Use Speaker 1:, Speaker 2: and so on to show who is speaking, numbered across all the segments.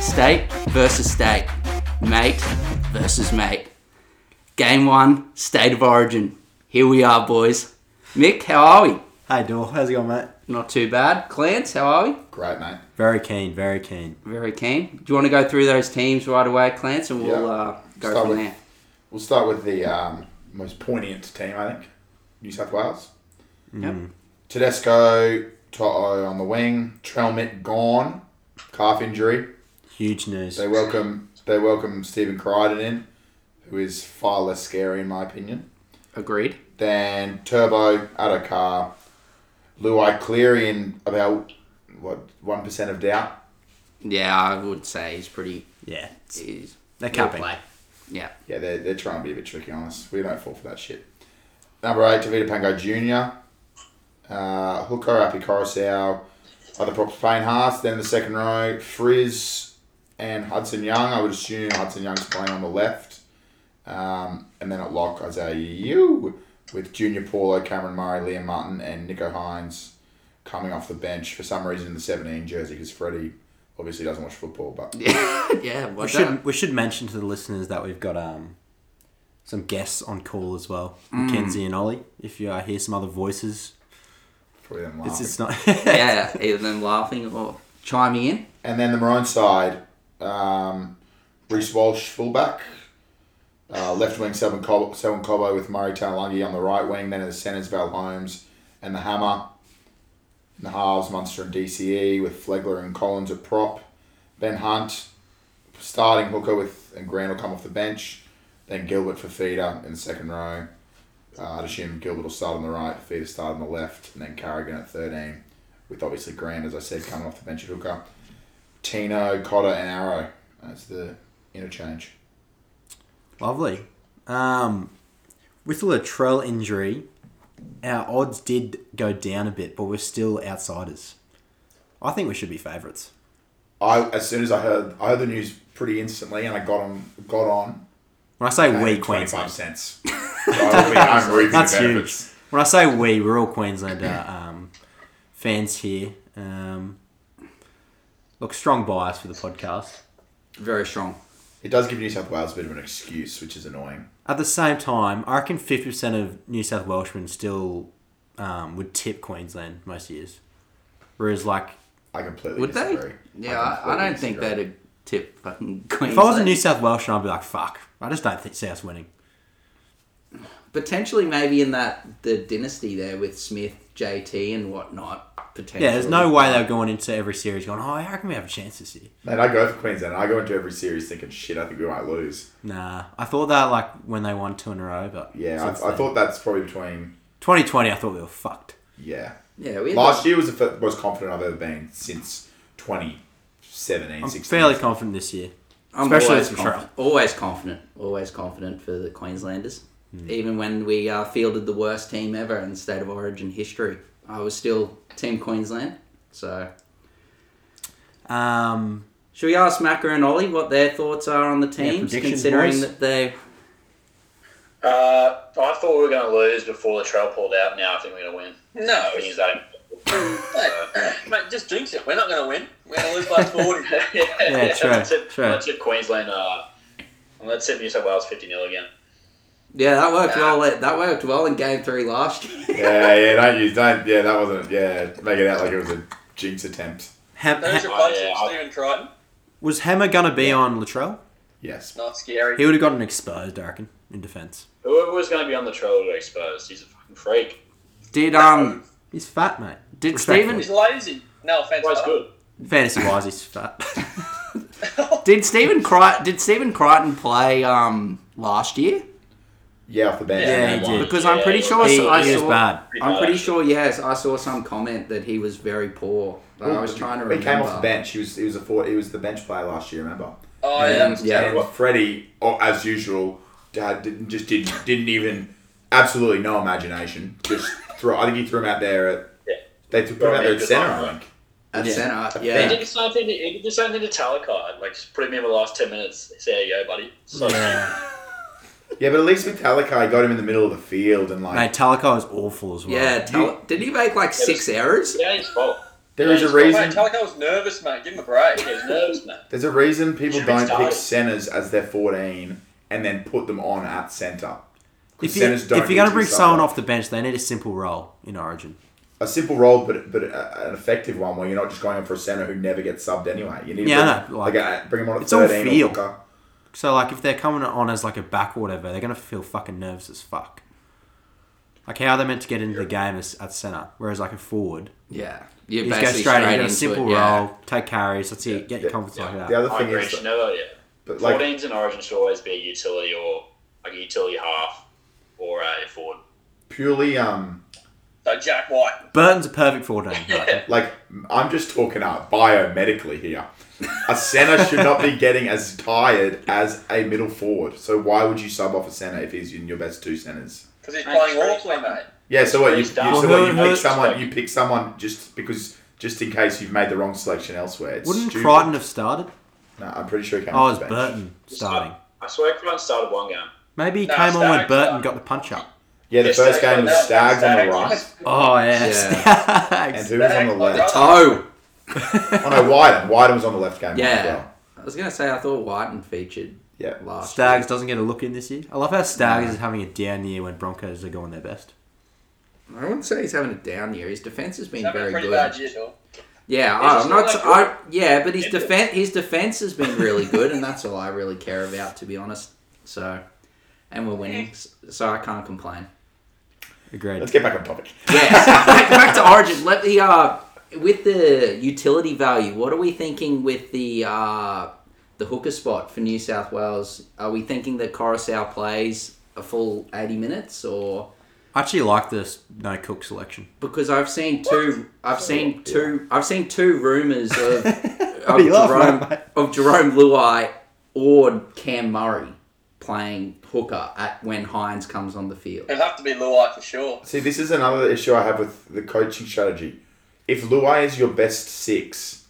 Speaker 1: State versus State. Mate versus mate. Game one, State of Origin. Here we are, boys. Mick, how are we?
Speaker 2: Hey, Dor, how's it going, mate?
Speaker 1: Not too bad. Clance, how are we?
Speaker 3: Great, mate.
Speaker 2: Very keen, very keen.
Speaker 1: Very keen. Do you want to go through those teams right away, Clance, and we'll
Speaker 3: Yeah.
Speaker 1: uh, go
Speaker 3: Start
Speaker 1: from
Speaker 3: with-
Speaker 1: there?
Speaker 3: We'll start with the um, most poignant team, I think. New South Wales.
Speaker 2: Mm.
Speaker 1: Yep.
Speaker 3: Tedesco, To'o on the wing. Trelmet gone, calf injury.
Speaker 2: Huge news.
Speaker 3: They welcome they welcome Stephen Crichton in, who is far less scary in my opinion.
Speaker 1: Agreed.
Speaker 3: Then Turbo, Adokar, Luai Cleary in about what one percent of doubt.
Speaker 1: Yeah, I would say he's pretty.
Speaker 2: Yeah.
Speaker 1: He's,
Speaker 2: They're
Speaker 1: he'll
Speaker 2: capping.
Speaker 1: play. Yeah.
Speaker 3: Yeah, they're, they're trying to be a bit tricky on us. We don't fall for that shit. Number eight, Tavita Pango Jr. Uh, Hooker, Api Coruscant, other props, Payne Haas. Then in the second row, Frizz and Hudson Young. I would assume Hudson Young's playing on the left. Um, and then at lock, Isaiah Yu with Junior Paulo, Cameron Murray, Liam Martin, and Nico Hines coming off the bench for some reason in the 17 jersey because Freddie obviously doesn't watch football. But
Speaker 1: yeah, why
Speaker 2: We
Speaker 1: not?
Speaker 2: should, we should mention to the listeners that we've got um, some guests on call as well Mackenzie and Ollie. If you uh, hear some other voices,
Speaker 3: probably them
Speaker 2: it's,
Speaker 3: laughing.
Speaker 2: it's not.
Speaker 1: Yeah, either them laughing or chiming in.
Speaker 3: And then the Maroon side, um, Reese Walsh, fullback. Uh, left wing, Seven Cobo, Seven Cobo with Murray Talangi on the right wing. Then in the centres, Val Holmes and the Hammer. In the halves, Munster and DCE with Flegler and Collins at prop. Ben Hunt, starting hooker with, and Grant will come off the bench. Then Gilbert for feeder in the second row. Uh, I'd assume Gilbert will start on the right, feeder start on the left, and then Carrigan at 13, with obviously Grant, as I said, coming off the bench at hooker. Tino, Cotter, and Arrow. That's the interchange.
Speaker 2: Lovely. Um, with the Latrell injury, our odds did go down a bit, but we're still outsiders. I think we should be favourites.
Speaker 3: I as soon as I heard I heard the news pretty instantly, and I got on got on.
Speaker 2: When I say
Speaker 3: Paid
Speaker 2: we,
Speaker 3: 25
Speaker 2: Queensland.
Speaker 3: cents. So I mean, I'm reaping the
Speaker 2: That's
Speaker 3: benefits.
Speaker 2: huge. When I say we, we're all Queensland uh, um, fans here. Um, look, strong bias for the podcast.
Speaker 1: Very strong.
Speaker 3: It does give New South Wales a bit of an excuse, which is annoying.
Speaker 2: At the same time, I reckon 50% of New South Welshmen still um, would tip Queensland most years. Whereas, like,
Speaker 3: I completely
Speaker 1: Would they?
Speaker 3: disagree.
Speaker 1: Yeah, I, I
Speaker 3: completely
Speaker 1: don't think
Speaker 3: disagree.
Speaker 1: that'd tip fucking Queensland.
Speaker 2: if I was a New South Welshman, I'd be like, fuck. I just don't think see us winning.
Speaker 1: potentially maybe in that the dynasty there with Smith, JT, and whatnot. Potentially,
Speaker 2: Yeah, there's no way they're going into every series going, oh, how can we have a chance this year?
Speaker 3: Mate, I go for Queensland. and I go into every series thinking, shit, I think we might lose.
Speaker 2: Nah. I thought that, like, when they won two in a row, but.
Speaker 3: Yeah,
Speaker 2: since
Speaker 3: I, I
Speaker 2: then-
Speaker 3: thought that's probably between.
Speaker 2: 2020, I thought we were fucked.
Speaker 3: Yeah.
Speaker 1: Yeah, we
Speaker 3: Last year was the fir- most confident I've ever been since 2017,
Speaker 2: I'm
Speaker 3: 16.
Speaker 2: fairly confident this year.
Speaker 1: I'm
Speaker 2: especially
Speaker 1: always
Speaker 2: with Latrell.
Speaker 1: confident, always confident, always confident for the Queenslanders. Even when we uh, fielded the worst team ever in state of origin history, I was still Team Queensland. So,
Speaker 2: Um,
Speaker 1: should we ask Macker and Ollie what their thoughts are on the teams,
Speaker 2: predictions,
Speaker 1: considering
Speaker 2: boys?
Speaker 1: that they?
Speaker 4: Uh, I thought we were going to lose before the trail pulled out. Now I think we're going to win.
Speaker 5: No,
Speaker 4: I think it's that
Speaker 5: mate, mate, just jinx it. We're not going to win. We're going to lose by 40.
Speaker 2: Yeah, true,
Speaker 4: Let's hit,
Speaker 2: true.
Speaker 4: Let's hit Queensland. Uh, let's hit New South Wales 50 0 again.
Speaker 1: Yeah, that worked
Speaker 5: Nah.
Speaker 1: well. That worked well in Game Three last year.
Speaker 3: Yeah, yeah, don't use, don't, yeah, that wasn't, yeah, make it out like it was a jinx attempt.
Speaker 2: Ham,
Speaker 5: Those
Speaker 2: Ha-
Speaker 6: Oh,
Speaker 5: are punches,
Speaker 4: yeah, I-
Speaker 5: Stephen Crichton.
Speaker 2: was Hammer gonna be on Latrell?
Speaker 3: Yes.
Speaker 5: Not scary.
Speaker 2: He would have gotten exposed, I reckon, in defence.
Speaker 4: Whoever was going to be on the trail got exposed. He's a fucking freak.
Speaker 1: Did um
Speaker 2: He's fat, mate.
Speaker 1: Did
Speaker 2: Respectfully.
Speaker 5: He's lazy. No offense.
Speaker 4: Plays
Speaker 5: brother.
Speaker 4: good.
Speaker 2: Fantasy wise, he's fat.
Speaker 1: did Stephen Crichton did Stephen Crichton play um last year?
Speaker 3: Yeah, off the bench.
Speaker 4: Yeah,
Speaker 2: he
Speaker 3: and they
Speaker 2: did.
Speaker 3: won.
Speaker 1: Because
Speaker 4: Yeah,
Speaker 1: I'm pretty
Speaker 4: he-
Speaker 1: sure
Speaker 2: he,
Speaker 1: I
Speaker 2: he was
Speaker 1: saw-
Speaker 2: bad.
Speaker 5: Uh,
Speaker 1: I'm pretty
Speaker 4: much.
Speaker 1: sure, yes, I saw some comment that he was very poor. But I was trying to
Speaker 3: He
Speaker 1: remember.
Speaker 3: came off the bench. He was he was a four, he was the bench player last year. Remember?
Speaker 5: Oh, yeah.
Speaker 1: Yeah.
Speaker 5: that was
Speaker 1: Yeah.
Speaker 5: terrible.
Speaker 3: And Freddie, oh, as usual, dad didn't just didn't didn't even absolutely no imagination. Just throw. I think he threw him out there at.
Speaker 4: Yeah.
Speaker 3: They took him out there at centre. I think.
Speaker 1: At
Speaker 2: Yeah.
Speaker 1: centre,
Speaker 4: He
Speaker 1: yeah.
Speaker 4: did the same thing. He did the same thing to Talakai. Like just put him in the last 10 minutes. Say, there you go, buddy. So
Speaker 3: Yeah, but at least with Talakai, got him in the middle of the field and like.
Speaker 2: Mate, Talakai was awful as well.
Speaker 1: Yeah, tell, did he make like six errors?
Speaker 4: yeah, his fault.
Speaker 3: There is a
Speaker 5: Mate,
Speaker 3: reason.
Speaker 5: Talakai was nervous, mate. Give him a break.
Speaker 4: He was nervous, man.
Speaker 3: There's a reason people
Speaker 4: Should've been
Speaker 3: don't pick
Speaker 4: started.
Speaker 3: centers as their 14 and then put them on at center. 'Cause
Speaker 2: If, you,
Speaker 3: centres
Speaker 2: if
Speaker 3: don't
Speaker 2: you're
Speaker 3: need
Speaker 2: going
Speaker 3: to
Speaker 2: to
Speaker 3: be
Speaker 2: bring
Speaker 3: started.
Speaker 2: someone off the bench, they need a simple role in Origin.
Speaker 3: a simple role, but but a, an effective one where you're not just going up for a center who never gets subbed anyway. You need
Speaker 2: Yeah,
Speaker 3: to
Speaker 2: I know,
Speaker 3: bring, like,
Speaker 2: like,
Speaker 3: a- bring him on at
Speaker 2: it's all
Speaker 3: 13
Speaker 2: feel.
Speaker 3: or hooker.
Speaker 2: So, like, if they're coming on as like a back or whatever, they're going to feel fucking nervous as fuck. Like, how are they meant to get into the game as at centre? Whereas, like, a forward,
Speaker 1: Yeah. You
Speaker 2: you just go
Speaker 1: basically
Speaker 2: straight,
Speaker 1: straight,
Speaker 2: in, get a
Speaker 1: into
Speaker 2: simple
Speaker 1: it. Yeah.
Speaker 2: role, take carries, that's it, get your
Speaker 3: Yeah.
Speaker 2: confidence
Speaker 4: Yeah.
Speaker 2: like
Speaker 3: The
Speaker 2: that.
Speaker 3: other
Speaker 4: I
Speaker 3: thing
Speaker 4: agree.
Speaker 3: is,
Speaker 4: Should never, yeah.
Speaker 3: but like
Speaker 4: 14s in Origin should always be a utility or like a utility half or a forward.
Speaker 3: purely um
Speaker 5: So Jack White.
Speaker 2: Burton's a perfect forward name. I reckon.
Speaker 3: like I'm just talking up biomedically here. A center should not be getting as tired as a middle forward. So why would you sub off a center if he's in your best two centers?
Speaker 5: Because he's
Speaker 4: Mate,
Speaker 5: playing
Speaker 4: straight
Speaker 5: Walkley,
Speaker 4: fucking-
Speaker 5: mate.
Speaker 3: Yeah, so what you, you
Speaker 4: Well,
Speaker 3: so what, you
Speaker 2: who- who-
Speaker 3: pick someone you pick someone just because just in case you've made the wrong selection elsewhere. It's
Speaker 2: Wouldn't
Speaker 3: stupid.
Speaker 2: Crichton have started?
Speaker 3: No, I'm pretty sure he came
Speaker 2: Oh,
Speaker 3: off
Speaker 2: it's
Speaker 3: the bench.
Speaker 2: Burton starting.
Speaker 4: I swear Crichton started one game.
Speaker 2: Maybe he
Speaker 5: No,
Speaker 2: came on when
Speaker 5: Staggs
Speaker 2: Burton
Speaker 5: started.
Speaker 2: got the punch up.
Speaker 3: Yeah, the
Speaker 4: Yeah,
Speaker 3: first
Speaker 4: Stags
Speaker 3: game
Speaker 4: on
Speaker 3: was
Speaker 4: that,
Speaker 3: Stags on the
Speaker 5: Stags.
Speaker 3: right,
Speaker 2: Oh, yeah.
Speaker 3: and
Speaker 2: Staggs.
Speaker 3: who was on the
Speaker 5: Stags,
Speaker 3: left?
Speaker 5: like,
Speaker 1: Oh!
Speaker 3: Oh no, Wyden. Wyden was on the left game.
Speaker 1: Yeah.
Speaker 3: As well.
Speaker 1: I was going to say, I thought Whiten featured
Speaker 3: Yeah.
Speaker 1: last.
Speaker 2: Stags doesn't get a look in this year. I love how Stags is having a down year when Broncos are going their best.
Speaker 1: I wouldn't say he's having a down year. His defense has been
Speaker 5: He's having
Speaker 1: very
Speaker 5: a pretty
Speaker 1: good.
Speaker 5: bad year, though.
Speaker 1: Yeah,
Speaker 5: He's
Speaker 1: I'm
Speaker 5: just
Speaker 1: not.
Speaker 5: not that
Speaker 1: I, yeah, but his
Speaker 5: Isn't it?
Speaker 1: defense his defense has been really good, and that's all I really care about, to be honest. So, and we're winning, s- so I can't complain.
Speaker 2: Agreed.
Speaker 3: Let's get back on topic.
Speaker 1: Yes, back, back to Origin. Let the uh, with the utility value. What are we thinking with the uh, the hooker spot for New South Wales? Are we thinking that Coruscant plays a full eighty minutes, or
Speaker 2: I actually like this no cook selection.
Speaker 1: because I've seen two, I've seen two, I've seen two rumors
Speaker 3: Uh,
Speaker 1: of of
Speaker 2: What are you laughing
Speaker 1: Jerome
Speaker 2: at, mate?
Speaker 1: of Jerome Luai or Cam Murray playing hooker at when Hines comes on the field.
Speaker 5: It'll have to be Luai for sure.
Speaker 3: See, this is another issue I have with the coaching strategy. If Luai is your best six,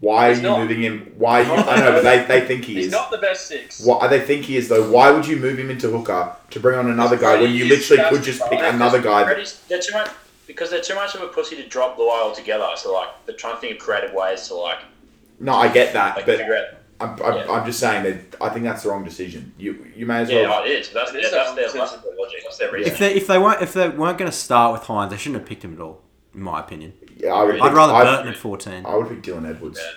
Speaker 3: why are
Speaker 5: He's
Speaker 3: you
Speaker 5: not.
Speaker 3: moving him? Why are you, I know, but they, they think he
Speaker 5: He's
Speaker 3: is.
Speaker 5: not the best six.
Speaker 3: Why, they think he is though. Why would you move him into hooker to bring on another guy when you literally could just pick another guy?
Speaker 4: Freddie's- they're too much, because they're too much of a pussy to drop Luai altogether. So like they're trying to think of creative ways to like
Speaker 3: No, I get that,
Speaker 4: like
Speaker 3: Ah, but
Speaker 4: figure out.
Speaker 3: I'm, I'm,
Speaker 4: Yeah.
Speaker 3: I'm just saying that I think that's the wrong decision. You you may as well.
Speaker 4: Yeah, no, it is. That's,
Speaker 5: It is
Speaker 4: that's
Speaker 5: a-
Speaker 4: their
Speaker 5: it's a-
Speaker 4: that's their logic. That's their reason.
Speaker 2: If they if they weren't if they weren't going to start with Hines, they shouldn't have picked him at all. In my opinion,
Speaker 3: Yeah, I would.
Speaker 2: I'd
Speaker 3: pick-
Speaker 2: rather
Speaker 3: I'd-
Speaker 2: Burton at fourteen.
Speaker 3: I would pick Dylan Edwards.
Speaker 4: Yeah.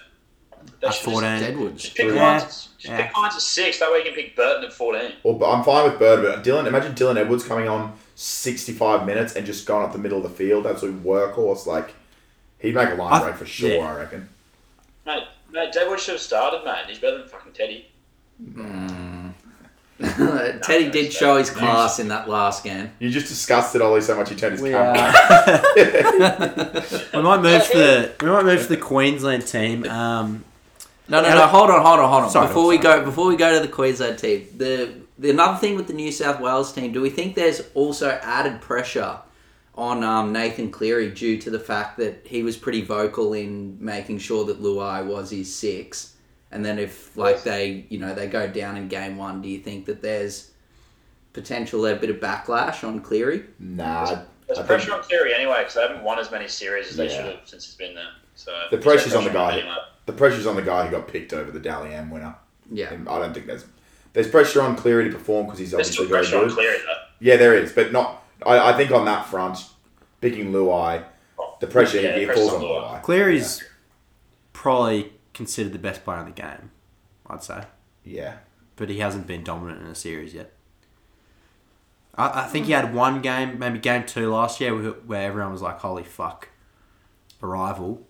Speaker 2: At
Speaker 4: That's just,
Speaker 2: fourteen,
Speaker 1: Deadwood.
Speaker 4: just pick
Speaker 3: Yeah.
Speaker 4: Hines. Just pick
Speaker 2: Yeah.
Speaker 4: Hines at six. That way you can pick Burton at fourteen.
Speaker 3: Or, but I'm fine with Bird, but Dylan, imagine Dylan Edwards coming on 65 minutes and just going up the middle of the field, absolute workhorse. Like, he'd make a line
Speaker 2: I-
Speaker 3: break for sure,
Speaker 2: yeah.
Speaker 3: I reckon.
Speaker 4: Mate, mate, Deadwood should have started, man. He's better than fucking Teddy.
Speaker 1: Mm. Teddy did show his class in that last game.
Speaker 3: You just disgusted Ollie so much he turned his
Speaker 2: We,
Speaker 3: camera.
Speaker 2: We might move to the we might move to the Queensland team. Um,
Speaker 1: No, no, no. Hold on, hold on, hold on.
Speaker 2: Sorry,
Speaker 1: before we
Speaker 2: sorry.
Speaker 1: go, before we go to the Queensland team, the, the another thing with the New South Wales team, do we think there's also added pressure on um, Nathan Cleary due to the fact that he was pretty vocal in making sure that Luai was his six, and then if like they, you know, they go down in game one, do you think that there's potential a bit of backlash on Cleary?
Speaker 3: Nah.
Speaker 4: There's
Speaker 3: I
Speaker 4: pressure
Speaker 3: think
Speaker 4: on Cleary anyway because they haven't won as many series as they
Speaker 3: Yeah.
Speaker 4: should have since he's been there. So
Speaker 3: The pressure's on the
Speaker 4: pressure
Speaker 3: guy.
Speaker 4: him, mate.
Speaker 3: the pressure's on the guy who got picked over the Dally M winner.
Speaker 1: Yeah.
Speaker 3: And I don't think there's there's pressure on Cleary to perform because he's
Speaker 4: There's
Speaker 3: obviously
Speaker 4: still
Speaker 3: very
Speaker 4: pressure on
Speaker 3: good.
Speaker 4: Cleary though.
Speaker 3: Yeah, there is, but not. I, I think on that front, picking Luai, the pressure
Speaker 4: Yeah,
Speaker 3: he
Speaker 4: the
Speaker 3: it
Speaker 4: pressure's
Speaker 3: falls on
Speaker 4: on Luai.
Speaker 3: Luai.
Speaker 2: Cleary's probably considered the best player in the game. I'd say.
Speaker 3: Yeah.
Speaker 2: but he hasn't been dominant in a series yet. I, I think he had one game, maybe game two last year, where, where everyone was like, "Holy fuck, arrival!"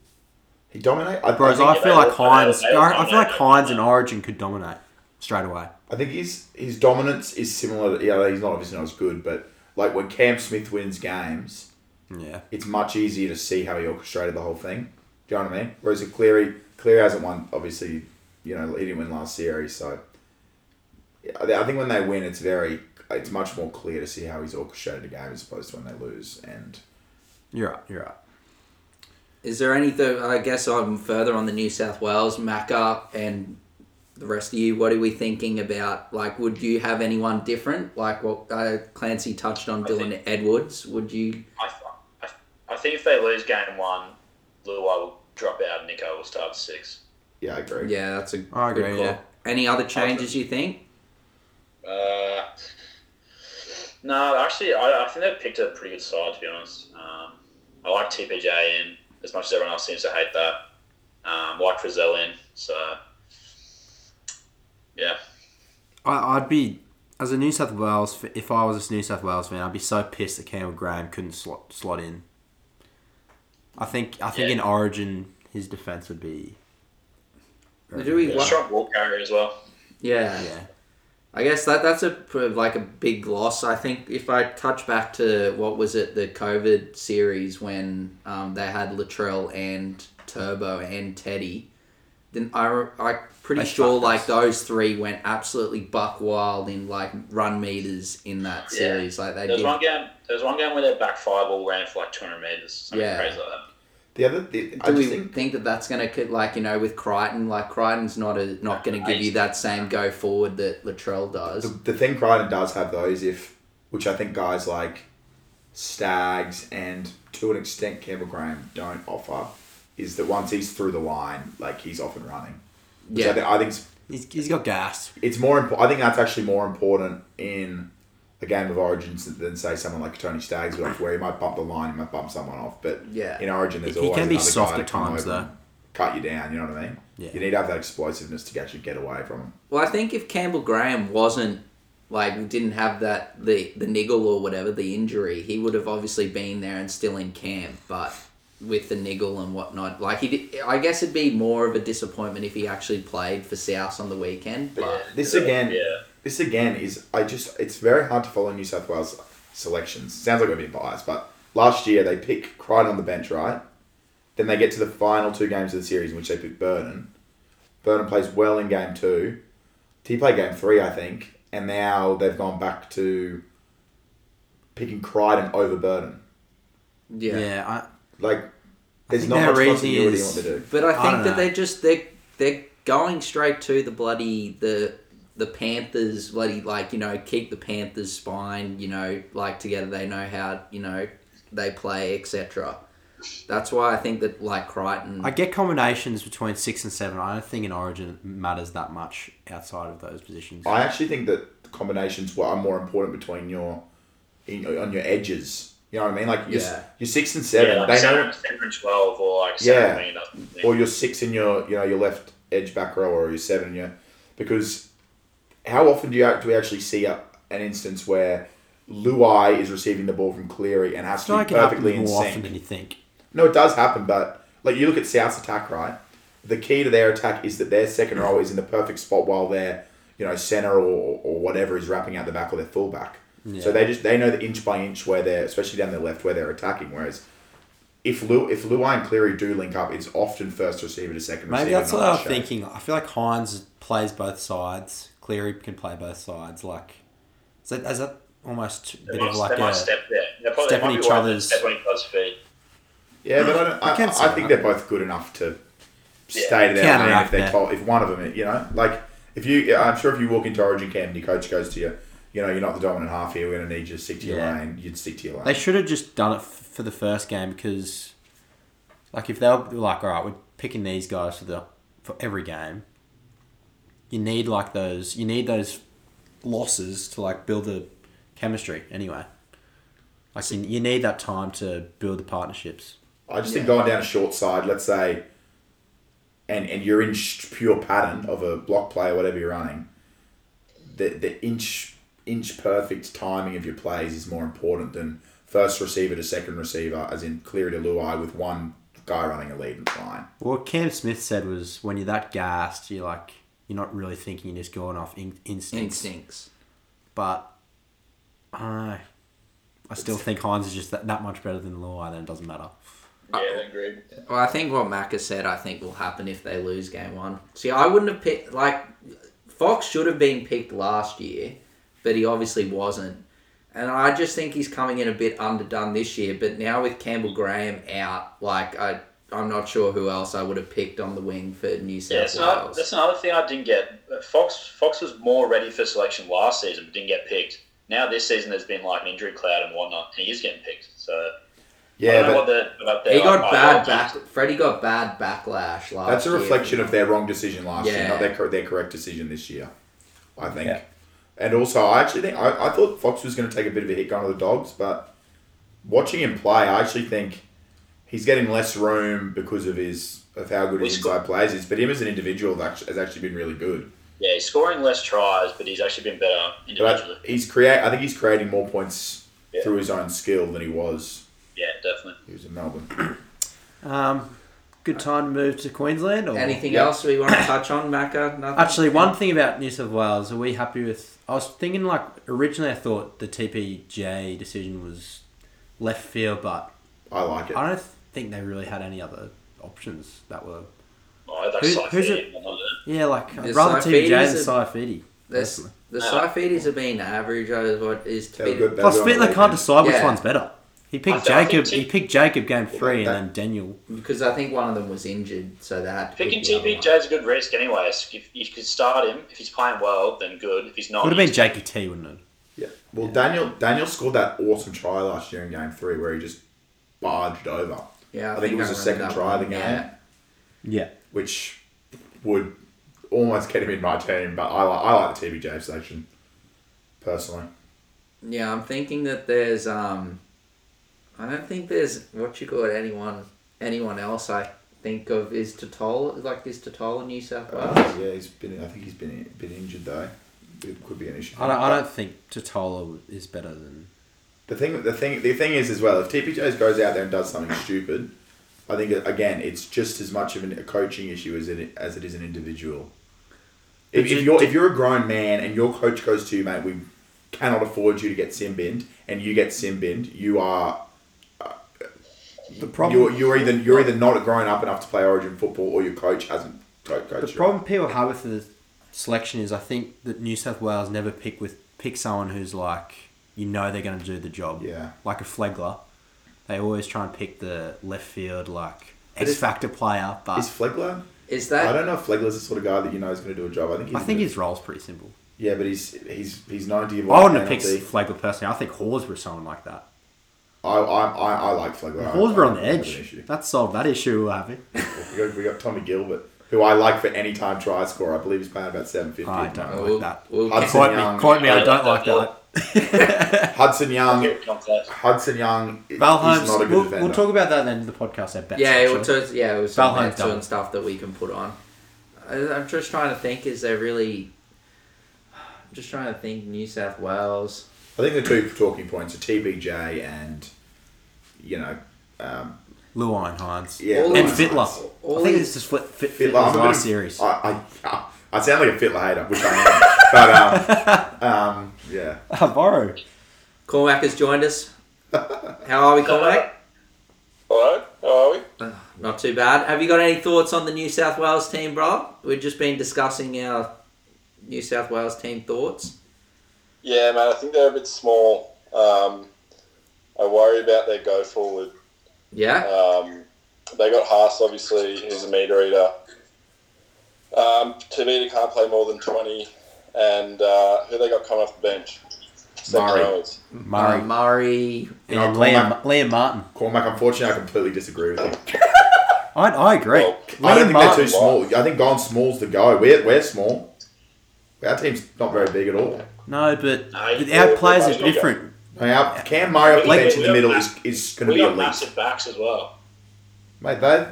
Speaker 3: He dominated. I, I
Speaker 2: Whereas
Speaker 3: think-
Speaker 2: I
Speaker 4: yeah,
Speaker 2: feel
Speaker 4: they
Speaker 2: like
Speaker 4: all- they all-
Speaker 2: Hines,
Speaker 4: they all
Speaker 2: I, I feel like
Speaker 4: dominated.
Speaker 2: Hines and Origin could dominate straight away.
Speaker 3: I think his his dominance is similar. Yeah, he's not obviously not as good, but like when Cam Smith wins games,
Speaker 2: Yeah,
Speaker 3: it's much easier to see how he orchestrated the whole thing. Do you know what I mean? Whereas if Cleary Cleary hasn't won. Obviously, you know he didn't win last series, so yeah, I thi- I think when they win, it's very it's much more clear to see how he's orchestrated a game as opposed to when they lose. And
Speaker 2: you're right. You're right.
Speaker 1: Is there anything? I guess I'm further on the New South Wales Macca and the rest of you. What are we thinking about? Like, would you have anyone different? Like what uh, Clancy touched on,
Speaker 4: I
Speaker 1: Dylan Edwards. Would you?
Speaker 4: I, I, I think if they lose game one, Luai will drop out, and Nico will start six.
Speaker 3: Yeah, I agree.
Speaker 1: Yeah, that's a
Speaker 2: I
Speaker 1: good
Speaker 2: agree,
Speaker 1: call.
Speaker 2: yeah.
Speaker 1: Any other changes you think?
Speaker 4: Uh, no, actually, I, I think they've picked a pretty good side, to be honest. Um, I like TPJ in, as much as everyone else seems to hate that. Um, I like Frizzell in, so. Yeah.
Speaker 2: I, I'd be as a New South Wales. f- If I was a New South Wales fan, I'd be so pissed that Campbell Graham couldn't slot, slot in. I think I think
Speaker 4: Yeah.
Speaker 2: in Origin his defense would be. very
Speaker 1: Do we
Speaker 2: good.
Speaker 1: Wow.
Speaker 4: Strong ball carrier as well.
Speaker 1: Yeah.
Speaker 2: Yeah,
Speaker 1: I guess that that's a pr- like a big loss. I think if I touch back to what was it the COVID series when um, they had Latrell and Turbo and Teddy, then I re- I pretty
Speaker 2: They
Speaker 1: sure
Speaker 2: fucked
Speaker 1: like
Speaker 2: us.
Speaker 1: those three went absolutely buck wild in like run meters in that
Speaker 4: Yeah.
Speaker 1: series. Like they
Speaker 4: There was
Speaker 1: did.
Speaker 4: one game. There was one game where their back five all ran for like 200 meters, something
Speaker 1: Yeah.
Speaker 4: crazy like that.
Speaker 3: The other, the, I
Speaker 1: Do we
Speaker 3: just think
Speaker 1: think that that's gonna co- like you know with Crichton like Crichton's not a not gonna give you that same go forward that Latrell
Speaker 3: the,
Speaker 1: does.
Speaker 3: the thing Crichton does have though is if, which I think guys like Stags and to an extent Campbell Graham don't offer, is that once he's through the line, like he's off and running. Which I,
Speaker 1: Yeah.
Speaker 3: th- I think it's,
Speaker 2: he's, he's got gas.
Speaker 3: it's more. Impo- I think that's actually more important in a game of Origins than say someone like Tony Stags would offer, where he might bump the line, he might bump someone off, but
Speaker 1: Yeah.
Speaker 3: in Origin there's
Speaker 2: He
Speaker 3: always
Speaker 2: can be
Speaker 3: another guy
Speaker 2: soft
Speaker 3: to
Speaker 2: at
Speaker 3: come
Speaker 2: times,
Speaker 3: over and
Speaker 2: though.
Speaker 3: Cut you down, you know what I mean?
Speaker 2: Yeah.
Speaker 3: You need to have that explosiveness to actually get away from him.
Speaker 1: Well, I think if Campbell Graham wasn't like didn't have that the the niggle or whatever the injury, he would have obviously been there and still in camp. But with the niggle and whatnot, like he, did, I guess it'd be more of a disappointment if he actually played for South on the weekend.
Speaker 3: But
Speaker 1: But
Speaker 3: this again,
Speaker 4: Yeah.
Speaker 3: this again is I just it's very hard to follow New South Wales selections. Sounds like I'm being biased, but last year they pick Crichton on the bench, right? Then they get to the final two games of the series in which they pick Vernon. Vernon plays well in game two. He played game three, I think, and now they've gone back to picking Crichton over Burden.
Speaker 1: yeah.
Speaker 2: Yeah,
Speaker 3: Like there's
Speaker 2: think
Speaker 3: not
Speaker 2: their
Speaker 3: much
Speaker 2: reasoning
Speaker 3: continuity
Speaker 2: is-
Speaker 3: in what they do.
Speaker 1: But I think
Speaker 2: I don't
Speaker 1: that
Speaker 2: know.
Speaker 1: they just they they're going straight to the bloody the the Panthers bloody like you know keep the Panthers spine you know like together they know how you know they play etc. That's why I think that like Crichton.
Speaker 2: I, I get combinations between six and seven. I don't think in Origin it matters that much outside of those positions.
Speaker 3: I actually think that the combinations were are more important between your in, on your edges. You know what I mean? Like your,
Speaker 1: Yeah.
Speaker 3: are your six and seven,
Speaker 4: yeah, like
Speaker 3: they know
Speaker 4: seven, seven and twelve, or like seven
Speaker 3: Yeah.
Speaker 4: wing or something.
Speaker 3: or your six in your you know your left edge back row or your seven in your because how often do you act- do we actually see a, an instance where Luai is receiving the ball from Cleary and has
Speaker 2: So
Speaker 3: to
Speaker 2: it
Speaker 3: be
Speaker 2: can happen
Speaker 3: perfectly in
Speaker 2: more often than
Speaker 3: sync?
Speaker 2: you think.
Speaker 3: No, it does happen, but like you look at South's attack, right? The key to their attack is that their second row is in the perfect spot while their you know center or, or whatever is wrapping out the back or their fullback. So
Speaker 2: Yeah.
Speaker 3: they just they know the inch by inch where they're especially down their left where they're attacking. Whereas if Lu if Luai and Cleary do link up, it's often first receiver to second
Speaker 2: Maybe
Speaker 3: receiver.
Speaker 2: that's
Speaker 3: not
Speaker 2: what I was
Speaker 3: shape.
Speaker 2: thinking. I feel like Hines plays both sides. Cleary can play both sides. Like, is that, is that almost a
Speaker 4: They
Speaker 2: bit
Speaker 4: might,
Speaker 2: of like
Speaker 4: they might
Speaker 2: a,
Speaker 4: step there. They're probably,
Speaker 2: step
Speaker 4: they
Speaker 2: on
Speaker 4: might be
Speaker 2: each
Speaker 4: worth it,
Speaker 2: other's-
Speaker 4: Step on each other's feet.
Speaker 3: Yeah, but I don't. I,
Speaker 2: I can see
Speaker 3: I, think
Speaker 2: that.
Speaker 3: they're both good enough to
Speaker 4: Yeah.
Speaker 3: stay to their lane if
Speaker 2: Counteract
Speaker 3: they
Speaker 2: that.
Speaker 3: told if one of them, you know, like if you, yeah, I'm sure if you walk into Origin camp and your coach goes to you, you know, you're not the dominant half here. We're going to need you to stick to your
Speaker 2: Yeah.
Speaker 3: lane. You'd stick to your lane.
Speaker 2: They should have just done it f- for the first game because, like, if they were like, all right, we're picking these guys for the for every game. You need like those. You need those losses to like build the chemistry. Anyway, like you, you need that time to build the partnerships.
Speaker 3: I just think going down a short side, let's say, and and your inch pure pattern of a block play or whatever you're running, the the inch inch perfect timing of your plays is more important than first receiver to second receiver, as in clear to Luai with one guy running a lead line.
Speaker 2: What Cam Smith said was when you're that gassed, you're like you're not really thinking. You're just going off in- instincts.
Speaker 1: instincts.
Speaker 2: But I don't know. I still think Hines is just that, that much better than Law. Then it doesn't matter.
Speaker 4: Yeah, agreed.
Speaker 1: Well, I think what Macca said, I think will happen if they lose game one. See, I wouldn't have picked like Fox should have been picked last year, but he obviously wasn't. And I just think he's coming in a bit underdone this year. But now with Campbell Graham out, like I, I'm not sure who else I would have picked on the wing for New
Speaker 4: Yeah,
Speaker 1: South
Speaker 4: that's another,
Speaker 1: Wales.
Speaker 4: that's another thing I didn't get. Uh, Fox Fox was more ready for selection last season, but didn't get picked. Now this season, there's been like an injury cloud and whatnot, and he is getting picked. So I
Speaker 3: Yeah,
Speaker 4: don't know
Speaker 3: but
Speaker 4: what the, about the uh,
Speaker 1: He got
Speaker 4: I-
Speaker 1: bad
Speaker 4: I-
Speaker 1: back. Freddie got bad backlash last.
Speaker 3: that's a
Speaker 1: year.
Speaker 3: reflection of their wrong decision last year,
Speaker 1: Yeah.
Speaker 3: not their, cor- their correct decision this year, I think.
Speaker 2: Yeah.
Speaker 3: And also, I actually think I, I thought Fox was going to take a bit of a hit going to the dogs, but watching him play, I actually think he's getting less room because of his of how good his
Speaker 4: He's got-
Speaker 3: inside plays is. But him as an individual has actually, has actually been really good.
Speaker 4: Yeah, he's scoring less tries, but he's actually been better
Speaker 3: But
Speaker 4: individually.
Speaker 3: I- he's create. I think he's creating more points
Speaker 4: Yeah.
Speaker 3: through his own skill than he was.
Speaker 4: Yeah, definitely.
Speaker 3: He was in Melbourne.
Speaker 2: Um, good time to move to Queensland. Or?
Speaker 1: Anything
Speaker 3: Yep.
Speaker 1: else we want to touch on, Macca? Nothing.
Speaker 2: Actually, one thing about New South Wales, are we happy with? I was thinking like originally I thought the TPJ decision was left field, but
Speaker 3: I like it.
Speaker 2: I don't think they really had any other options that were.
Speaker 4: Oh,
Speaker 2: Who-
Speaker 4: that's like
Speaker 2: who's
Speaker 4: it? It
Speaker 2: Yeah, like I'd
Speaker 1: The
Speaker 2: rather TPJ than
Speaker 1: Saifidis
Speaker 2: Saifidi.
Speaker 1: This, the
Speaker 4: Uh,
Speaker 1: Saifidis have been average over what is to
Speaker 3: They were
Speaker 1: be.
Speaker 3: good. They
Speaker 2: Plus,
Speaker 3: were good on the
Speaker 2: Spittler can't
Speaker 3: weekend.
Speaker 2: decide which
Speaker 1: Yeah.
Speaker 2: one's better. He picked
Speaker 4: I think
Speaker 2: Jacob.
Speaker 4: T-
Speaker 2: he picked Jacob game three,
Speaker 3: that-
Speaker 2: and then Daniel.
Speaker 1: Because I think one of them was injured, so they had to
Speaker 4: Picking
Speaker 1: pick the other one.
Speaker 4: TPJ is a good risk anyway. So if you could start him, if he's playing well, then good. If he's not,
Speaker 2: Would have been
Speaker 4: Oh, he's-
Speaker 2: Jakey T, wouldn't it?
Speaker 3: Yeah. Well, Daniel Daniel scored that awesome try last year in Game Three where he just barged over,
Speaker 1: Yeah,
Speaker 3: I think it was
Speaker 1: I
Speaker 3: the second
Speaker 1: remember
Speaker 3: try of
Speaker 1: that
Speaker 3: the
Speaker 1: one,
Speaker 3: game.
Speaker 1: yeah.
Speaker 2: Yeah.
Speaker 3: which would almost get him in my team. But I like I like the TBJ selection personally.
Speaker 1: Yeah, I'm thinking that there's um I don't think there's what you call it anyone anyone else I think of is Totola like is Totola New South Wales.
Speaker 3: Oh, yeah, he's been. I think he's been been injured though. It could be an issue.
Speaker 2: I don't. I don't think Totola is better than.
Speaker 3: The thing, the thing, the thing is as well. If TPJ goes out there and does something stupid, I think again it's just as much of an, a coaching issue as it as it is an individual. If,
Speaker 2: But you-
Speaker 3: if you're if you're a grown man and your coach goes to you, mate, we cannot afford you to get sim binned, and you get sim binned, you are
Speaker 2: The
Speaker 3: you're, you're either you're either not grown up enough to play Origin football, or your coach hasn't co- coached.
Speaker 2: The
Speaker 3: you.
Speaker 2: problem people have with the selection is I think that New South Wales never pick with pick someone who's like you know they're going to do the job.
Speaker 3: Yeah.
Speaker 2: Like a Flegler, they always try and pick the left field like
Speaker 1: But
Speaker 2: X
Speaker 1: is-
Speaker 2: factor player, but
Speaker 3: is Flegler.
Speaker 1: Is
Speaker 3: I
Speaker 1: that
Speaker 3: don't know if Flegler's the sort of guy that you know is going to do a job. I think he's
Speaker 2: Uh, I think his role's pretty simple.
Speaker 3: yeah, but he's he's he's known to give.
Speaker 2: I
Speaker 3: away
Speaker 2: wouldn't have picked
Speaker 3: penalty.
Speaker 2: Flegler personally. I think Hawes was someone like that.
Speaker 3: I, I, I, I like Flegler. I-
Speaker 2: Hawes were
Speaker 3: I
Speaker 2: on the
Speaker 3: don't have an
Speaker 2: edge.
Speaker 3: issue.
Speaker 2: That solved that issue we're having.
Speaker 3: We got, we got Tommy Gilbert, who I like for any time try scorer. I believe he's paying about seven fifty.
Speaker 2: I don't
Speaker 1: Oh,
Speaker 2: like
Speaker 1: we'll-
Speaker 2: that.
Speaker 1: we'll-
Speaker 3: Hudson
Speaker 2: Quote me,
Speaker 3: Young.
Speaker 2: quote me. I don't
Speaker 4: I
Speaker 2: like
Speaker 4: like that.
Speaker 2: that.
Speaker 3: Hudson Young.
Speaker 4: Not that.
Speaker 3: Hudson Young is
Speaker 2: Valheim's.
Speaker 3: not a good
Speaker 2: We'll,
Speaker 3: defender.
Speaker 2: we'll talk about that then in the podcast. That bets,
Speaker 1: yeah, it
Speaker 2: actually.
Speaker 1: was, yeah, it was some
Speaker 2: Valheim's
Speaker 1: bets and
Speaker 2: done.
Speaker 1: stuff that we can put on. I, I'm just trying to think is there really I'm just trying to think New South Wales.
Speaker 3: I think the two talking points are TBJ and you know um,
Speaker 2: Luan Hines.
Speaker 3: yeah
Speaker 1: And
Speaker 2: And
Speaker 3: Lawrence Hines.
Speaker 2: Fitler.
Speaker 1: All
Speaker 2: I think
Speaker 1: these-
Speaker 2: it's just Fit, fit,
Speaker 3: Fitler,
Speaker 2: Fitler's
Speaker 3: I'm a bit
Speaker 2: last
Speaker 3: of-
Speaker 2: series.
Speaker 3: I, I, I sound like a Fitler hater, which I am. but um, um, yeah,
Speaker 2: Borrow.
Speaker 1: Cormac has joined us. How are we, Cormac?
Speaker 5: Hello, how are we?
Speaker 1: Uh, Not too bad. Have you got any thoughts on the New South Wales team, bro? We've just been discussing our New South Wales team thoughts.
Speaker 5: Yeah, mate, I think they're a bit small. Um, I worry about their go forward.
Speaker 1: Yeah.
Speaker 5: Um, they got Haas, obviously, who's a meter eater. Um, Tavita can't play more than 20. And uh, who they got coming off the bench? Second
Speaker 3: Murray.
Speaker 5: rowers.
Speaker 2: Murray.
Speaker 1: Uh, Murray.
Speaker 2: and
Speaker 3: I'll call
Speaker 2: Liam, Liam Martin.
Speaker 3: Cormac. Unfortunately, I completely disagree with you.
Speaker 2: I, I agree.
Speaker 5: Well,
Speaker 3: I
Speaker 2: Liam
Speaker 3: don't think
Speaker 2: Martin.
Speaker 3: they're too small. I think gone small's the go. We're, we're small. Our team's not very big at all.
Speaker 2: No, but
Speaker 4: No,
Speaker 2: but
Speaker 4: you-
Speaker 2: our
Speaker 5: we're-
Speaker 2: players
Speaker 5: we're
Speaker 2: are
Speaker 5: not-
Speaker 2: different.
Speaker 3: I mean, our, Cam Murray up the
Speaker 4: Like-
Speaker 3: bench in the middle
Speaker 4: we
Speaker 3: is, is going to
Speaker 4: We
Speaker 3: be
Speaker 4: got
Speaker 3: elite.
Speaker 4: massive backs as well.
Speaker 3: Mate, they've,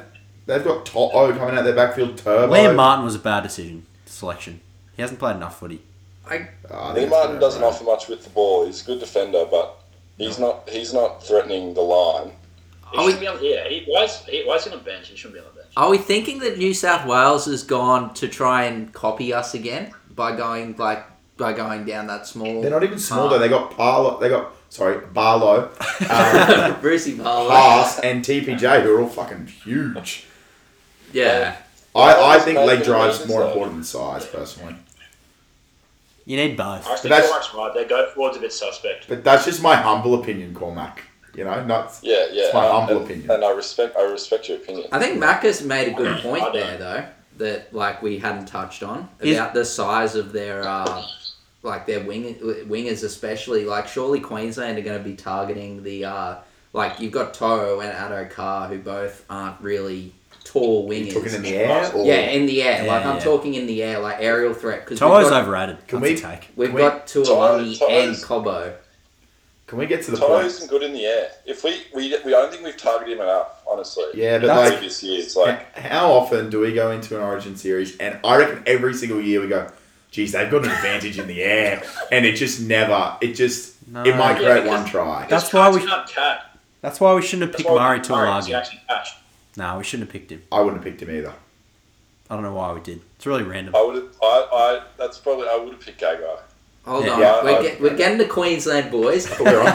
Speaker 3: they've got Toto coming out their backfield turbo.
Speaker 2: Liam Martin was a bad decision selection. He hasn't played enough footy.
Speaker 1: I,
Speaker 3: Oh, I think
Speaker 5: Lee
Speaker 3: that's
Speaker 5: Martin
Speaker 3: about
Speaker 5: doesn't
Speaker 3: right.
Speaker 5: offer much with the ball. He's a good defender, but he's not he's not threatening the line.
Speaker 4: He
Speaker 1: Are
Speaker 4: should
Speaker 1: we-
Speaker 4: be on, yeah, he, why, is, he, why is he on the bench? He shouldn't be on the bench.
Speaker 1: are we thinking that New South Wales has gone to try and copy us again by going like by going down that small?
Speaker 3: They're not even
Speaker 1: Ah.
Speaker 3: small though. They got Parlo. They got sorry Barlow, um,
Speaker 1: not. Brucey Barlow.
Speaker 3: Haas, and TPJ, who are all fucking huge.
Speaker 1: Yeah.
Speaker 3: I, I think leg drive's more important than size personally.
Speaker 2: You need both.
Speaker 4: I think
Speaker 3: that's-
Speaker 4: that's much right. Their go forward's a bit suspect.
Speaker 3: But that's just my humble opinion, Cormac. You know, not
Speaker 5: Yeah, yeah.
Speaker 3: It's my
Speaker 5: and-
Speaker 3: humble
Speaker 5: and-
Speaker 3: opinion.
Speaker 5: and I respect I respect your opinion.
Speaker 1: I think Macca's made a good point
Speaker 4: I don't
Speaker 1: there though that like we hadn't touched on
Speaker 2: Is-
Speaker 1: about the size of their uh, like their wing wingers especially like surely Queensland are going to be targeting the uh, Like you've got Toro and Addo Carr who both aren't really tall wingers.
Speaker 3: Talking in the air? Or
Speaker 1: yeah, in the air.
Speaker 2: Yeah,
Speaker 1: like I'm
Speaker 2: yeah.
Speaker 1: talking in the air, like aerial threat. Because
Speaker 2: Toho's
Speaker 1: we've got,
Speaker 2: overrated.
Speaker 3: Can
Speaker 2: Can
Speaker 3: we-
Speaker 2: we take?
Speaker 1: We've
Speaker 3: we-
Speaker 1: got Tuolungi
Speaker 5: Toro-
Speaker 1: and
Speaker 5: Toro's-
Speaker 1: Cobo.
Speaker 3: Can we get to the
Speaker 5: Toto
Speaker 3: point?
Speaker 5: isn't good in the air. If we, we, we I don't think we've targeted him enough, honestly.
Speaker 3: Yeah, but
Speaker 5: in
Speaker 3: like-
Speaker 5: previous years, like
Speaker 3: H- how often do we go into an Origin series and I reckon every single year we go, geez, they've got an advantage in the air, and it just never, it just,
Speaker 2: No.
Speaker 3: it might
Speaker 5: Yeah,
Speaker 3: create
Speaker 5: because-
Speaker 3: one try.
Speaker 2: That's why we-
Speaker 4: can't catch.
Speaker 2: That's why we shouldn't have
Speaker 4: That's
Speaker 2: picked
Speaker 4: why we-
Speaker 2: Murray
Speaker 4: Murray was
Speaker 2: Tuolagi.
Speaker 4: actually catch.
Speaker 2: No, we shouldn't have picked him.
Speaker 3: I wouldn't have picked him either.
Speaker 2: I don't know why we did. It's really random.
Speaker 5: I would have, I, I, that's probably, I would have picked Gagai.
Speaker 1: Hold
Speaker 2: Yeah.
Speaker 1: on,
Speaker 5: Yeah,
Speaker 1: we're,
Speaker 5: I-
Speaker 1: get, we're getting to Queensland, boys.
Speaker 3: But we're on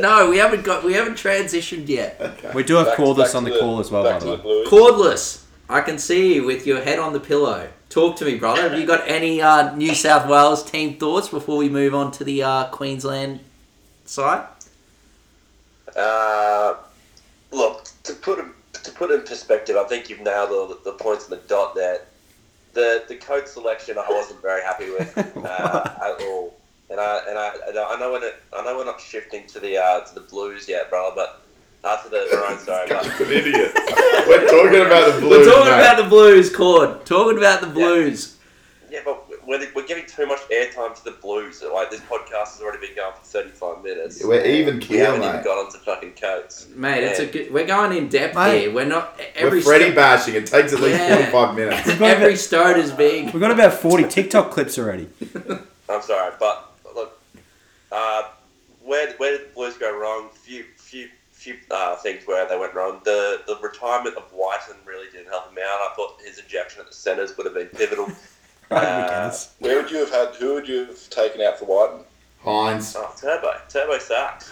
Speaker 1: no, we haven't got. We haven't transitioned yet.
Speaker 3: Okay.
Speaker 2: We do have
Speaker 5: Back-
Speaker 2: called us
Speaker 5: back
Speaker 2: on
Speaker 5: to
Speaker 2: the call as well, by
Speaker 5: back to
Speaker 2: the way.
Speaker 5: Blues.
Speaker 1: Cordless. I can see you with your head on the pillow. Talk to me, brother. Have you got any uh, New South Wales team thoughts before we move on to the uh, Queensland side?
Speaker 6: Uh, look, to put it- to put it in perspective, I think you've nailed all the, the points on the dot there. The the coach selection I wasn't very happy with uh, at all, and I and I, and I know when it, I know we're not shifting to the uh, to the Blues yet, brother, but after the Maroons, sorry, but
Speaker 3: an idiot. We're talking about the Blues.
Speaker 1: We're talking
Speaker 3: mate.
Speaker 1: about the Blues, Cord. Talking about the Blues.
Speaker 6: yeah, but we're, we're giving too much airtime to the Blues. Like this podcast has already been going for thirty five minutes.
Speaker 3: We're even
Speaker 6: We
Speaker 3: keel,
Speaker 6: haven't even
Speaker 3: mate.
Speaker 6: got onto fucking coats.
Speaker 1: Mate, it's a
Speaker 6: Yeah.
Speaker 1: good, we're going in depth
Speaker 2: Mate.
Speaker 1: here. We're not e-, every
Speaker 3: We're Freddy
Speaker 1: sto-
Speaker 3: bashing. It takes at least
Speaker 1: Yeah.
Speaker 3: 45 minutes.
Speaker 1: every stone is big.
Speaker 2: We've got about 40 TikTok clips already.
Speaker 6: I'm sorry, but look, uh, where where did the Blues go wrong? Few few few uh, things where they went wrong. The the retirement of Whiten really didn't help him out. I thought his injection at the centres would have been pivotal. Uh,
Speaker 5: Where would you have had? Who would you have taken out for Whiten?
Speaker 3: Hines.
Speaker 6: oh, Turbo Turbo sucks.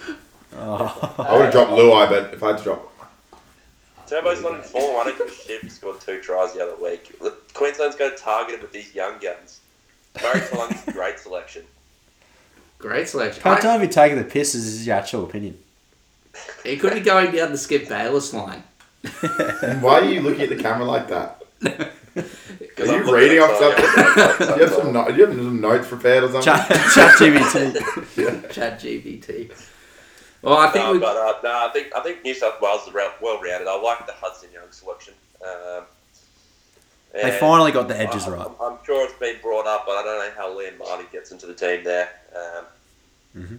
Speaker 2: Oh.
Speaker 3: I would have dropped Luai, but if I had to drop.
Speaker 6: Turbo's not in form. I don't give a shit. He scored two tries the other week. Look, Queensland's got targeted with these young guns. Murray Tulangi's a great selection.
Speaker 1: Great selection.
Speaker 2: Can't
Speaker 1: I-
Speaker 2: tell if you're taking the piss is is your actual opinion.
Speaker 1: He could be going down the Skip Bayless line.
Speaker 3: Why are you looking at the camera like that? Are
Speaker 6: 'Cause I'm
Speaker 3: you
Speaker 6: looking
Speaker 3: reading
Speaker 6: at
Speaker 3: off
Speaker 6: Tiger.
Speaker 3: something? Do you, have some no- do you have some notes prepared or something?
Speaker 2: Chat, chat GBT.
Speaker 1: Chat GBT. Well, I think
Speaker 6: No,
Speaker 1: we
Speaker 6: but uh, no, I think I think New South Wales is well rounded. I like the Hudson Young selection. Um,
Speaker 2: They
Speaker 6: and
Speaker 2: finally got the edges
Speaker 6: I-
Speaker 2: right.
Speaker 6: I'm, I'm sure it's been brought up, but I don't know how Liam Marty gets into the team there. Um,
Speaker 2: Mhm.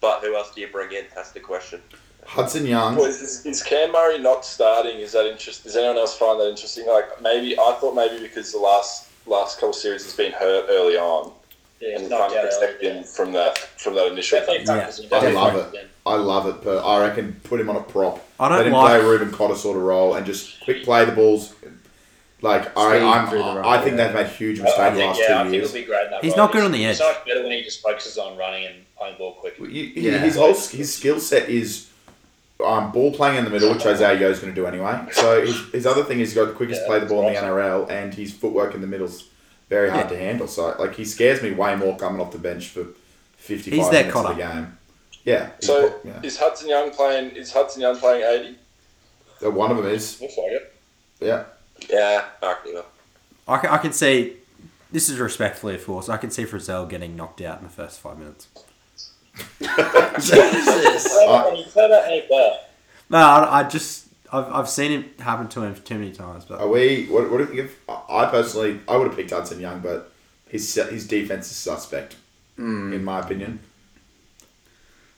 Speaker 6: But who else do you bring in? That's the question.
Speaker 3: Hudson Young.
Speaker 5: Well, is, is Cam Murray not starting? Is that interest? Does anyone else find that interesting? Like maybe I thought maybe because the last last couple series has been hurt early on
Speaker 4: Yeah,
Speaker 5: and
Speaker 4: knocked
Speaker 5: kind
Speaker 4: out
Speaker 5: of
Speaker 4: early.
Speaker 5: protect him from that from that initial.
Speaker 4: Definitely factors in.
Speaker 3: I
Speaker 2: Definitely.
Speaker 3: love it. I love it, but I reckon put him on a prop.
Speaker 2: I
Speaker 3: Let
Speaker 2: don't
Speaker 3: him
Speaker 2: like.
Speaker 3: play Ruben Cotter sort of role and just quick play the balls. Like I,
Speaker 1: Speed
Speaker 3: I'm,
Speaker 1: through the run,
Speaker 3: I think
Speaker 1: yeah.
Speaker 3: they've made huge
Speaker 4: I-
Speaker 3: mistakes
Speaker 4: I
Speaker 3: the
Speaker 4: think,
Speaker 3: last
Speaker 4: yeah, I
Speaker 3: two
Speaker 4: think
Speaker 3: years.
Speaker 4: he's will be great in that
Speaker 2: He's
Speaker 4: role.
Speaker 2: not good on the
Speaker 4: He's
Speaker 2: edge.
Speaker 4: so much better when he just focuses on running and playing ball quick.
Speaker 3: You-
Speaker 1: Yeah.
Speaker 3: His whole sk- his skill set is um, ball playing in the middle, which Jose Ayew is going to do anyway. So his, his other thing is he's got the quickest
Speaker 4: Yeah,
Speaker 3: play the ball in the
Speaker 4: that's
Speaker 3: NRL, and his footwork in the middle's very hard
Speaker 2: Yeah.
Speaker 3: to handle. So like he scares me way more coming off the bench for fifty
Speaker 2: He's
Speaker 3: five
Speaker 2: their
Speaker 3: minutes of the game. Yeah. he's
Speaker 5: So
Speaker 3: pro- yeah.
Speaker 5: is Hudson Young playing? Is Hudson Young playing eighty?
Speaker 3: So one of them is
Speaker 5: Looks like it.
Speaker 3: yeah.
Speaker 6: Yeah, Mark Neiman.
Speaker 2: I can, I can see. This is respectfully, of course. I can see Frizzell getting knocked out in the first five minutes.
Speaker 1: Jesus.
Speaker 3: Uh,
Speaker 4: you play that any player.
Speaker 2: No, I, I just. I've, I've seen it happen to him too many times. But
Speaker 3: Are we? What, what do you think? Of, I I personally, I would have picked Hudson Young, but his his defense is suspect, in my opinion.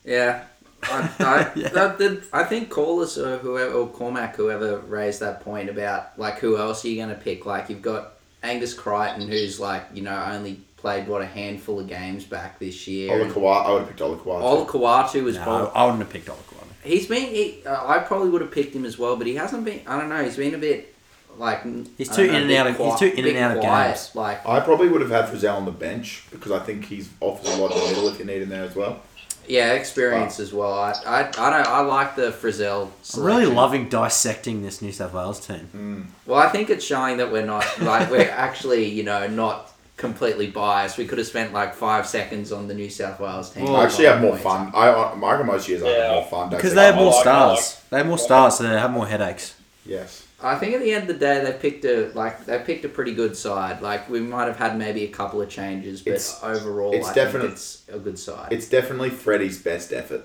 Speaker 1: Yeah. I, I,
Speaker 2: Yeah.
Speaker 1: that- that- I think Corliss or whoever or Cormac whoever raised that point about like who else are you going to pick? Like you've got Angus Crichton who's like you know only played what a handful of games back this year.
Speaker 3: Ola Kawhi, I would have picked Ola Kawhi.
Speaker 1: Ola Kawatu was
Speaker 2: no,
Speaker 1: probably
Speaker 2: I, I wouldn't have picked Olaquan.
Speaker 1: he's been he, uh, I probably would have picked him as well, but he hasn't been. I don't know. He's been a bit like
Speaker 2: He's
Speaker 1: I
Speaker 2: too
Speaker 1: don't
Speaker 2: in and
Speaker 1: a bit
Speaker 2: out of- he's too in
Speaker 1: a bit
Speaker 2: and out of
Speaker 1: quiet,
Speaker 2: games.
Speaker 1: Like
Speaker 3: I probably would have had Frizzell on the bench because I think he's offers a lot in the middle if you need him there as well.
Speaker 1: Yeah, experience as well. I, I, I don't. I like the Frizzell.
Speaker 2: I'm really
Speaker 1: selection.
Speaker 2: loving dissecting this New South Wales team.
Speaker 1: Well, I think it's showing that we're not like we're actually you know not completely biased. We could have spent like five seconds on the New South Wales team.
Speaker 2: Well,
Speaker 3: I actually have more
Speaker 1: Points.
Speaker 3: fun. I, I reckon most years I have
Speaker 4: Yeah.
Speaker 3: more fun. don't
Speaker 2: Oh, Because
Speaker 3: think
Speaker 2: they have
Speaker 3: I-
Speaker 2: more
Speaker 4: like- I like-
Speaker 2: stars. They have more stars, so they have more headaches.
Speaker 3: Yes.
Speaker 1: I think at the end of the day, they picked a like they picked a pretty good side. Like we might have had maybe a couple of changes, but
Speaker 3: It's-
Speaker 1: overall,
Speaker 3: it's
Speaker 1: I
Speaker 3: definite-
Speaker 1: think it's a good side.
Speaker 3: It's definitely Freddie's best effort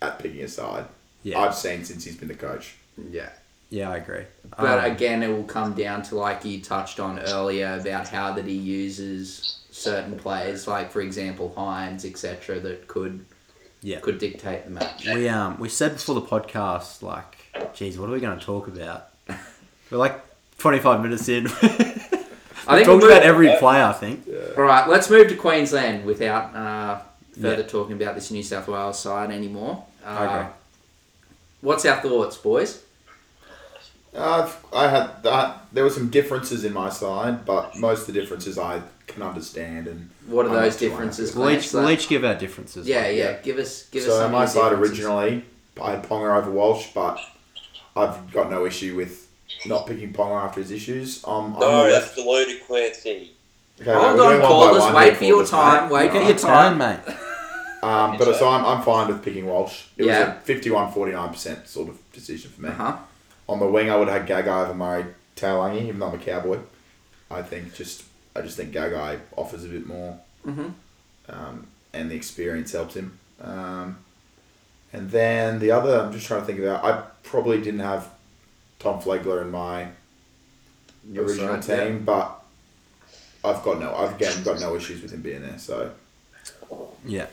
Speaker 3: at picking a side.
Speaker 2: Yeah.
Speaker 3: I've seen since he's been the coach.
Speaker 1: Yeah.
Speaker 2: Yeah, I agree.
Speaker 1: But
Speaker 2: Um,
Speaker 1: again, it will come down to like you touched on earlier about how that he uses certain players, like for example Hines, etc., that could
Speaker 2: Yeah.
Speaker 1: could dictate the match.
Speaker 2: we um we said before the podcast like, geez, what are we going to talk about? We're like twenty five minutes in.
Speaker 1: I think
Speaker 2: Talked
Speaker 1: we'll
Speaker 2: about
Speaker 1: move-
Speaker 2: every player, I think.
Speaker 1: All right, let's move to Queensland without uh, further
Speaker 2: Yeah.
Speaker 1: talking about this New South Wales side anymore. Uh,
Speaker 2: I agree.
Speaker 1: What's our thoughts, boys?
Speaker 3: Uh, I had that. There were some differences in my side, but most of the differences I can understand. And
Speaker 1: What are
Speaker 3: I'm
Speaker 1: those
Speaker 3: not too
Speaker 1: differences?
Speaker 2: We'll
Speaker 1: Lance?
Speaker 2: each, we'll each give our differences.
Speaker 1: yeah,
Speaker 2: Like,
Speaker 1: yeah. Give us, give us.
Speaker 3: so
Speaker 1: some
Speaker 3: my
Speaker 1: of the
Speaker 3: side
Speaker 1: differences.
Speaker 3: originally, I had Ponga over Walsh, but I've got no issue with not picking Ponga after his issues. Um, I'm
Speaker 6: No,
Speaker 3: the
Speaker 6: that's
Speaker 3: left.
Speaker 6: deluded Quincy.
Speaker 3: Okay,
Speaker 1: Hold
Speaker 3: we're
Speaker 1: on,
Speaker 3: doing one by
Speaker 1: callers,
Speaker 3: one
Speaker 1: wait
Speaker 3: here,
Speaker 1: for your
Speaker 3: callers, mate.
Speaker 1: time, wait for
Speaker 2: Get
Speaker 3: Alright.
Speaker 2: your time, mate.
Speaker 3: Um, but so I'm, I'm fine with picking Walsh. It
Speaker 1: Yeah.
Speaker 3: was a 51 49% sort of decision for me.
Speaker 1: Uh-huh.
Speaker 3: On the wing, I would have had Gagai over Murray Talangi, even though I'm a cowboy. I think just I just think Gagai offers a bit more,
Speaker 1: Mhm.
Speaker 3: um, and the experience helps him. Um, and then the other, I'm just trying to think about. I probably didn't have Tom Flegler in my
Speaker 1: Your
Speaker 3: original
Speaker 1: side, yeah.
Speaker 3: team, but I've got no, I've again got no issues with him being there. So
Speaker 2: Yeah.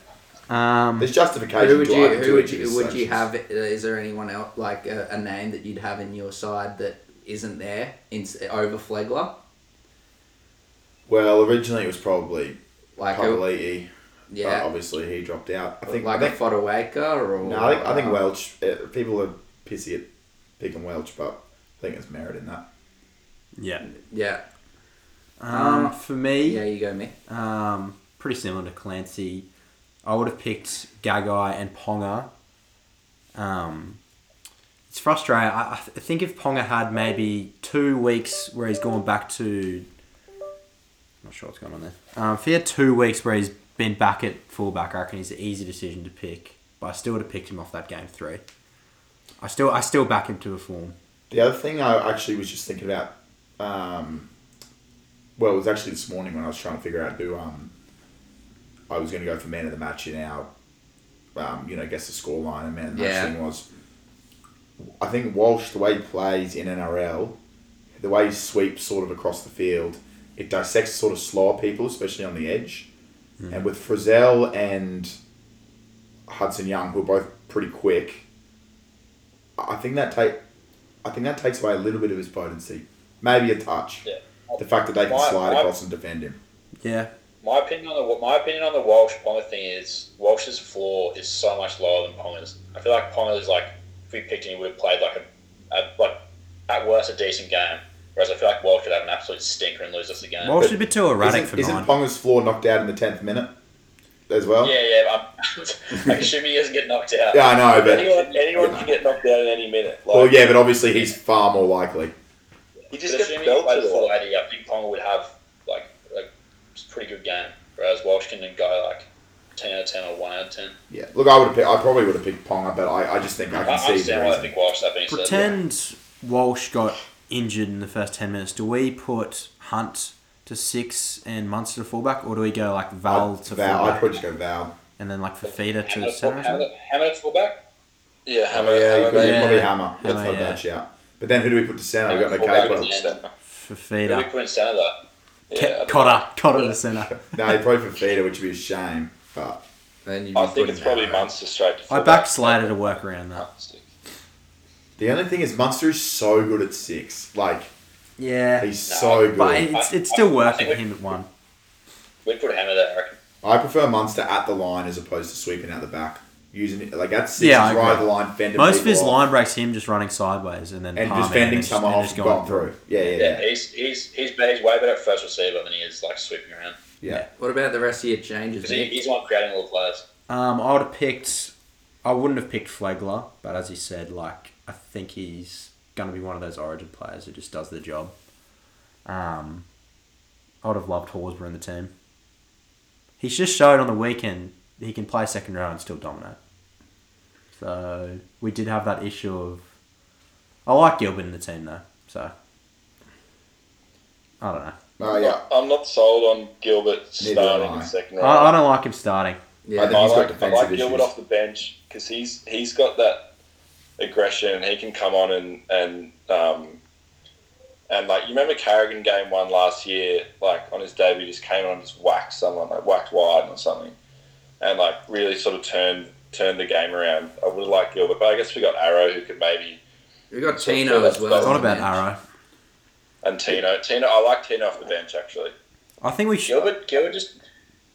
Speaker 2: Um,
Speaker 3: there's justification.
Speaker 1: Who would
Speaker 3: to
Speaker 1: you?
Speaker 3: either
Speaker 1: Who would you?
Speaker 3: issues,
Speaker 1: Would
Speaker 3: so
Speaker 1: you
Speaker 3: it's just-
Speaker 1: have? Is there anyone else like a, a name that you'd have in your side that isn't there in, over Flegler?
Speaker 3: Well, originally it was probably
Speaker 1: Like a,
Speaker 3: Papali'i, but
Speaker 1: yeah,
Speaker 3: obviously he dropped out. I think
Speaker 1: like
Speaker 3: I
Speaker 1: a
Speaker 3: think,
Speaker 1: Fodawaker or
Speaker 3: no, I think, I think Welch. Uh, people are pissy at picking Welch, but I think there's merit in that.
Speaker 2: yeah.
Speaker 1: yeah,
Speaker 2: Um, for
Speaker 1: yeah.
Speaker 2: me,
Speaker 1: You go, me.
Speaker 2: um, pretty similar to Clancy. I would have picked Gagai and Ponga. Um, it's frustrating. I, I th- I think if Ponga had maybe two weeks where he's gone back to, not sure what's going on there. Um, if he had two weeks where he's been back at fullback, I reckon he's an easy decision to pick. But I still would have picked him off that game three. I still, I still back him to a form.
Speaker 3: The other thing I actually was just thinking about, um, well, it was actually this morning when I was trying to figure out who um, I was going to go for man of the match in our, um, you know, guess the score line and man of the match
Speaker 1: Yeah.
Speaker 3: thing was. I think Walsh, the way he plays in NRL, the way he sweeps sort of across the field, it dissects sort of slower people, especially on the edge. And with Frizzell and Hudson Young, who are both pretty quick, I I think that take, I think that takes away a little bit of his potency, maybe a touch.
Speaker 4: Yeah.
Speaker 3: The fact that they can
Speaker 4: My-
Speaker 3: slide
Speaker 4: my-
Speaker 3: across and defend him.
Speaker 2: Yeah,
Speaker 4: My opinion on the my opinion on the Walsh Ponga thing is Walsh's floor is so much lower than Ponga's. I feel like Ponga's like if we picked him, he would have played like a, a like at worst a decent game. Whereas I feel like Walsh would have an absolute stinker and lose us the game.
Speaker 2: Walsh is a bit too erratic
Speaker 3: Uh, isn't,
Speaker 2: for
Speaker 3: isn't
Speaker 2: mine.
Speaker 3: Ponga's floor knocked out in the tenth minute as well?
Speaker 4: yeah, yeah. I'm, I'm assuming he doesn't get knocked out.
Speaker 3: Yeah, I know, but
Speaker 6: Anyone, anyone can get knocked out at any minute. Like,
Speaker 3: well, yeah, but obviously he's far more likely.
Speaker 6: He just
Speaker 4: But
Speaker 6: gets
Speaker 4: assuming he played
Speaker 6: belted. a
Speaker 4: full
Speaker 6: lot.
Speaker 4: 80, I think Ponga would have like like a pretty good game. Whereas Walsh can then go like ten out of ten or one out of ten.
Speaker 3: Yeah, look, I would have, I probably would have picked Ponga, but I, I just think I
Speaker 4: I,
Speaker 3: can
Speaker 4: I
Speaker 3: see the
Speaker 4: understand why I
Speaker 3: reason.
Speaker 4: think Walsh that being said.
Speaker 2: Pretend Walsh got injured in the first 10 minutes. Do we put Hunt to six and Munster to fullback, or do we go like Val
Speaker 3: I'd-
Speaker 2: to
Speaker 3: Val, I'd
Speaker 2: fullback
Speaker 3: probably just go Val.
Speaker 2: and then like Fafita to
Speaker 4: Hamlet,
Speaker 2: centre? or something?
Speaker 4: Hamlet, Hamlet fullback.
Speaker 6: Yeah, Hammer.
Speaker 3: Oh, yeah,
Speaker 6: Hammer-
Speaker 3: probably,
Speaker 2: yeah.
Speaker 3: probably Hammer. That's
Speaker 2: Hammer,
Speaker 3: not a
Speaker 2: yeah.
Speaker 3: bad shout. But then who do we put to centre? We've got no
Speaker 4: Fullback
Speaker 3: Capewell.
Speaker 4: and centre. Who do we
Speaker 2: Fafita.
Speaker 4: put in centre though?
Speaker 6: yeah.
Speaker 2: Ke- Cotter. Cotter to centre.
Speaker 3: No, he'd probably put Fida, which would be a shame. But
Speaker 1: Then you
Speaker 5: I think it's probably Munster straight to
Speaker 2: I
Speaker 5: fullback.
Speaker 2: back Slater to work around that.
Speaker 3: the only thing is, Munster is so good at six. Like
Speaker 2: Yeah.
Speaker 3: he's
Speaker 4: No,
Speaker 3: so good.
Speaker 2: But it's, it's still working him at one.
Speaker 4: We'd put Hammer there, I reckon.
Speaker 3: I prefer Munster at the line as opposed to sweeping out the back. Using it like at six,
Speaker 2: Yeah, I
Speaker 3: he's right at the
Speaker 2: agree.
Speaker 3: line, fending
Speaker 2: Most of
Speaker 3: people
Speaker 2: his
Speaker 3: off
Speaker 2: line breaks him just running sideways and then
Speaker 3: and
Speaker 2: palming
Speaker 3: just fending
Speaker 2: and just-
Speaker 3: someone
Speaker 2: and
Speaker 3: off
Speaker 2: just
Speaker 3: and going through. Yeah, yeah,
Speaker 4: Yeah,
Speaker 3: yeah.
Speaker 4: he's he's he's better, he's way better at first receiver than he is like sweeping around
Speaker 3: Yeah.
Speaker 1: What about the rest of your changes?
Speaker 4: because he,
Speaker 1: Nick?
Speaker 4: he's not creating all the players.
Speaker 2: Um, I would have picked. I wouldn't have picked Flagler, but as he said, like I think he's going to be one of those Origin players who just does the job. Um, I would have loved Horsburgh in the team. He's just showed on the weekend he can play second row and still dominate. So we did have that issue of. I like Gilbert in the team though, so I don't know.
Speaker 3: Oh yeah.
Speaker 5: I'm not sold on Gilbert
Speaker 3: Neither am
Speaker 5: starting
Speaker 3: I.
Speaker 5: in second
Speaker 2: I, I
Speaker 5: round.
Speaker 2: don't like him starting.
Speaker 3: I
Speaker 5: I,
Speaker 3: think
Speaker 1: Yeah,
Speaker 3: he's got
Speaker 5: like, I
Speaker 3: defensive
Speaker 5: like Gilbert
Speaker 3: issues.
Speaker 5: off the bench because he's he's got that aggression, and he can come on and and um, and like you remember Carrigan game one last year, like on his debut, just came on and just whacked someone, like whacked wide or something, and like really sort of turned turned the game around. I would have liked Gilbert, but I guess we got Arrow who could maybe
Speaker 1: We got Tino as well.
Speaker 5: I
Speaker 2: I
Speaker 5: thought
Speaker 2: thought
Speaker 1: on the
Speaker 2: about
Speaker 1: bench.
Speaker 2: Arrow.
Speaker 5: and Tino. Tino, I like Tino off the bench actually.
Speaker 2: I think we should.
Speaker 4: Gilbert, Gilbert just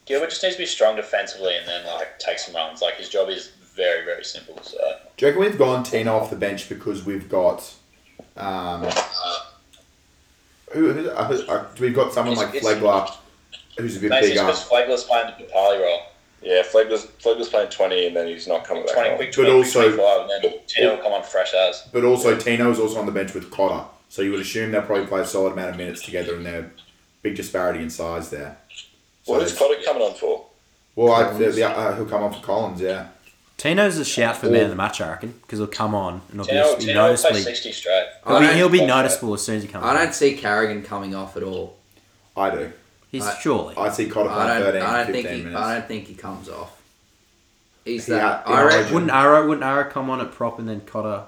Speaker 4: Gilbert just needs to be strong defensively and then like take some runs. Like his job is very very simple. So
Speaker 3: Do you reckon we've gone Tino off the bench because we've got. Um, who, who, uh, who- uh, we've got someone
Speaker 4: It's-
Speaker 3: like
Speaker 4: it's-
Speaker 3: Flegler, who's a bit
Speaker 4: basically,
Speaker 3: bigger.
Speaker 4: because Flagler's playing the Papali role,
Speaker 5: Yeah, Flegler's, Flegler's playing twenty, and then he's not coming back.
Speaker 4: twenty
Speaker 5: on.
Speaker 4: quick,
Speaker 3: But
Speaker 4: 20,
Speaker 3: also-
Speaker 4: quick 25, and then Tino will come on fresh as.
Speaker 3: But also, Tino's also on the bench with Cotter. So you would assume they'll probably play a solid amount of minutes together and they're big disparity in size there. So
Speaker 5: What is
Speaker 3: it's-
Speaker 5: Coddick coming on for?
Speaker 3: Well, I, the, the, uh, he'll come on for Collins, yeah.
Speaker 2: Tino's a shout for man of the match, I reckon, because he'll come on and he'll
Speaker 4: Tino,
Speaker 2: be, be
Speaker 4: Tino will play
Speaker 2: noticeably.
Speaker 4: sixty straight.
Speaker 2: He'll
Speaker 1: I
Speaker 2: be,
Speaker 1: don't-
Speaker 2: he'll be noticeable as soon as he comes.
Speaker 1: I
Speaker 2: on.
Speaker 1: don't see Carrigan coming off at all.
Speaker 3: I do.
Speaker 2: He's
Speaker 1: I-
Speaker 2: surely.
Speaker 3: I see Cotter
Speaker 1: I
Speaker 3: playing
Speaker 1: don't.
Speaker 3: 13,
Speaker 1: I don't
Speaker 3: 15
Speaker 1: think. He,
Speaker 3: minutes.
Speaker 1: I don't think he comes off. He's
Speaker 3: He
Speaker 1: that.
Speaker 3: ha-
Speaker 1: I
Speaker 3: he
Speaker 1: reckon,
Speaker 3: has-
Speaker 2: wouldn't Arrow wouldn't Arrow come on at prop and then Cotter?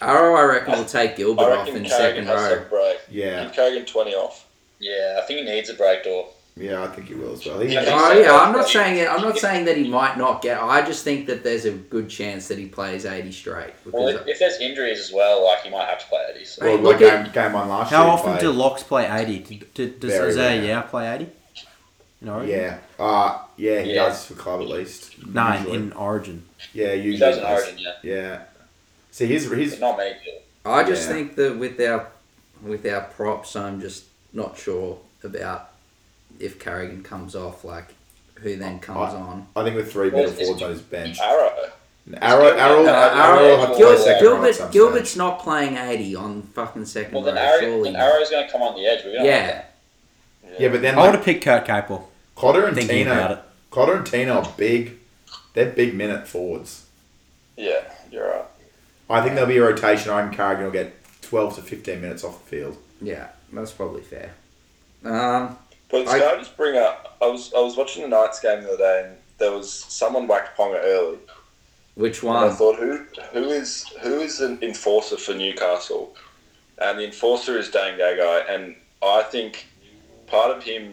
Speaker 1: Arrow, I reckon, will take Gilbert
Speaker 5: I
Speaker 1: off
Speaker 5: reckon
Speaker 1: in
Speaker 5: Carrigan
Speaker 1: second
Speaker 5: has
Speaker 1: row.
Speaker 5: to break.
Speaker 3: yeah,
Speaker 5: Give Carrigan twenty off.
Speaker 4: Yeah, I think he needs a break door.
Speaker 3: yeah, I think he will as well. He,
Speaker 4: Yeah.
Speaker 3: he-
Speaker 1: Oh yeah, I'm not saying it. I'm not
Speaker 4: Yeah.
Speaker 1: saying that he might not get. I just think that there's a good chance that he plays 80 straight.
Speaker 4: Well,
Speaker 1: Because
Speaker 4: if, if there's injuries as well, like he might have to play at least.
Speaker 1: Hey,
Speaker 3: well,
Speaker 1: look
Speaker 3: like game, game one last
Speaker 2: How
Speaker 3: year. he
Speaker 2: often
Speaker 3: played.
Speaker 2: do locks play eighty? Did- did- Does
Speaker 3: Very
Speaker 2: Isaiah
Speaker 3: rare.
Speaker 2: Yao play eighty? In Origin?
Speaker 3: Yeah. Uh, yeah, he
Speaker 4: Yeah.
Speaker 3: does for club at least.
Speaker 2: No, in,
Speaker 3: Usually.
Speaker 2: in Origin.
Speaker 3: yeah, usually.
Speaker 4: He does in
Speaker 3: does.
Speaker 4: Origin, yeah.
Speaker 3: Yeah. See, he's,
Speaker 4: But
Speaker 3: he's
Speaker 4: not many do.
Speaker 1: I just
Speaker 3: Yeah.
Speaker 1: think that with our with our props, I'm just not sure about if Carrigan comes off. Like who then comes
Speaker 3: I-
Speaker 1: on?
Speaker 3: I think with three
Speaker 4: Well,
Speaker 3: middle
Speaker 4: it's-
Speaker 3: forwards on his bench.
Speaker 5: Arrow.
Speaker 3: Arrow, Arrow, Arrow,
Speaker 4: No, Arrow-
Speaker 3: Arrow
Speaker 4: Gil-
Speaker 1: Gilbert,
Speaker 3: Gilbert,
Speaker 1: Gilbert, Gilbert's not playing 80 on fucking second
Speaker 4: Well, then,
Speaker 1: row.
Speaker 4: Arrow,
Speaker 1: surely.
Speaker 4: then Arrow's going to come on the edge. We're gonna
Speaker 1: Yeah.
Speaker 4: have
Speaker 3: Yeah, but then
Speaker 2: I would
Speaker 3: like,
Speaker 2: have picked Kurt Capel.
Speaker 3: Cotter and
Speaker 2: Thinking about
Speaker 3: Tino,
Speaker 2: it.
Speaker 3: Cotter and Tino are big. They're big minute forwards.
Speaker 5: Yeah, you're right.
Speaker 3: I think there'll be a rotation. I reckon Carrigan will get twelve to fifteen minutes off the field.
Speaker 1: Yeah, that's probably fair. Um,
Speaker 5: But
Speaker 1: I-
Speaker 5: can I just bring up? I was I was watching the Knights game the other day, and there was someone whacked Ponga early,
Speaker 1: which
Speaker 5: and I
Speaker 1: one?
Speaker 5: thought, who who is who is an enforcer for Newcastle? And the enforcer is Dane Gagai, and I think part of him,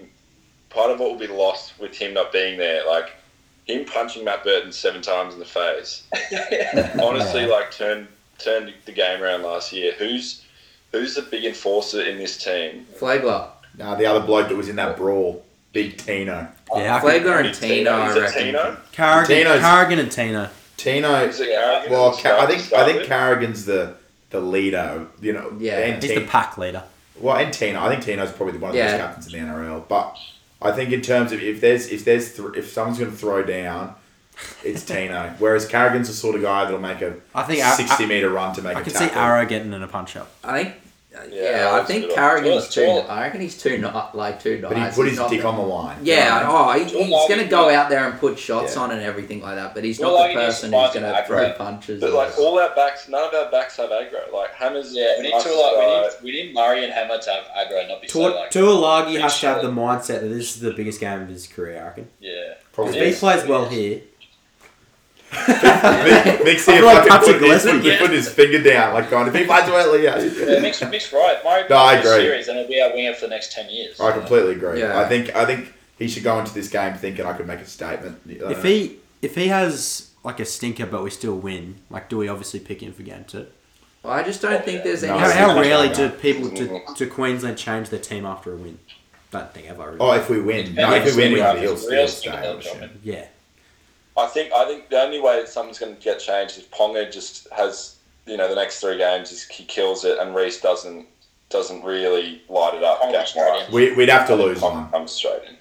Speaker 5: part of what will be lost with him not being there, like him punching Matt Burton seven times in the face,
Speaker 4: to.
Speaker 5: honestly like turned turned the game around last year. Who's who's the big enforcer in this team?
Speaker 1: Flagler.
Speaker 3: Nah, the other bloke that was in that brawl, Big Tino.
Speaker 2: Yeah, I could,
Speaker 1: Flagler and
Speaker 5: Is it
Speaker 1: Tino, I
Speaker 5: Is it
Speaker 1: reckon.
Speaker 5: Tino?
Speaker 2: Carrigan,
Speaker 3: Oh, Tino's-
Speaker 2: Carrigan and Tino.
Speaker 3: Tino.
Speaker 5: Is it Carrigan?
Speaker 3: Well,
Speaker 5: at the
Speaker 3: Ca- I
Speaker 5: start-
Speaker 3: think
Speaker 5: start
Speaker 3: I think
Speaker 5: with?
Speaker 3: Carrigan's the the leader. You know,
Speaker 1: Yeah.
Speaker 3: And
Speaker 2: He's
Speaker 3: Ti-
Speaker 2: the pack leader.
Speaker 3: well, and Tino. I think Tino's probably one of the
Speaker 1: Yeah.
Speaker 3: best captains in the NRL. But I think in terms of if there's if there's th- if someone's going to throw down. It's Tino. Whereas Carrigan's the sort of guy that'll make a
Speaker 2: I think I-
Speaker 3: sixty
Speaker 2: I-
Speaker 3: meter run to make a
Speaker 2: I can see
Speaker 3: tackle.
Speaker 2: Arrow getting in a punch up.
Speaker 1: I think.
Speaker 5: Yeah,
Speaker 1: Yeah, I
Speaker 5: that's
Speaker 1: think
Speaker 5: a good
Speaker 1: Carrigan's
Speaker 4: one.
Speaker 1: too.
Speaker 4: Well-
Speaker 1: I reckon he's too not like too nice.
Speaker 3: But he put
Speaker 1: He's
Speaker 3: his
Speaker 1: not
Speaker 3: dick
Speaker 1: the-
Speaker 3: on the line.
Speaker 1: Yeah,
Speaker 3: Right?
Speaker 1: oh, he, he's
Speaker 4: Well, like,
Speaker 1: going to go out there and put shots
Speaker 3: Yeah.
Speaker 1: on and everything like that, but he's
Speaker 4: Well,
Speaker 1: not
Speaker 4: like,
Speaker 1: the
Speaker 4: he's
Speaker 1: person who's
Speaker 4: smart and
Speaker 1: going to throw
Speaker 4: accurate.
Speaker 1: punches.
Speaker 5: But like all our backs, none of our backs have aggro. Like Hammers,
Speaker 4: yeah, we need
Speaker 5: Russ,
Speaker 4: to like
Speaker 5: uh,
Speaker 4: we need, we need Murray and Hammer to have aggro, not be so
Speaker 2: Tua-
Speaker 4: like
Speaker 2: Tuolagi has to have the mindset that this is the biggest game of his career, I reckon.
Speaker 4: yeah.
Speaker 2: If
Speaker 3: Probably.
Speaker 2: he plays well here,
Speaker 3: Mick, Mick's
Speaker 2: I
Speaker 3: here
Speaker 2: feel like
Speaker 3: fucking
Speaker 2: Patrick
Speaker 3: putting his,
Speaker 2: Gillespie.
Speaker 3: putting his finger down, like going, if he plays well,
Speaker 4: Yeah,
Speaker 3: yeah.
Speaker 4: Mick's, Mick's right. Murray
Speaker 3: No, I
Speaker 4: plays this
Speaker 3: agree.
Speaker 4: series and he'll be our winger for the next ten years.
Speaker 3: I completely agree.
Speaker 1: Yeah.
Speaker 3: I think I think he should go into this game thinking I could make a statement. Uh,
Speaker 2: if he if he has like a stinker but we still win, like do we obviously pick him for game two?
Speaker 1: I just don't think there's
Speaker 3: No,
Speaker 1: any.
Speaker 2: How, how
Speaker 3: Yeah.
Speaker 2: rarely do people do, do Queensland change their team after a win? Don't think ever. Really.
Speaker 3: oh, if we win, no, if we win, he'll, he'll still
Speaker 4: Real
Speaker 3: stay.
Speaker 4: stinker,
Speaker 3: I'm
Speaker 4: they'll drop
Speaker 3: sure.
Speaker 4: him.
Speaker 2: yeah.
Speaker 5: I think I think the only way that something's going to get changed is Ponga just has you know the next three games is he kills it and Reese doesn't doesn't really light it up.
Speaker 4: Ponga's
Speaker 5: game
Speaker 4: straight
Speaker 5: one.
Speaker 4: in.
Speaker 3: We, we'd have to lose
Speaker 5: Ponga
Speaker 3: one.
Speaker 5: comes straight in.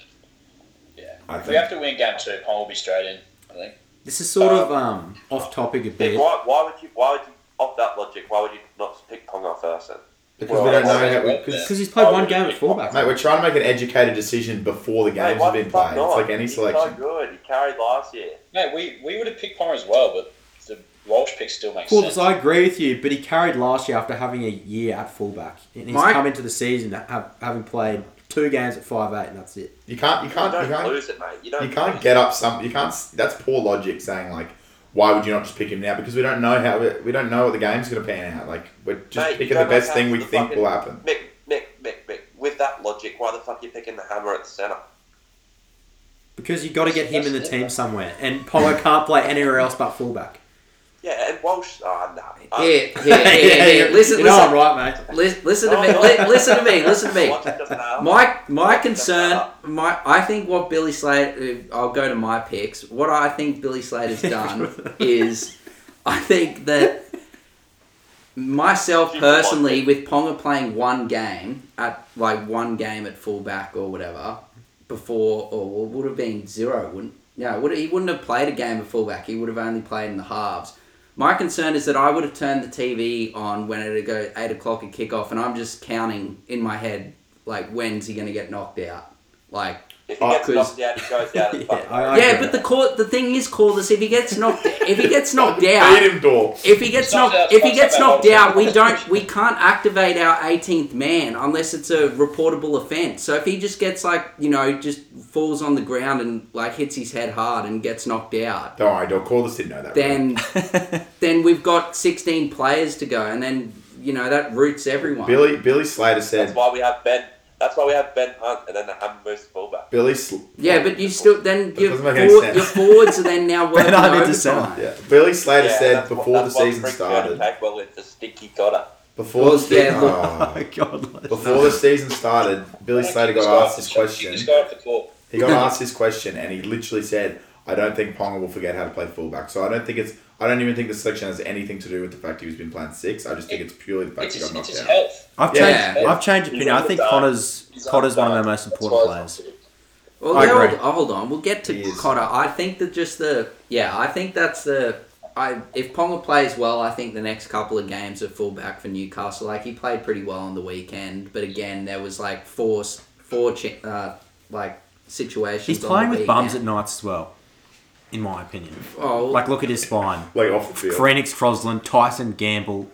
Speaker 3: I
Speaker 4: If we have
Speaker 3: think.
Speaker 4: to win game two, Pong will be straight in. I think.
Speaker 2: This is sort of um off topic a bit.
Speaker 6: Why, why would you? Why would you? Off that logic, why would you not pick Ponga first then?
Speaker 3: Because we don't know how we, cause,
Speaker 2: Because he's played one game at fullback.
Speaker 3: Mate, we're trying to make an educated decision before the games
Speaker 6: why
Speaker 3: have
Speaker 6: the
Speaker 3: been
Speaker 6: fuck
Speaker 3: played.
Speaker 6: not?
Speaker 3: It's like any
Speaker 6: He's so
Speaker 3: selection.
Speaker 6: good. He carried last year.
Speaker 4: Mate, we, we would have picked Pong as well, but the Walsh pick still makes
Speaker 2: Cool,
Speaker 4: sense.
Speaker 2: so I agree with you, but he carried last year after having a year at fullback, and he's
Speaker 1: Mike-
Speaker 2: come into the season ha- having played two games at five eight, and that's it.
Speaker 3: You can't. You
Speaker 6: You
Speaker 3: can't. You
Speaker 6: don't
Speaker 3: can't.
Speaker 6: lose it, mate. You don't.
Speaker 3: You can't
Speaker 6: lose
Speaker 3: get up some. You can't. s- That's poor logic saying like, why would you not just pick him now? Because we don't know how we don't know what the game's going to pan out. Like we're just
Speaker 5: Mate,
Speaker 3: picking
Speaker 5: go
Speaker 3: the best
Speaker 5: back
Speaker 3: thing
Speaker 5: out
Speaker 3: we
Speaker 5: to the
Speaker 3: think
Speaker 5: fucking-
Speaker 3: will happen.
Speaker 5: Mick, Mick, Mick, Mick. With that logic, why the fuck are you picking the hammer at the centre?
Speaker 2: Because you've got to get him in the team somewhere, and Polo can't play anywhere else but fullback.
Speaker 5: Yeah, and Walsh. Ah, nah. Uh,
Speaker 1: Here, here, here, here. Listen,
Speaker 2: you know
Speaker 1: listen,
Speaker 2: I'm right, mate.
Speaker 1: li- listen to me. li- Listen to me. Listen to me.
Speaker 5: Logic doesn't matter.
Speaker 1: My my concern, my I think what Billy Slater. I'll go to my picks. What I think Billy Slater's done is, I think that myself personally, with Ponga playing one game at like one game at fullback or whatever before, or it would have been zero, wouldn't? No, would he wouldn't have played a game of fullback. He would have only played in the halves. My concern is that I would have turned the TV on when it'd go eight o'clock at kickoff, and I'm just counting in my head like when's he going to get knocked out? Like
Speaker 5: If he
Speaker 1: Oh,
Speaker 5: gets
Speaker 1: 'cause-
Speaker 5: knocked out, he goes out.
Speaker 2: Yeah,
Speaker 5: yeah, fucking
Speaker 2: I- I
Speaker 1: yeah,
Speaker 2: agree.
Speaker 1: but the court the thing is, Cordis, if he gets knocked if he gets knocked out.
Speaker 3: Beat him, door.
Speaker 1: If he gets knocked, if he gets knocked out, we don't, we can't activate our 18th man unless it's a reportable offence. So if he just gets like, you know, just falls on the ground and like hits his head hard and gets knocked out,
Speaker 3: Don't worry, door. Cordis didn't know that.
Speaker 1: then, then we've got 16 players to go, and then you know that roots everyone.
Speaker 3: Billy Billy Slater said
Speaker 5: That's why we have Ben. That's why we have Ben Hunt, and then the hammer moves to fullback.
Speaker 3: Billy. Sl-
Speaker 1: Yeah, but you still then your,
Speaker 3: doesn't make any
Speaker 1: for,
Speaker 3: sense.
Speaker 1: your forwards are then now working
Speaker 2: Then I need to
Speaker 1: overtime.
Speaker 2: sell.
Speaker 3: yeah, Billy Slater
Speaker 5: Yeah,
Speaker 3: said
Speaker 5: that's why-
Speaker 3: before the
Speaker 5: that's why
Speaker 3: season
Speaker 5: Briggs got
Speaker 3: started.
Speaker 5: attacked, Well, it's a sticky gotta.
Speaker 3: Before the
Speaker 1: Was there-
Speaker 3: season. Oh.
Speaker 2: Oh, God.
Speaker 3: Before the season started, Billy Slater got asked this question.
Speaker 4: Just go off the court.
Speaker 3: He got asked this question, and he literally said, "I don't think Ponga will forget how to play fullback." So I don't think it's. I don't even think the selection has anything to do with the fact he's been playing six. I just think it's purely the fact
Speaker 4: It's
Speaker 3: he
Speaker 4: his,
Speaker 3: got
Speaker 4: it's
Speaker 3: knocked
Speaker 4: his
Speaker 3: out.
Speaker 4: health.
Speaker 2: I've
Speaker 1: Yeah.
Speaker 2: changed. I've changed
Speaker 4: He's
Speaker 2: opinion. I think
Speaker 4: underdone.
Speaker 2: Connor's
Speaker 4: He's
Speaker 2: Connor's one of
Speaker 4: underdone.
Speaker 2: our most
Speaker 4: That's
Speaker 2: important
Speaker 4: why it's
Speaker 2: players.
Speaker 1: Well,
Speaker 3: I
Speaker 1: yeah,
Speaker 3: agree.
Speaker 1: hold, oh, hold on. We'll get to
Speaker 3: He is.
Speaker 1: Cotter. I think that just the yeah. I think that's the. I if Ponga plays well, I think the next couple of games are fullback for Newcastle. Like he played pretty well on the weekend, but again, there was like four s- four ch- uh, like situations.
Speaker 2: He's
Speaker 1: on
Speaker 2: playing
Speaker 1: the
Speaker 2: with bums at
Speaker 1: weekend.
Speaker 2: nights as well, in my opinion.
Speaker 1: Oh,
Speaker 2: Like, look at his spine.
Speaker 3: Like off the field.
Speaker 2: Phoenix Crosland, Tyson Gamble,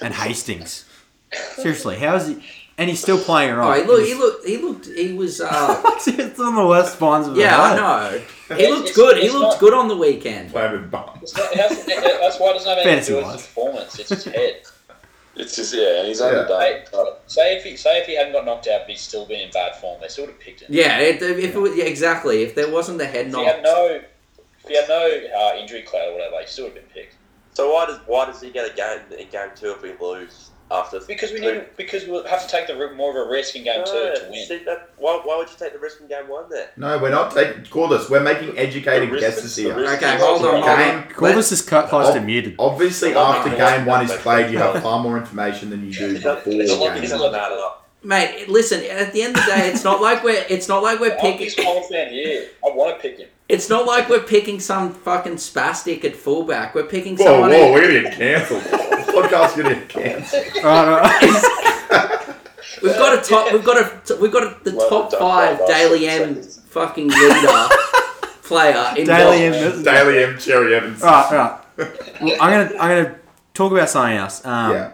Speaker 2: and Hastings. Seriously, how is he? And he's still playing
Speaker 1: oh,
Speaker 2: right.
Speaker 1: he looked. He looked. He looked. He was. Uh,
Speaker 2: it's on the worst spines of
Speaker 1: yeah,
Speaker 2: the
Speaker 1: I know. He looked good. He
Speaker 4: It's
Speaker 1: looked
Speaker 4: not-
Speaker 1: good on the weekend.
Speaker 3: Playing with bums.
Speaker 4: It's not- it has- it- it- That's why it doesn't have anything to do with
Speaker 2: Fantasy-wise.
Speaker 4: his performance. It's his head.
Speaker 5: It's just yeah, and he's
Speaker 4: Hey, say if he say if he hadn't got knocked out, but he's still been in bad form, they still would have picked him.
Speaker 1: Yeah, it, if it was, yeah, exactly. If there wasn't the head
Speaker 4: If he
Speaker 1: knock,
Speaker 4: had no, if he had no uh, injury cloud or whatever, he still would have been picked.
Speaker 5: So why does why does he get a game in game two if we lose after?
Speaker 4: Because we need because we'll have to take the r- more of a risk in game
Speaker 5: No,
Speaker 4: two to win.
Speaker 5: see, that- why, why would you take the risk in game one there?
Speaker 3: No, we're not taking. Call this. We're making educated
Speaker 5: The risk-
Speaker 3: guesses
Speaker 5: the
Speaker 3: here.
Speaker 5: risk
Speaker 1: Okay,
Speaker 5: is-
Speaker 1: hold on, hold on.
Speaker 3: Game.
Speaker 2: night. Corvus is cut close to
Speaker 3: Ob-
Speaker 2: muted.
Speaker 3: Obviously,
Speaker 5: Oh,
Speaker 3: after
Speaker 5: no.
Speaker 3: game one is played, you have far more information than you do
Speaker 5: It doesn't- it
Speaker 3: before
Speaker 5: doesn't- it
Speaker 3: game
Speaker 5: doesn't
Speaker 3: one.
Speaker 5: matter. though.
Speaker 1: mate. Listen, at the end of the day, it's not like we're. It's not like we're
Speaker 4: I'm his
Speaker 1: picking.
Speaker 4: Cole fan here. I want to pick him.
Speaker 1: It's not like we're picking some fucking spastic at fullback. We're picking
Speaker 3: Whoa,
Speaker 1: someone.
Speaker 3: whoa,
Speaker 1: who-
Speaker 3: we're gonna get cancelled. Podcast's gonna get cancelled.
Speaker 2: All right, all right.
Speaker 1: we've got a top. We've got a. We've got a, the
Speaker 5: Well,
Speaker 1: top
Speaker 5: done,
Speaker 1: five
Speaker 5: well done,
Speaker 1: Daily
Speaker 5: six
Speaker 1: M
Speaker 5: seconds.
Speaker 1: fucking leader player in
Speaker 2: Daily
Speaker 1: goal.
Speaker 2: M.
Speaker 3: Daily M. Cherry Evans.
Speaker 2: All right, all right. Well, I'm gonna I'm gonna talk about something else. Um,
Speaker 3: Yeah.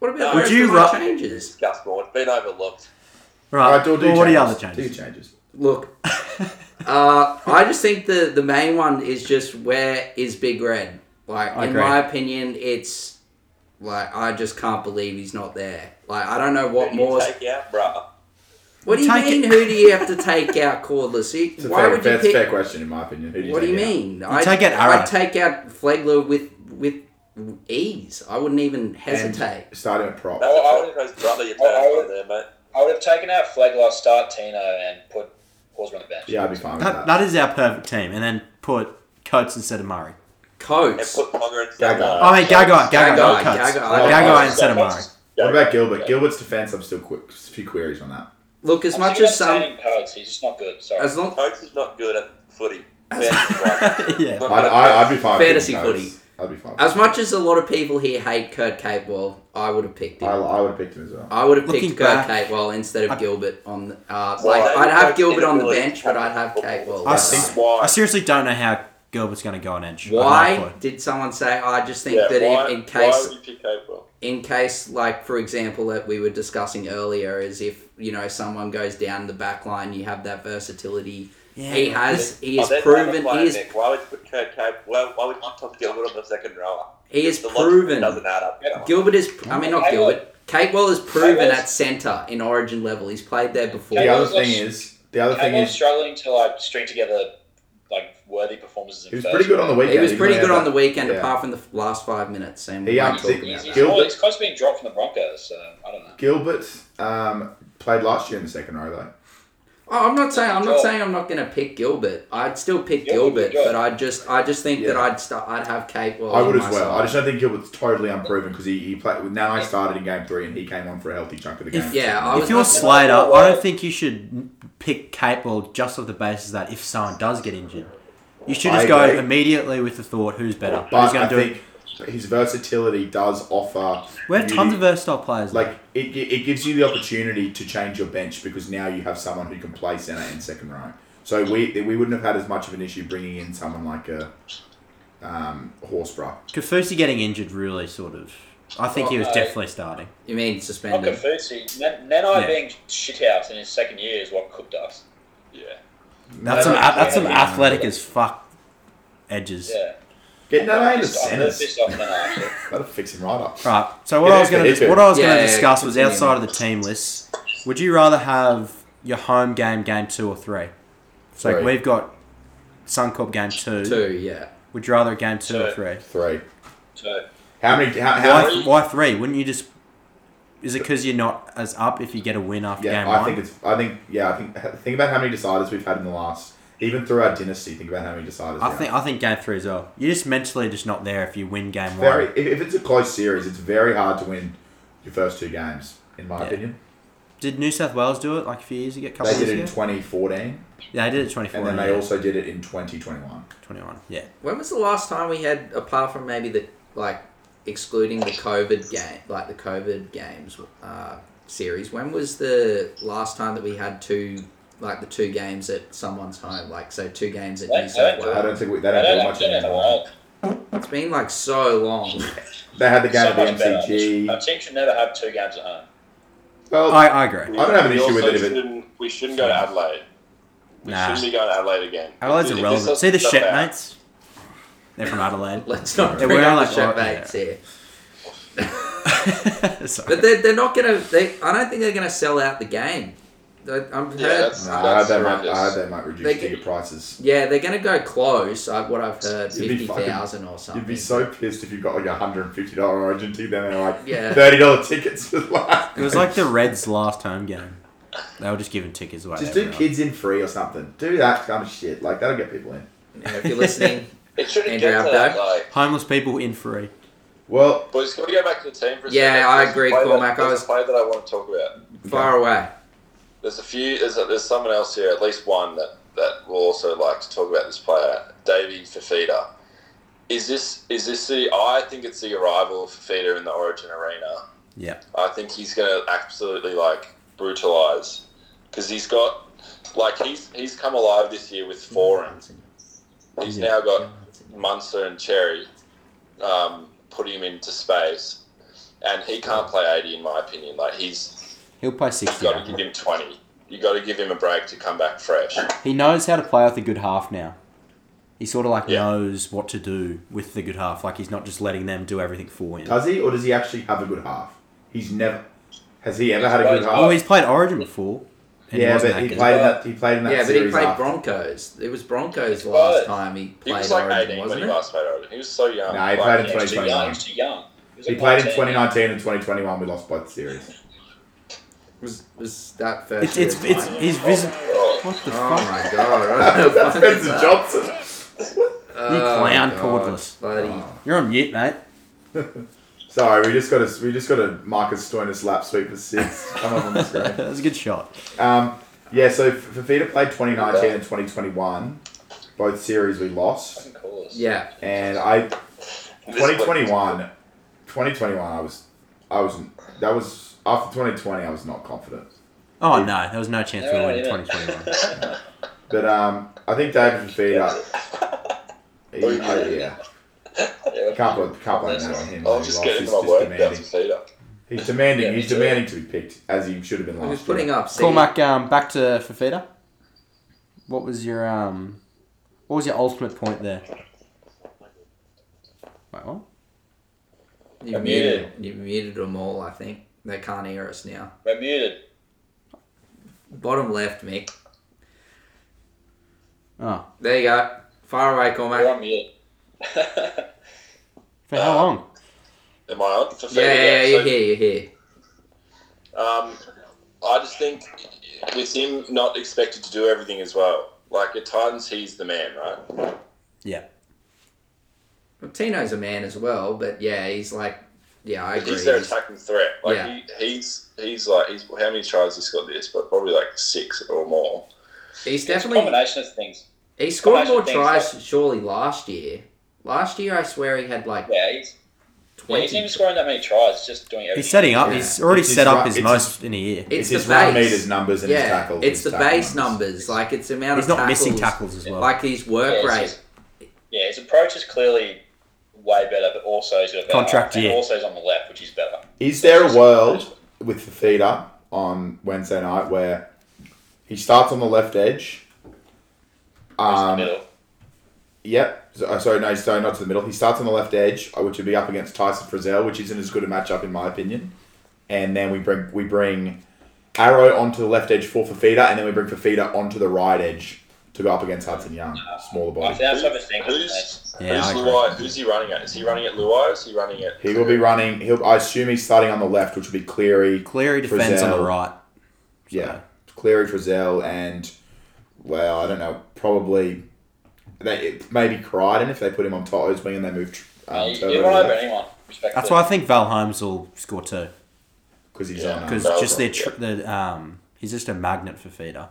Speaker 1: What about
Speaker 5: Would
Speaker 1: the rest
Speaker 2: you
Speaker 1: of my
Speaker 2: ra-
Speaker 1: changes?
Speaker 5: Discuss more. It's been overlooked.
Speaker 2: Right.
Speaker 3: All right, do, do
Speaker 2: well, what are the
Speaker 3: changes.
Speaker 2: other
Speaker 3: Do your
Speaker 2: changes?
Speaker 3: changes.
Speaker 1: Look, uh, I just think the the main one is just where is Big Red? Like
Speaker 2: I
Speaker 1: in
Speaker 2: agree.
Speaker 1: my opinion, it's like I just can't believe he's not there. Like I don't know what
Speaker 5: You
Speaker 1: more.
Speaker 5: Take out, bruh.
Speaker 1: What do you
Speaker 2: Take it-
Speaker 1: mean? Who do you have to take out cordless? Who-
Speaker 3: It's a
Speaker 1: Why
Speaker 3: fair,
Speaker 1: would you
Speaker 3: fair,
Speaker 1: pick?
Speaker 3: fair question, in my opinion. Who do you
Speaker 1: what do you
Speaker 3: think,
Speaker 1: mean?
Speaker 3: yeah?
Speaker 1: I
Speaker 2: take out Arrow.
Speaker 1: I take out Flegler with with ease. I wouldn't even hesitate.
Speaker 3: Starting at prop.
Speaker 5: That's
Speaker 4: Oh, I-
Speaker 5: a Broncos brother you
Speaker 4: Oh, I-
Speaker 5: turned on there, mate.
Speaker 4: I would have taken out Flegler, start Tino, and put Horsman on the bench.
Speaker 3: Yeah, I'd be fine with
Speaker 2: That,
Speaker 3: that.
Speaker 2: that is our perfect team, and then put Coates instead of Murray.
Speaker 5: And
Speaker 1: Coates.
Speaker 5: put Ponga in
Speaker 3: Gagai.
Speaker 5: second.
Speaker 2: Oh, mate, Gagai, Gagai,
Speaker 1: Uh, Gagai,
Speaker 2: not Coates.
Speaker 1: Gagai.
Speaker 2: Gagai instead of Murray.
Speaker 3: What about Gilbert? Gilbert's defense, I'm still quick. A few queries on that.
Speaker 1: Look, as much as some,
Speaker 4: he's just not good. Sorry.
Speaker 1: as long
Speaker 5: Coates is not good at footy. Fair-
Speaker 2: Yeah.
Speaker 5: Not
Speaker 3: I'd,
Speaker 5: good at
Speaker 3: I, I'd be fine. with
Speaker 1: Fantasy
Speaker 3: picking
Speaker 1: footy.
Speaker 3: Coates. I'd be fine. with
Speaker 1: as much as a lot of people here hate Kurt Capewell, I would have picked
Speaker 3: that. I,
Speaker 1: him.
Speaker 3: I would have picked him as well.
Speaker 1: I would have
Speaker 2: Looking
Speaker 1: picked Kurt
Speaker 2: back-
Speaker 1: Capewell instead of Gilbert on the. Uh,
Speaker 5: Why?
Speaker 1: like I'd have
Speaker 5: Coates'
Speaker 1: Gilbert on the
Speaker 5: inability
Speaker 1: bench,
Speaker 5: to
Speaker 1: but
Speaker 5: tackle
Speaker 1: I'd have
Speaker 5: football.
Speaker 1: Capewell.
Speaker 2: I
Speaker 1: Uh,
Speaker 2: think- I
Speaker 5: Why?
Speaker 2: seriously don't know how Gilbert's going to go on edge. I
Speaker 1: Why
Speaker 2: don't know.
Speaker 1: did someone say? I just think
Speaker 5: Yeah,
Speaker 1: that
Speaker 5: why-
Speaker 1: in, in case
Speaker 5: Why would you pick April?
Speaker 1: in case like for example that we were discussing earlier is if you know someone goes down the back line you have that versatility
Speaker 2: Yeah.
Speaker 1: He has he has
Speaker 6: Oh, that's another
Speaker 1: proven
Speaker 6: player,
Speaker 1: he is
Speaker 6: Nick. Why would you put Kurt Cape? Why, why would you top Gilbert on the second rower?
Speaker 1: he is
Speaker 6: The logic
Speaker 1: proven.
Speaker 6: doesn't add up. you know.
Speaker 1: Gilbert is I mean not
Speaker 5: Hey,
Speaker 1: Gilbert. Capewell is proven
Speaker 5: Capewell's-
Speaker 1: at centre in Origin level. He's played there before.
Speaker 3: The
Speaker 5: Yeah.
Speaker 3: other thing is, the other thing
Speaker 5: Cable's
Speaker 3: is,
Speaker 5: struggling to like string together like worthy performances. In
Speaker 3: he was
Speaker 5: first
Speaker 3: pretty good on the
Speaker 5: round.
Speaker 3: weekend.
Speaker 1: he was pretty
Speaker 3: might
Speaker 1: good
Speaker 3: have
Speaker 1: on the weekend,
Speaker 3: yeah.
Speaker 1: apart from the f- last five minutes. Same
Speaker 3: He,
Speaker 1: we
Speaker 3: um,
Speaker 1: won't talk
Speaker 5: He's,
Speaker 1: about
Speaker 5: he's,
Speaker 1: that.
Speaker 3: Gilbert-
Speaker 5: always- he's close to being dropped from the Broncos, so I don't know.
Speaker 3: that. Gilbert um, played last year in the second row though.
Speaker 1: Oh, I'm not saying I'm not
Speaker 5: Joel.
Speaker 1: saying I'm not going to pick Gilbert. I'd still pick
Speaker 5: Gilbert,
Speaker 1: Gilbert,
Speaker 5: yeah.
Speaker 1: but I just I just think that
Speaker 3: Yeah.
Speaker 1: I'd start I'd have Capewell.
Speaker 3: I would
Speaker 1: on
Speaker 3: as
Speaker 1: my
Speaker 3: well.
Speaker 1: side.
Speaker 3: I just don't think Gilbert's totally unproven because he, he played with Nanai started in game three and he came on for a healthy chunk of the game.
Speaker 2: If-
Speaker 1: yeah, I was
Speaker 2: If you're
Speaker 1: looking-
Speaker 2: Slater, I don't think you should pick Capewell just off the basis that if someone does get injured, you should just
Speaker 3: I
Speaker 2: go
Speaker 3: agree.
Speaker 2: immediately with the thought who's better, who's
Speaker 3: but
Speaker 2: going
Speaker 3: I
Speaker 2: to do it.
Speaker 3: think his versatility does offer.
Speaker 2: We have
Speaker 3: you-
Speaker 2: tons of versatile players. Like
Speaker 3: like it, gi- it gives you the opportunity to change your bench because now you have someone who can play center and second row. So we we wouldn't have had as much of an issue bringing in someone like a um, Horsbrough.
Speaker 2: Kafusi getting injured really sort of. I think he was
Speaker 3: Oh,
Speaker 5: Well, no.
Speaker 2: definitely starting.
Speaker 1: You mean
Speaker 5: Not
Speaker 1: suspended?
Speaker 5: Kafusi. Nen- Nenai
Speaker 2: Yeah.
Speaker 5: being shithouse in his second year is what cooked us. Yeah.
Speaker 2: That's some
Speaker 5: No, no,
Speaker 2: that's some
Speaker 5: yeah,
Speaker 3: yeah.
Speaker 2: athletic as fuck edges.
Speaker 5: Yeah.
Speaker 3: Get that out of the
Speaker 5: Pissed off-
Speaker 3: centers.
Speaker 5: pissed off Nenai, actually.
Speaker 3: That'll fix him right up.
Speaker 2: Right. So what
Speaker 3: It
Speaker 2: I
Speaker 3: is
Speaker 2: was going
Speaker 3: good, it's
Speaker 2: to
Speaker 3: good.
Speaker 2: what I was
Speaker 1: Yeah,
Speaker 2: going to
Speaker 1: yeah,
Speaker 2: discuss was
Speaker 1: continue.
Speaker 2: outside of the team lists. Would you rather have your home game game two or three? So
Speaker 3: Three.
Speaker 2: we've got Suncorp game two.
Speaker 1: Two, yeah.
Speaker 2: Would you rather have game two or
Speaker 5: Two.
Speaker 2: three?
Speaker 3: Three.
Speaker 5: So,
Speaker 3: How many? How, how
Speaker 2: Why, why three? Wouldn't you just? Is it because you're not as up if you get a win after
Speaker 3: Yeah,
Speaker 2: game
Speaker 3: I
Speaker 2: one?
Speaker 3: think it's. I think yeah. I think think about how many deciders we've had in the last. Even through our dynasty, think about how many deciders.
Speaker 2: I
Speaker 3: we
Speaker 2: think
Speaker 3: have.
Speaker 2: I think game three as well. You're just mentally just not there if you win game
Speaker 3: very.
Speaker 2: one.
Speaker 3: If, if it's a close series, it's very hard to win your first two games. In my
Speaker 2: Yeah.
Speaker 3: opinion,
Speaker 2: Did New South Wales do it like a few years ago? A couple
Speaker 3: they
Speaker 2: of
Speaker 3: did
Speaker 2: years
Speaker 3: it in
Speaker 2: ago?
Speaker 3: 2014,
Speaker 2: yeah, they did it 24.
Speaker 3: and then they
Speaker 2: yeah,
Speaker 3: also did it in 2021.
Speaker 2: 21. Yeah.
Speaker 1: When was the last time we had, apart from maybe the like, excluding the COVID game, like the COVID games uh, series? When was the last time that we had two, like the two games at someone's home? Like so, two games at New
Speaker 5: That-
Speaker 1: South
Speaker 5: that-
Speaker 3: I
Speaker 1: Wales.
Speaker 3: don't think we, they
Speaker 5: I
Speaker 3: don't
Speaker 5: don't
Speaker 3: do
Speaker 5: know. I
Speaker 3: much
Speaker 5: don't know
Speaker 3: anymore.
Speaker 5: why.
Speaker 1: It's been like so long.
Speaker 3: They had the game
Speaker 5: So
Speaker 3: at the
Speaker 5: much better. A
Speaker 3: MCG.
Speaker 5: team should never have two games at home.
Speaker 3: Well,
Speaker 2: I, I agree.
Speaker 3: I don't have an
Speaker 5: We
Speaker 3: issue with
Speaker 5: also
Speaker 3: it if it-
Speaker 5: shouldn't- We shouldn't go to Adelaide. We
Speaker 2: Nah.
Speaker 5: shouldn't be going to Adelaide again.
Speaker 2: Adelaide's
Speaker 5: If- if
Speaker 2: irrelevant.
Speaker 5: this
Speaker 2: See the
Speaker 5: doesn't
Speaker 2: shit
Speaker 5: stuff out-
Speaker 2: mates. They're from Adelaide.
Speaker 1: Let's not
Speaker 2: Yeah,
Speaker 1: bring
Speaker 2: we're
Speaker 1: up
Speaker 2: like-
Speaker 1: the
Speaker 3: oh,
Speaker 1: shit
Speaker 2: yeah.
Speaker 1: mates here.
Speaker 2: Sorry.
Speaker 1: But they're, they're not gonna. They, I don't think they're gonna sell out the game. They- I'm heard,
Speaker 5: Yeah, that's-
Speaker 3: no, I
Speaker 5: that's
Speaker 3: heard they might.
Speaker 5: horrendous.
Speaker 3: I heard they might reduce
Speaker 1: They-
Speaker 3: ticket prices.
Speaker 1: yeah, they're gonna go close. I, what I've heard,
Speaker 3: You'd be
Speaker 1: fifty
Speaker 3: fucking-
Speaker 1: thousand or something.
Speaker 3: You'd be so pissed if you got like a hundred and fifty dollar Origin ticket, then they're like
Speaker 1: Yeah.
Speaker 3: thirty dollar tickets for last.
Speaker 2: It was like the Reds' last home game. They were just giving tickets away.
Speaker 3: Just
Speaker 2: to
Speaker 3: do
Speaker 2: everyone.
Speaker 3: kids in free or something. Do that kind of shit. Like that'll get people in.
Speaker 1: Yeah, if you're listening,
Speaker 5: It shouldn't
Speaker 1: Andrew
Speaker 5: get to
Speaker 1: Abdo.
Speaker 5: that. Like,
Speaker 2: Homeless people in free.
Speaker 3: Well,
Speaker 5: boys, can we go back to the team for a
Speaker 1: Yeah,
Speaker 5: second?
Speaker 1: I
Speaker 5: There's a
Speaker 1: agree,
Speaker 5: play that-
Speaker 1: Cormac. I
Speaker 5: There's
Speaker 1: was-
Speaker 5: a play that I want to talk about.
Speaker 1: far away.
Speaker 5: There's a few. There's, a, there's someone else here, at least one that that will also like to talk about this player, Davey Fafita. Is this is this the? I think it's the arrival of Fafita in the Origin arena.
Speaker 2: Yeah.
Speaker 5: I think he's going to absolutely like brutalize because he's got like he's he's come alive this year with forums. He's
Speaker 2: Yeah.
Speaker 5: now got Munster and Cherry, um, putting him into space, and he can't play eighty in my opinion. Like he's
Speaker 2: He'll play 60.
Speaker 5: got to give him twenty. You got to give him a break to come back fresh.
Speaker 2: He knows how to play with a good half now. He sort of like
Speaker 5: Yeah.
Speaker 2: knows what to do with the good half. Like he's not just letting them do everything for him.
Speaker 3: does he or does he actually have a good half? He's never. Has he ever had a good
Speaker 5: He's
Speaker 2: Oh,
Speaker 3: half?
Speaker 2: he's played Origin before. and
Speaker 3: yeah,
Speaker 2: wasn't
Speaker 3: but
Speaker 2: that
Speaker 3: he
Speaker 2: good.
Speaker 3: played in that. He played in that.
Speaker 1: Yeah, but he
Speaker 3: series
Speaker 1: played
Speaker 3: after.
Speaker 1: Broncos. It was Broncos
Speaker 5: He
Speaker 1: last
Speaker 5: was.
Speaker 1: time he
Speaker 5: He
Speaker 1: played
Speaker 5: was like
Speaker 1: Origin,
Speaker 5: eighteen when
Speaker 1: wasn't
Speaker 5: he
Speaker 1: it?
Speaker 5: last played Origin. He was so young.
Speaker 3: No, he
Speaker 5: Like,
Speaker 3: played in
Speaker 5: he was too
Speaker 3: 2021.
Speaker 5: young. He was too young. was
Speaker 3: He
Speaker 5: like
Speaker 3: played in
Speaker 5: 19.
Speaker 3: 2019 and 2021. We lost both series.
Speaker 1: Was was that first?
Speaker 2: It's it's
Speaker 1: year
Speaker 2: it's
Speaker 1: time?
Speaker 2: he's risen.
Speaker 5: Oh,
Speaker 2: What the
Speaker 1: Oh
Speaker 2: fuck?
Speaker 1: my god! I don't know
Speaker 3: That's
Speaker 1: what is
Speaker 3: Spencer
Speaker 1: that.
Speaker 3: Johnson.
Speaker 1: Oh
Speaker 2: clown
Speaker 1: God,
Speaker 2: cordless.
Speaker 1: Bloody
Speaker 5: Oh,
Speaker 2: You're on mute, mate.
Speaker 3: Sorry, we just got a we just got a Marcus Stoinis lap sweep for six. Come up on the screen.
Speaker 2: that was a good shot.
Speaker 3: Um, yeah, so F- Fafita played 2019 and 2021. Both series we lost.
Speaker 5: fucking course.
Speaker 1: yeah.
Speaker 3: And I
Speaker 5: This
Speaker 3: 2021 2021 I was I was that was after 2020 I was not confident.
Speaker 2: Oh no, there was no chance we
Speaker 5: No,
Speaker 2: won in
Speaker 5: yeah.
Speaker 2: 2021.
Speaker 3: But um, I think David Fafita he,
Speaker 5: Oh, yeah.
Speaker 3: I- yeah.
Speaker 5: Yeah.
Speaker 3: Can't blame, can't blame that on him.
Speaker 5: I'll
Speaker 3: He
Speaker 5: just
Speaker 3: lost.
Speaker 5: get
Speaker 3: He's
Speaker 5: into my
Speaker 3: just
Speaker 5: work down to
Speaker 3: demanding.
Speaker 5: Cedar.
Speaker 3: He's demanding.
Speaker 5: Yeah, me
Speaker 3: he's
Speaker 5: too.
Speaker 3: demanding to be picked as he should have been
Speaker 1: He was
Speaker 3: last
Speaker 1: putting
Speaker 3: year.
Speaker 1: up. See,
Speaker 2: Cormac, um, back to Fafita. what was your um, what was your ultimate point there? Wait, what?
Speaker 1: You
Speaker 5: I'm
Speaker 1: muted. You muted them all. I think they can't hear us now.
Speaker 5: We're muted.
Speaker 1: Bottom left, Mick.
Speaker 2: Oh,
Speaker 1: There you go. Far away,
Speaker 5: We're
Speaker 1: Cormac.
Speaker 5: on mute.
Speaker 2: for how long?
Speaker 5: Am I on? For
Speaker 1: Yeah,
Speaker 5: fair,
Speaker 1: yeah,
Speaker 5: yeah.
Speaker 1: you're
Speaker 5: So,
Speaker 1: here. You're here.
Speaker 5: um, I just think with him not expected to do everything as well. Like at Titans, he's the man, right?
Speaker 1: Well, Tino's a man as well, but yeah, he's like, yeah, I agree.
Speaker 5: He's their
Speaker 1: He's-
Speaker 5: attacking threat. Like
Speaker 1: Yeah.
Speaker 5: he, he's he's like he's how many tries has he got this? But probably like six or more.
Speaker 1: He's
Speaker 4: It's a
Speaker 1: definitely
Speaker 4: combination of things.
Speaker 1: he scored
Speaker 4: combination
Speaker 1: more
Speaker 4: of things,
Speaker 1: tries surely last year. Last year, I swear he had like
Speaker 4: Yeah, he's, yeah, he's not
Speaker 1: twenty.
Speaker 4: even scoring that many tries, just doing everything.
Speaker 2: He's setting up.
Speaker 1: Yeah.
Speaker 2: He's already
Speaker 3: It's
Speaker 2: set
Speaker 3: his
Speaker 2: up
Speaker 3: ru-
Speaker 2: his
Speaker 3: it's
Speaker 2: most in a year.
Speaker 1: It's,
Speaker 3: his
Speaker 1: the
Speaker 3: run
Speaker 1: base.
Speaker 3: meters numbers and his
Speaker 1: yeah,
Speaker 3: tackle.
Speaker 1: it's
Speaker 3: his
Speaker 1: the
Speaker 3: tackle
Speaker 1: base numbers. Like it's the amount
Speaker 2: He's
Speaker 1: of
Speaker 2: not missing
Speaker 1: tackles,
Speaker 2: tackles as well.
Speaker 1: Like his work
Speaker 4: Yeah, it's
Speaker 1: rate.
Speaker 4: just- Yeah, his approach is clearly way better, but also he's got a better
Speaker 2: Contract,
Speaker 4: and
Speaker 2: yeah.
Speaker 4: also he's on the left, which is better.
Speaker 3: Is there a world with the feeder on Wednesday night where he starts on the left edge?
Speaker 4: He's in the
Speaker 3: Um,
Speaker 4: middle.
Speaker 3: yep. So, uh, sorry, no, sorry, not to the middle. He starts on the left edge, uh, which would be up against Tyson Frizzell, which isn't as good a matchup in my opinion. And then we bring we bring Arrow onto the left edge for Fafita, and then we bring Fafita onto the right edge to go up against Hudson Young, smaller
Speaker 4: I
Speaker 3: body.
Speaker 4: think that's what I think.
Speaker 5: Who's
Speaker 2: Yeah, I
Speaker 5: who's
Speaker 2: agree.
Speaker 5: Luai? Who's he running at? Is he running at Luai? Or is he running at?
Speaker 3: He will be running. He'll. I assume he's starting on the left, which would be Cleary.
Speaker 2: Cleary defends on the
Speaker 3: Frizzell.
Speaker 2: right.
Speaker 3: Yeah, Cleary, Drizzell, and well, I don't know. Probably they maybe Crichton if they put him on Toto's wing and they moved um,
Speaker 4: You you run over
Speaker 3: Turbo
Speaker 4: anyone, respectfully.
Speaker 2: That's why I think Val Holmes will score two
Speaker 3: because he's
Speaker 5: Yeah.
Speaker 3: on.
Speaker 2: because
Speaker 3: um,
Speaker 5: Val's
Speaker 2: just
Speaker 5: on,
Speaker 2: their tr- the um, he's just a magnet for feeder.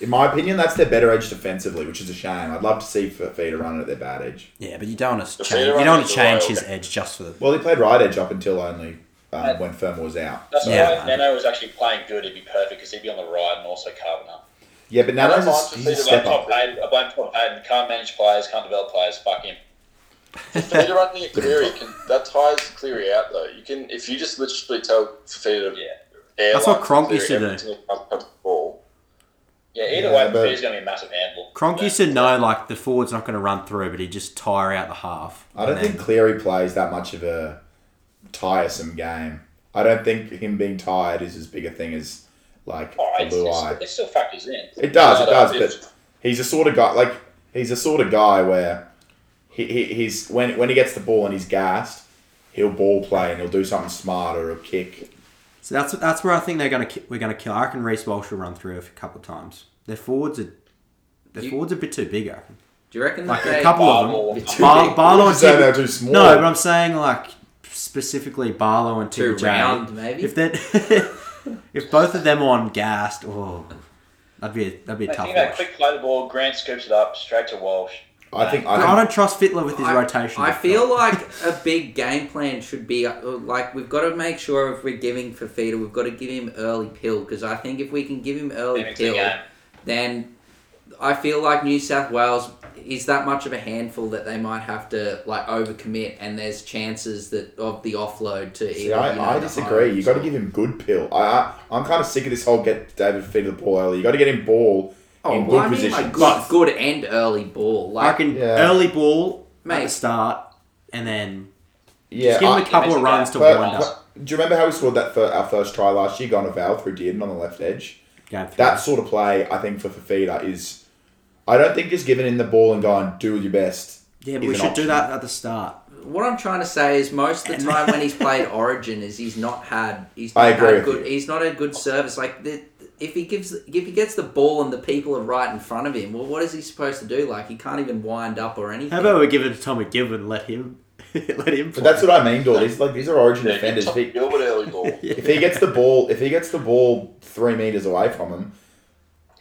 Speaker 3: in my opinion, that's their better edge defensively, which is a shame. I'd love to see Fafita running at their bad edge.
Speaker 2: Yeah, but you don't want to
Speaker 5: The
Speaker 2: change.
Speaker 5: feeder
Speaker 2: You don't want
Speaker 5: runs
Speaker 2: to
Speaker 5: is
Speaker 2: change
Speaker 5: wild.
Speaker 2: his edge just for the.
Speaker 3: Well, he played right edge up until only um, when Firm was out.
Speaker 4: That's
Speaker 2: Yeah.
Speaker 4: why if Neno was actually playing good, he'd be perfect because he'd be on the right and also carving up.
Speaker 3: Yeah, but now
Speaker 5: I
Speaker 3: he's
Speaker 5: don't mind
Speaker 3: a, he's a
Speaker 5: Fafita,
Speaker 4: I blame
Speaker 3: step up.
Speaker 4: Tom Payne. I blame Tom Payne. Can't manage players, can't develop players. Fuck him.
Speaker 5: Fafita running at Cleary can that ties Cleary out though. You can if you just literally tell Fafita.
Speaker 4: Yeah.
Speaker 5: air
Speaker 2: That's what
Speaker 5: lines
Speaker 2: Cronk
Speaker 5: Cleary
Speaker 2: used to
Speaker 5: every
Speaker 2: do.
Speaker 5: single time he touches the Ball.
Speaker 4: Yeah, either
Speaker 3: Yeah,
Speaker 4: way,
Speaker 3: but-
Speaker 4: he's going to be a massive handball.
Speaker 2: Cronk
Speaker 4: Yeah.
Speaker 2: used to know like the forward's not going to run through, but he just tire out the half.
Speaker 3: I don't
Speaker 2: And then-
Speaker 3: think Cleary plays that much of a tiresome game. I don't think him being tired is as big a thing as like
Speaker 4: Oh,
Speaker 3: a
Speaker 4: it's,
Speaker 3: blue eye.
Speaker 4: it's, it still factors in.
Speaker 3: It does, it
Speaker 5: No,
Speaker 3: does,
Speaker 5: no,
Speaker 3: but he's a sort of guy like he's a sort of guy where he, he he's when when he gets the ball and he's gassed, he'll ball play and he'll do something smart or he'll kick.
Speaker 2: So that's that's where I think they're going to we're going to kill. I reckon Reese Walsh will run through a couple of times. Their forwards are their
Speaker 1: You-
Speaker 2: forwards are a bit too big. I reckon.
Speaker 1: Do you reckon
Speaker 2: Like
Speaker 1: that they,
Speaker 2: a couple
Speaker 4: Barlow.
Speaker 2: of them.
Speaker 1: Too
Speaker 2: Bar-
Speaker 1: big.
Speaker 2: Barlow and
Speaker 3: Wouldn't say
Speaker 2: Tim-
Speaker 3: they're too small.
Speaker 2: No, but I'm saying like specifically Barlow and
Speaker 1: Too
Speaker 2: Tim
Speaker 1: round, maybe?
Speaker 2: If that if both of them are on gassed, oh, that'd be a, that'd be a
Speaker 4: Mate,
Speaker 2: tough
Speaker 4: Think about it.
Speaker 2: watch.
Speaker 4: quick play the ball. Grant scoops it up straight to Walsh.
Speaker 3: I think
Speaker 2: But I
Speaker 3: I think
Speaker 2: don't trust Fitler with his rotation.
Speaker 1: I feel like a big game plan should be uh, like we've got to make sure if we're giving Fafita, we've got to give him early pill because I think if we can give him early
Speaker 4: Then it's a
Speaker 1: pill,
Speaker 4: game.
Speaker 1: then I feel like New South Wales is that much of a handful that they might have to like overcommit, and there's chances that of the offload to.
Speaker 3: See,
Speaker 1: either,
Speaker 3: I,
Speaker 1: you know,
Speaker 3: I
Speaker 1: the
Speaker 3: disagree.
Speaker 1: Highlanders
Speaker 3: You got to
Speaker 1: or-
Speaker 3: give him good pill. I, I I'm kind of sick of this whole get David feet the ball early. You got to get him ball
Speaker 1: Oh,
Speaker 3: in
Speaker 1: well, I
Speaker 3: good
Speaker 1: mean,
Speaker 3: position.
Speaker 1: like good, good and early ball.
Speaker 2: I
Speaker 1: Like,
Speaker 2: reckon
Speaker 3: Yeah.
Speaker 2: early ball at the
Speaker 1: Mate.
Speaker 2: start, and then
Speaker 3: yeah,
Speaker 2: just give
Speaker 3: I-
Speaker 2: him a couple of
Speaker 4: Basically,
Speaker 2: runs to
Speaker 3: but-
Speaker 2: wind up.
Speaker 3: but do you remember how we scored that for our first try last year? Gone a valve through Dearden on the left edge.
Speaker 2: Game three.
Speaker 3: that sort of play, I think, for Fafita is. I don't think just giving him the ball and going, do your best.
Speaker 2: yeah, but
Speaker 3: is
Speaker 2: we
Speaker 3: an
Speaker 2: should
Speaker 3: option.
Speaker 2: do that at the start.
Speaker 1: what I'm trying to say is most of the
Speaker 2: And-
Speaker 1: time when he's played Origin is he's not had he's not
Speaker 3: I agree
Speaker 1: had
Speaker 3: with
Speaker 1: good
Speaker 3: you.
Speaker 1: he's not a good service. Like the, if he gives if he gets the ball and the people are right in front of him, well, what is he supposed to do? Like he can't even wind up or anything.
Speaker 2: How about we give it to Tom McGibbon and let him let him play?
Speaker 3: But that's what I mean, Dawg. These like these are origin
Speaker 5: Yeah,
Speaker 3: defenders. If
Speaker 5: Gilbert
Speaker 3: he,
Speaker 5: early ball.
Speaker 3: if he gets the ball, if he gets the ball three meters away from him,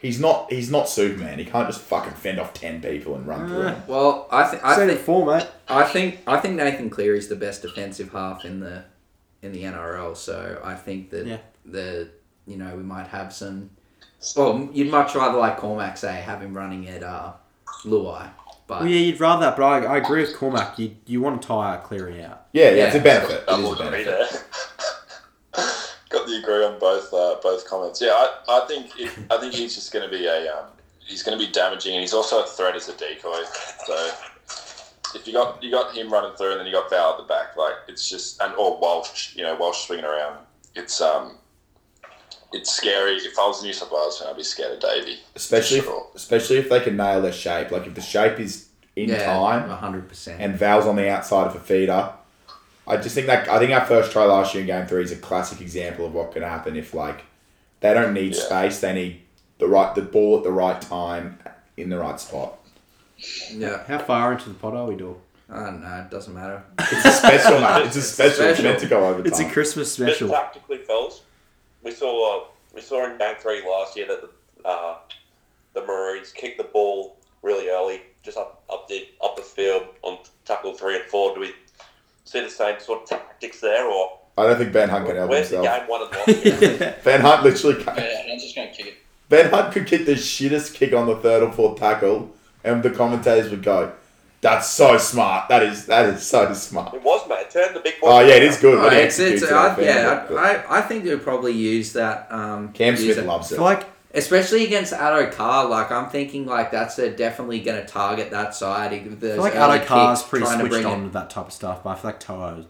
Speaker 3: he's not he's not Superman. He can't just fucking fend off ten people and run through.
Speaker 2: Uh.
Speaker 3: Them.
Speaker 1: well, I think I
Speaker 2: Seen it
Speaker 1: think
Speaker 2: before, mate.
Speaker 1: I think I think Nathan Cleary's the best defensive half in the in the NRL. So I think that
Speaker 2: Yeah.
Speaker 1: the you know we might have some. Well, you'd much rather like Cormac say have him running at uh, Luai, but
Speaker 2: Well, yeah, you'd rather that, but I, I agree with Cormac. You you want to tire Cleary out.
Speaker 3: Yeah, yeah, it's a
Speaker 1: Yeah.
Speaker 3: benefit. It is
Speaker 5: Double
Speaker 3: a
Speaker 5: agree
Speaker 3: benefit.
Speaker 5: there. Got the agree on both uh, both comments. Yeah, I, I think it, I think he's just going to be a um, he's going to be damaging, and he's also a threat as a decoy. So if you got you got him running through, and then you got Val at the back, like it's just and or Walsh, you know, Walsh swinging around. It's um, it's scary. If I was a New South Wales fan, I'd be scared of Davey.
Speaker 3: especially if,
Speaker 5: Sure.
Speaker 3: especially if they can nail their shape. Like if the shape is in time
Speaker 1: hundred percent.
Speaker 3: and Val's on the outside of a feeder. I just think that I think our first try last year in game three is a classic example of what can happen if like they don't need
Speaker 5: Yeah.
Speaker 3: space, they need the right the ball at the right time in the right spot.
Speaker 1: yeah,
Speaker 2: How far into the pod are we, Dor?
Speaker 1: I don't know. It doesn't matter.
Speaker 3: It's a special mate. It's a special. It's
Speaker 1: Special.
Speaker 3: meant to go over
Speaker 2: It's a
Speaker 3: time.
Speaker 2: Christmas
Speaker 6: But
Speaker 2: special.
Speaker 6: tactically, fellas, we saw uh, we saw in game three last year that the uh, the Maroons kicked the ball really early, just up up the up the field on tackle three and four. Do we see the same sort of tactics there, or
Speaker 3: I don't think Ben Hunt can help
Speaker 6: where's the
Speaker 3: himself.
Speaker 6: game one and lost?
Speaker 3: Ben Hunt literally. ca-
Speaker 4: Yeah, I'm just going to kick it.
Speaker 3: Ben Hunt could kick the shittest kick on the third or fourth tackle, and the commentators would go, "That's so smart. That is that is so smart."
Speaker 6: it was mate. Turn the big boy.
Speaker 3: Oh yeah, it is good.
Speaker 1: Oh,
Speaker 3: but he
Speaker 1: it's, it's,
Speaker 3: executes it
Speaker 1: I,
Speaker 3: off end,
Speaker 1: yeah,
Speaker 3: but-
Speaker 1: I, I think they'll probably use that. Um,
Speaker 3: Cam
Speaker 1: use
Speaker 3: Smith
Speaker 1: it.
Speaker 3: loves
Speaker 2: I
Speaker 3: it.
Speaker 2: feel like
Speaker 1: especially against Addo Carr. Like I'm thinking, like that's they're definitely going to target that side.
Speaker 2: I feel like Addo Carr's pretty switched on to that type of stuff, but I feel like Toa.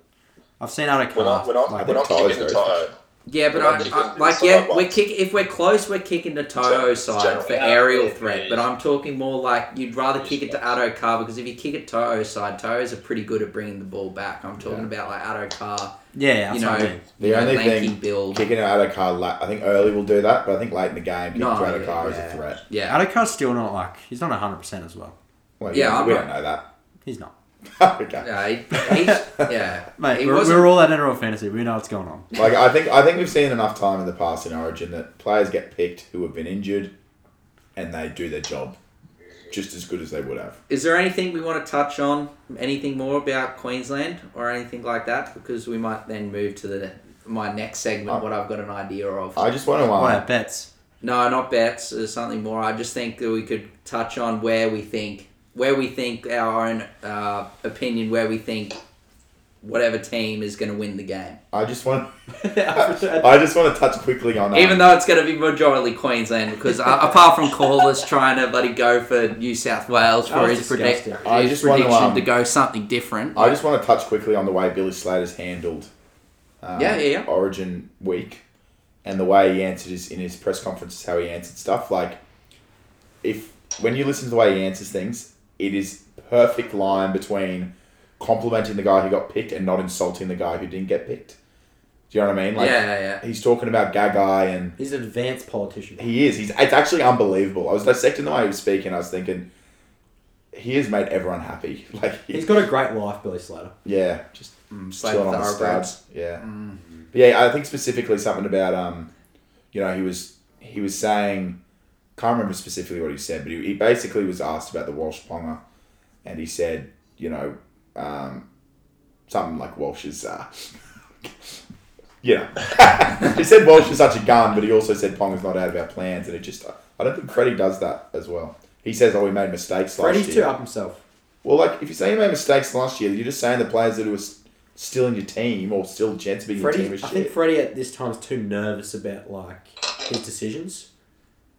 Speaker 2: I've seen Addo
Speaker 5: We're
Speaker 2: Carr.
Speaker 5: not we're not
Speaker 2: like,
Speaker 5: we're not
Speaker 3: Tyler's
Speaker 5: kicking
Speaker 3: very
Speaker 5: Tyler.
Speaker 1: Yeah, but
Speaker 5: We're
Speaker 1: I,
Speaker 5: not kicking
Speaker 1: I
Speaker 5: to
Speaker 1: like
Speaker 5: the
Speaker 1: yeah,
Speaker 5: side one.
Speaker 1: we're kick if we're close, we're kicking to Toto's
Speaker 5: Gen-
Speaker 1: side for
Speaker 4: generally.
Speaker 1: aerial
Speaker 4: Yeah,
Speaker 1: threat.
Speaker 4: yeah,
Speaker 1: But
Speaker 4: yeah.
Speaker 1: I'm talking more like you'd rather
Speaker 4: Yeah,
Speaker 1: kick it to
Speaker 4: yeah.
Speaker 1: Addo Carr because if you kick it to Toto's side, Toto's are pretty good at bringing the ball back. I'm talking
Speaker 3: Yeah.
Speaker 1: about like Addo Carr,
Speaker 2: yeah, that's
Speaker 1: you know,
Speaker 2: what I mean.
Speaker 3: The
Speaker 1: you know,
Speaker 3: only
Speaker 1: lanky
Speaker 3: thing-
Speaker 1: build.
Speaker 3: Kicking it out of car late. I think early will do that, but I think late in the game, kicking
Speaker 1: No,
Speaker 3: it out of
Speaker 1: yeah,
Speaker 3: car is
Speaker 2: yeah.
Speaker 3: a threat.
Speaker 1: Yeah,
Speaker 2: Addo Carr's still not like he's not hundred percent as well.
Speaker 3: Well,
Speaker 1: Yeah,
Speaker 3: yeah,
Speaker 1: I'm
Speaker 3: we
Speaker 1: not-
Speaker 3: don't know that.
Speaker 2: He's not.
Speaker 3: okay.
Speaker 1: yeah, he- he's- yeah.
Speaker 2: Mate,
Speaker 1: He
Speaker 2: we're,
Speaker 1: wasn't-
Speaker 2: we're all at NRL fantasy. We know what's going on.
Speaker 3: Like I think I think we've seen enough time in the past in Origin that players get picked who have been injured, and they do their job just as good as they would have.
Speaker 1: Is there anything we want to touch on? Anything more about Queensland or anything like that? Because we might then move to the my next segment, what I've got an idea of.
Speaker 3: I just want to.
Speaker 2: What
Speaker 3: Um,
Speaker 2: our bets?
Speaker 1: No, not bets. There's something more. I just think that we could touch on where we think, where we think our own uh, opinion, where we think whatever team is going to win the game.
Speaker 3: I just want.
Speaker 2: I
Speaker 3: I just want to touch quickly on. Um,
Speaker 1: Even though it's going to be majority Queensland, because uh, apart from Corliss trying to buddy go for New South Wales
Speaker 2: That
Speaker 1: for
Speaker 2: was
Speaker 1: his, predict-
Speaker 2: disgusting.
Speaker 3: I
Speaker 1: his
Speaker 3: just wanna,
Speaker 1: prediction
Speaker 3: um,
Speaker 1: to go something different.
Speaker 3: I just want to touch quickly on the way Billy Slater's handled. Um,
Speaker 1: Yeah, yeah, yeah.
Speaker 3: Origin week, and the way he answered his in his press conferences, how he answered stuff. Like, if when you listen to the way he answers things, it is perfect line between complimenting the guy who got picked and not insulting the guy who didn't get picked. Do you know what I mean? Like,
Speaker 1: yeah, yeah.
Speaker 3: he's talking about Gagai and
Speaker 2: He's an advanced politician.
Speaker 3: he is. He's. It's actually unbelievable. I was dissecting the way he was speaking. I was thinking, he has made everyone happy. Like he-
Speaker 2: got a great life, Billy Slater.
Speaker 3: yeah, just
Speaker 1: Slide
Speaker 3: Still on the Mm.
Speaker 1: thoroughbreds.
Speaker 3: studs. Yeah. But yeah, I think specifically something about um, you know, he was he was saying, can't remember specifically what he said, but he, he basically was asked about the Welsh Ponga, and he said, you know, um, something like Welsh is, uh, you know, he said Welsh is such a gun, but he also said Ponga's not out of our plans, and it just, I don't think Freddie does that as well. He says, oh, we made mistakes last year.
Speaker 2: up himself.
Speaker 3: Well, like if you say you made mistakes last year, you're just saying the players that were s- still in your team or still chance of being in your team is shit.
Speaker 2: Freddie at this time is too nervous about like his decisions.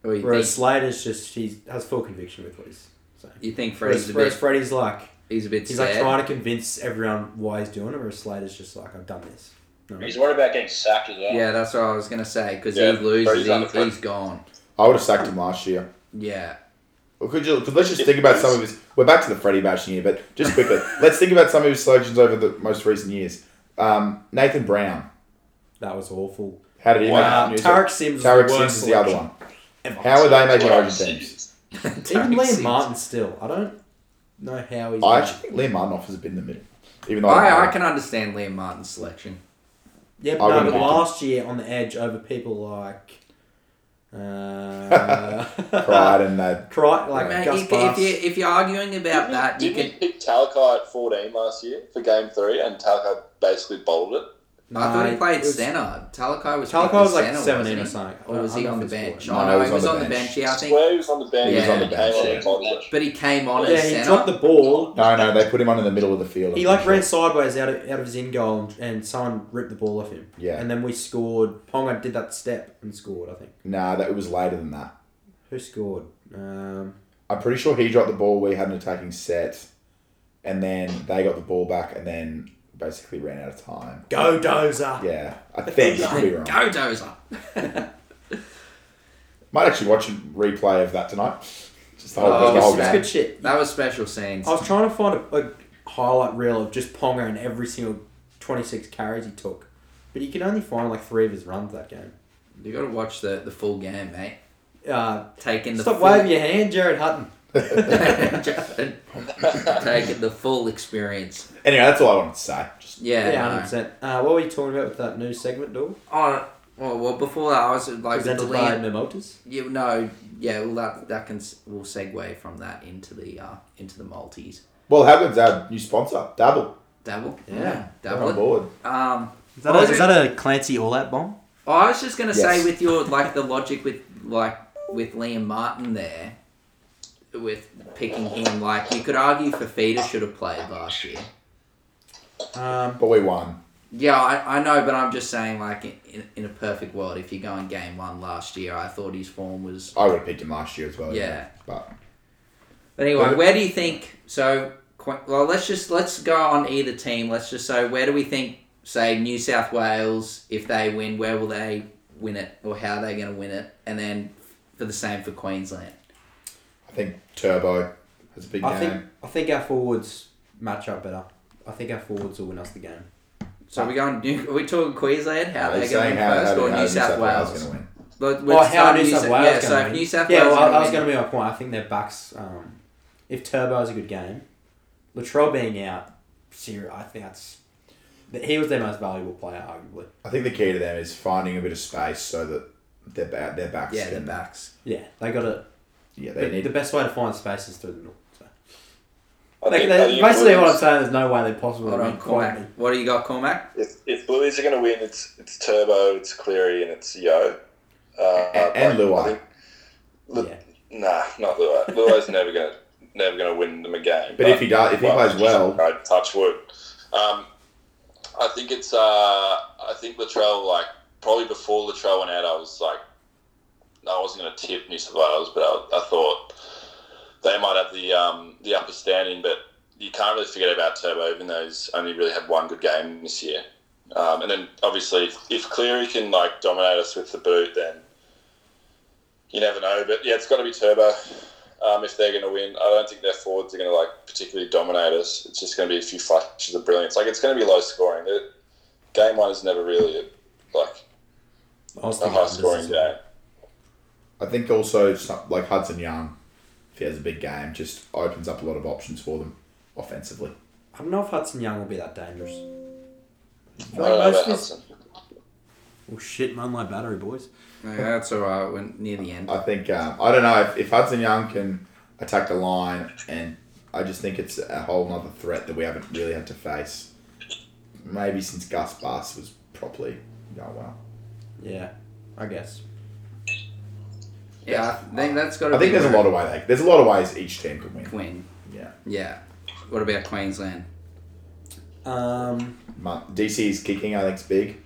Speaker 1: What do you
Speaker 2: Whereas
Speaker 1: think?
Speaker 2: Slater's just he has full conviction with what he's saying.
Speaker 1: You think Freddie's
Speaker 2: Whereas,
Speaker 1: a
Speaker 2: whereas
Speaker 1: bit?
Speaker 2: Freddie's like
Speaker 1: He's a bit
Speaker 2: he's like
Speaker 1: sad.
Speaker 2: trying to convince everyone why he's doing it, whereas Slater's just like I've done this. No.
Speaker 4: He's worried about getting sacked as well.
Speaker 1: yeah, that's what I was gonna say. Because
Speaker 5: Yeah,
Speaker 1: he loses,
Speaker 5: Freddie's under
Speaker 1: he,
Speaker 5: pressure.
Speaker 1: he's gone.
Speaker 3: I would have sacked him last year.
Speaker 1: Yeah,
Speaker 3: Well, could you? Cause let's just think about some of his. We're back to the Freddie bashing here, but just quickly, let's think about some of his selections over the most recent years. Um, Nathan Brown,
Speaker 2: That was awful.
Speaker 3: how did he
Speaker 2: Wow.
Speaker 3: make? the news?
Speaker 2: Tarek Sims.
Speaker 3: Tarek
Speaker 2: was the
Speaker 3: Sims
Speaker 2: worst
Speaker 3: is the other
Speaker 2: selection
Speaker 3: one. How are they making
Speaker 4: Well,
Speaker 3: origin teams?
Speaker 2: Even
Speaker 1: Tarek
Speaker 2: Liam
Speaker 1: Sims.
Speaker 2: Martin still. I don't know how he's.
Speaker 3: I actually think Liam Martin offers a bit in the middle, even though don't
Speaker 1: I, I
Speaker 3: know.
Speaker 1: can understand Liam Martin's selection.
Speaker 2: yeah,
Speaker 3: I
Speaker 2: but, no,
Speaker 3: wouldn't
Speaker 2: but
Speaker 3: have picked
Speaker 2: last year on the edge over people like. Uh,
Speaker 3: pride and they.
Speaker 2: Cry, like
Speaker 1: Man,
Speaker 2: Gus
Speaker 1: you, c- if
Speaker 2: Barnes.
Speaker 1: you if you're arguing about that, you
Speaker 5: Didn't
Speaker 1: could.
Speaker 5: he pick Talakai at 14 last year for game three, and Talakai basically bowled it?
Speaker 1: I thought he
Speaker 2: Nah,
Speaker 1: played
Speaker 2: it was-
Speaker 1: center. Talakai was.
Speaker 2: Talakai
Speaker 1: picked as
Speaker 2: was like
Speaker 1: centre,
Speaker 2: 17 or
Speaker 1: wasn't
Speaker 2: something.
Speaker 1: he? Or was
Speaker 2: I
Speaker 1: he
Speaker 2: don't
Speaker 1: on
Speaker 2: know
Speaker 1: the
Speaker 2: if it's
Speaker 1: bench?
Speaker 2: four.
Speaker 1: No, no, he was on the bench. Yeah, I think.
Speaker 5: Swear he was on the bench.
Speaker 1: He was on the
Speaker 5: and he
Speaker 3: bench,
Speaker 5: came on
Speaker 3: yeah.
Speaker 5: and bowled it.
Speaker 1: But he came on
Speaker 2: Yeah,
Speaker 1: as
Speaker 2: he
Speaker 1: center.
Speaker 2: dropped the ball.
Speaker 3: No, no, they put him on in the middle of the field.
Speaker 2: He like ran sideways out of, out of his in goal and, and someone ripped the ball off him.
Speaker 3: Yeah.
Speaker 2: And then we scored. Ponga did that step and scored, I think.
Speaker 3: Nah, that it was later than that.
Speaker 2: Who scored? Um,
Speaker 3: I'm pretty sure he dropped the ball. We had an attacking set, and then they got the ball back, and then basically ran out of time.
Speaker 2: go Dozer.
Speaker 3: Yeah, I think I could be wrong.
Speaker 1: Go Dozer.
Speaker 3: Might actually watch a replay of that tonight. Just the whole,
Speaker 1: Oh,
Speaker 3: the whole
Speaker 1: it's
Speaker 3: game.
Speaker 2: good shit.
Speaker 1: that was special scenes.
Speaker 2: I was trying to find a, a highlight reel of just Ponga and every single 26 carries he took. But you can only find like three of his runs that game.
Speaker 1: You got to watch the, the full game, mate.
Speaker 2: Uh,
Speaker 1: Taking the
Speaker 2: stop
Speaker 1: full...
Speaker 2: waving your hand, Jared Hutton.
Speaker 1: Taking the full experience.
Speaker 3: Anyway, that's all I wanted to say. Just
Speaker 1: Yeah.
Speaker 2: yeah,
Speaker 1: no.
Speaker 2: 100%. Uh, what were you talking about with that new segment, Dawg?
Speaker 1: Oh, well, well, before that, I was like,
Speaker 2: Presented
Speaker 1: Delia-
Speaker 2: by Mimotas?
Speaker 1: you know, yeah, well, that that can s- will segue from that into the uh, into the Maltese
Speaker 3: well, how good's our new sponsor? Dabble.
Speaker 1: dabble.
Speaker 2: Yeah.
Speaker 3: They're on
Speaker 1: dabble.
Speaker 3: board.
Speaker 1: it. Um,
Speaker 2: Is
Speaker 1: that a- is
Speaker 2: that a Clancy all out bomb?
Speaker 1: oh, I was just gonna say
Speaker 3: Yes.
Speaker 1: with your like the logic with like with Liam Martin there, with picking him, like you could argue Fafita should have played last year.
Speaker 2: Um,
Speaker 3: But we won.
Speaker 1: Yeah, I, I know, but I'm just saying, like in, in, in a perfect world, if you go in game one last year, I thought his form was
Speaker 3: I would have picked him last year as well.
Speaker 1: Oh, Yeah.
Speaker 3: But
Speaker 1: But anyway,
Speaker 3: But-
Speaker 1: where do you think? So, qu- well, let's just let's go on either team. Let's just say where do we think? Say New South Wales, if they win, where will they win it, or how are they going to win it? And then for the same for Queensland.
Speaker 3: I think Turbo has a big
Speaker 2: I
Speaker 3: game.
Speaker 2: think I think our forwards match up better. I think our forwards will win us the game.
Speaker 1: So are we going. New- Are we talking Queensland? How
Speaker 3: Are
Speaker 1: they
Speaker 3: you
Speaker 1: going
Speaker 3: saying
Speaker 1: to
Speaker 3: how,
Speaker 1: first,
Speaker 3: how,
Speaker 1: or
Speaker 3: how
Speaker 1: New South Wales?
Speaker 3: going to win?
Speaker 1: But
Speaker 2: Well, how
Speaker 1: start
Speaker 2: New South Wales?
Speaker 1: Yeah, so
Speaker 2: gonna
Speaker 1: if
Speaker 2: be-
Speaker 1: New South
Speaker 2: yeah,
Speaker 1: Wales.
Speaker 2: well, that was
Speaker 1: win-
Speaker 2: going to be my point. I think their backs. Um, if Turbo is a good game, Latrell being out, Siri, I think that's that he was their most valuable player, arguably.
Speaker 3: I think the key to them is finding a bit of space so that their back their backs
Speaker 1: Yeah, the
Speaker 3: can-
Speaker 1: backs.
Speaker 2: Yeah, they got to.
Speaker 3: yeah they
Speaker 2: The,
Speaker 3: need
Speaker 2: the best way to find space is through the middle. So.
Speaker 5: I
Speaker 2: Like,
Speaker 5: think- I
Speaker 2: they,
Speaker 5: think
Speaker 2: basically, what I'm
Speaker 5: Blues-
Speaker 2: saying, there's no way they possibly
Speaker 1: Hold on,
Speaker 2: win quite.
Speaker 1: Cormac. What do you got, Cormac?
Speaker 5: If, if Blues are going to win, it's it's Turbo, it's Cleary, and it's Yo. Uh,
Speaker 3: and, and
Speaker 5: like, I
Speaker 3: Luai.
Speaker 5: think- Lu-
Speaker 2: Yeah.
Speaker 5: Nah, not Luai. Luai's never going to never going to win them a game.
Speaker 3: But if he does, if he plays well,
Speaker 5: I touch wood. Um, I think it's. Uh, I think Latrell like probably before Latrell went out, I was like, I wasn't going to tip New South Wales, but I, I thought they might have the um, the upper standing. But you can't really forget about Turbo, even though he's only really had one good game this year. Um, and then obviously, if, if Cleary can like dominate us with the boot, then you never know. But yeah, it's got to be Turbo um, if they're going to win. I don't think their forwards are going to like particularly dominate us. It's just going to be a few flashes of brilliance. Like it's going to be low scoring. The- game one is never really like
Speaker 2: I was
Speaker 5: a
Speaker 2: thinking
Speaker 5: high
Speaker 2: unders
Speaker 5: scoring
Speaker 2: as well.
Speaker 5: game.
Speaker 3: I think also some, like Hudson Young, if he has a big game, just opens up a lot of options for them offensively.
Speaker 2: I don't know if Hudson Young will be that dangerous.
Speaker 5: I don't
Speaker 2: Most
Speaker 5: know about
Speaker 2: of his-
Speaker 5: Hudson.
Speaker 2: Oh shit, man, my battery, boys.
Speaker 1: No, that's all right. We're near the end.
Speaker 3: I think um, I don't know if, if Hudson Young can attack the line, and I just think it's a whole other threat that we haven't really had to face. Maybe since Gus Bass was properly oh well.
Speaker 2: Yeah, I guess.
Speaker 1: Yeah, I think that's got to.
Speaker 3: I think there's a lot of way they, there's a lot of ways each team could win.
Speaker 1: win.
Speaker 3: Yeah,
Speaker 1: Yeah. What about Queensland?
Speaker 2: Um,
Speaker 3: Mon- DC's kicking I think's big.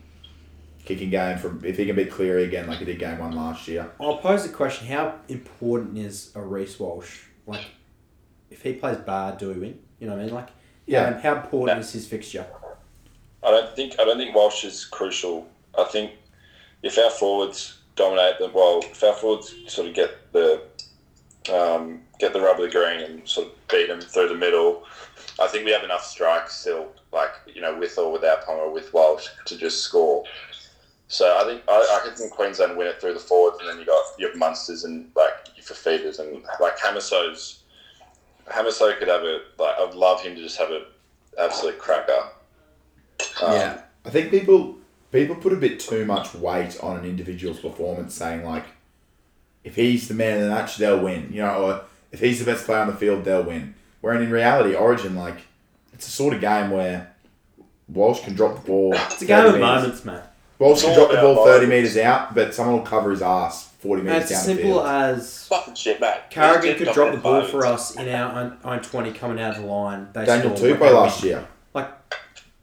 Speaker 3: Kicking game from if he can beat Cleary again like he did game one last year.
Speaker 2: I'll pose the question: How important is a Reese Walsh? Like, if he plays bad, do we win? You know what I mean? Like,
Speaker 3: Yeah.
Speaker 2: um, how important is his fixture?
Speaker 5: I don't think I don't think Walsh is crucial. I think if our forwards dominate them, well, if our forwards sort of get the um, get the rub of the green and sort of beat them through the middle, I think we have enough strikes still, like you know, with or without Ponga or with Walsh to just score. So I think I, I can think Queensland win it through the forwards, and then you got your Munsters and like your Fafitas and like Hamaso's. Hamaso could have a like I'd love him to just have a absolute cracker.
Speaker 3: Uh,
Speaker 5: Um,
Speaker 1: yeah.
Speaker 3: I think people people put a bit too much weight on an individual's performance, saying like, if he's the man of the match, they'll win. You know, or if he's the best player on the field, they'll win. Wherein in reality, Origin like it's a sort of game where Walsh can drop the ball.
Speaker 2: It's a game of
Speaker 3: 30 metres-
Speaker 2: moments, man.
Speaker 3: Walsh can
Speaker 5: It's all
Speaker 3: drop the
Speaker 5: about
Speaker 3: ball thirty
Speaker 5: moments.
Speaker 3: meters out, but someone will cover his ass forty
Speaker 2: And
Speaker 3: meters
Speaker 2: it's as
Speaker 3: down the
Speaker 2: simple
Speaker 3: field.
Speaker 2: as
Speaker 5: Fucking shit, mate.
Speaker 2: Carrigan could drop the ball for us in our own, own twenty coming out of the line. They
Speaker 3: Daniel
Speaker 2: score,
Speaker 3: Tupou last year.
Speaker 2: Like,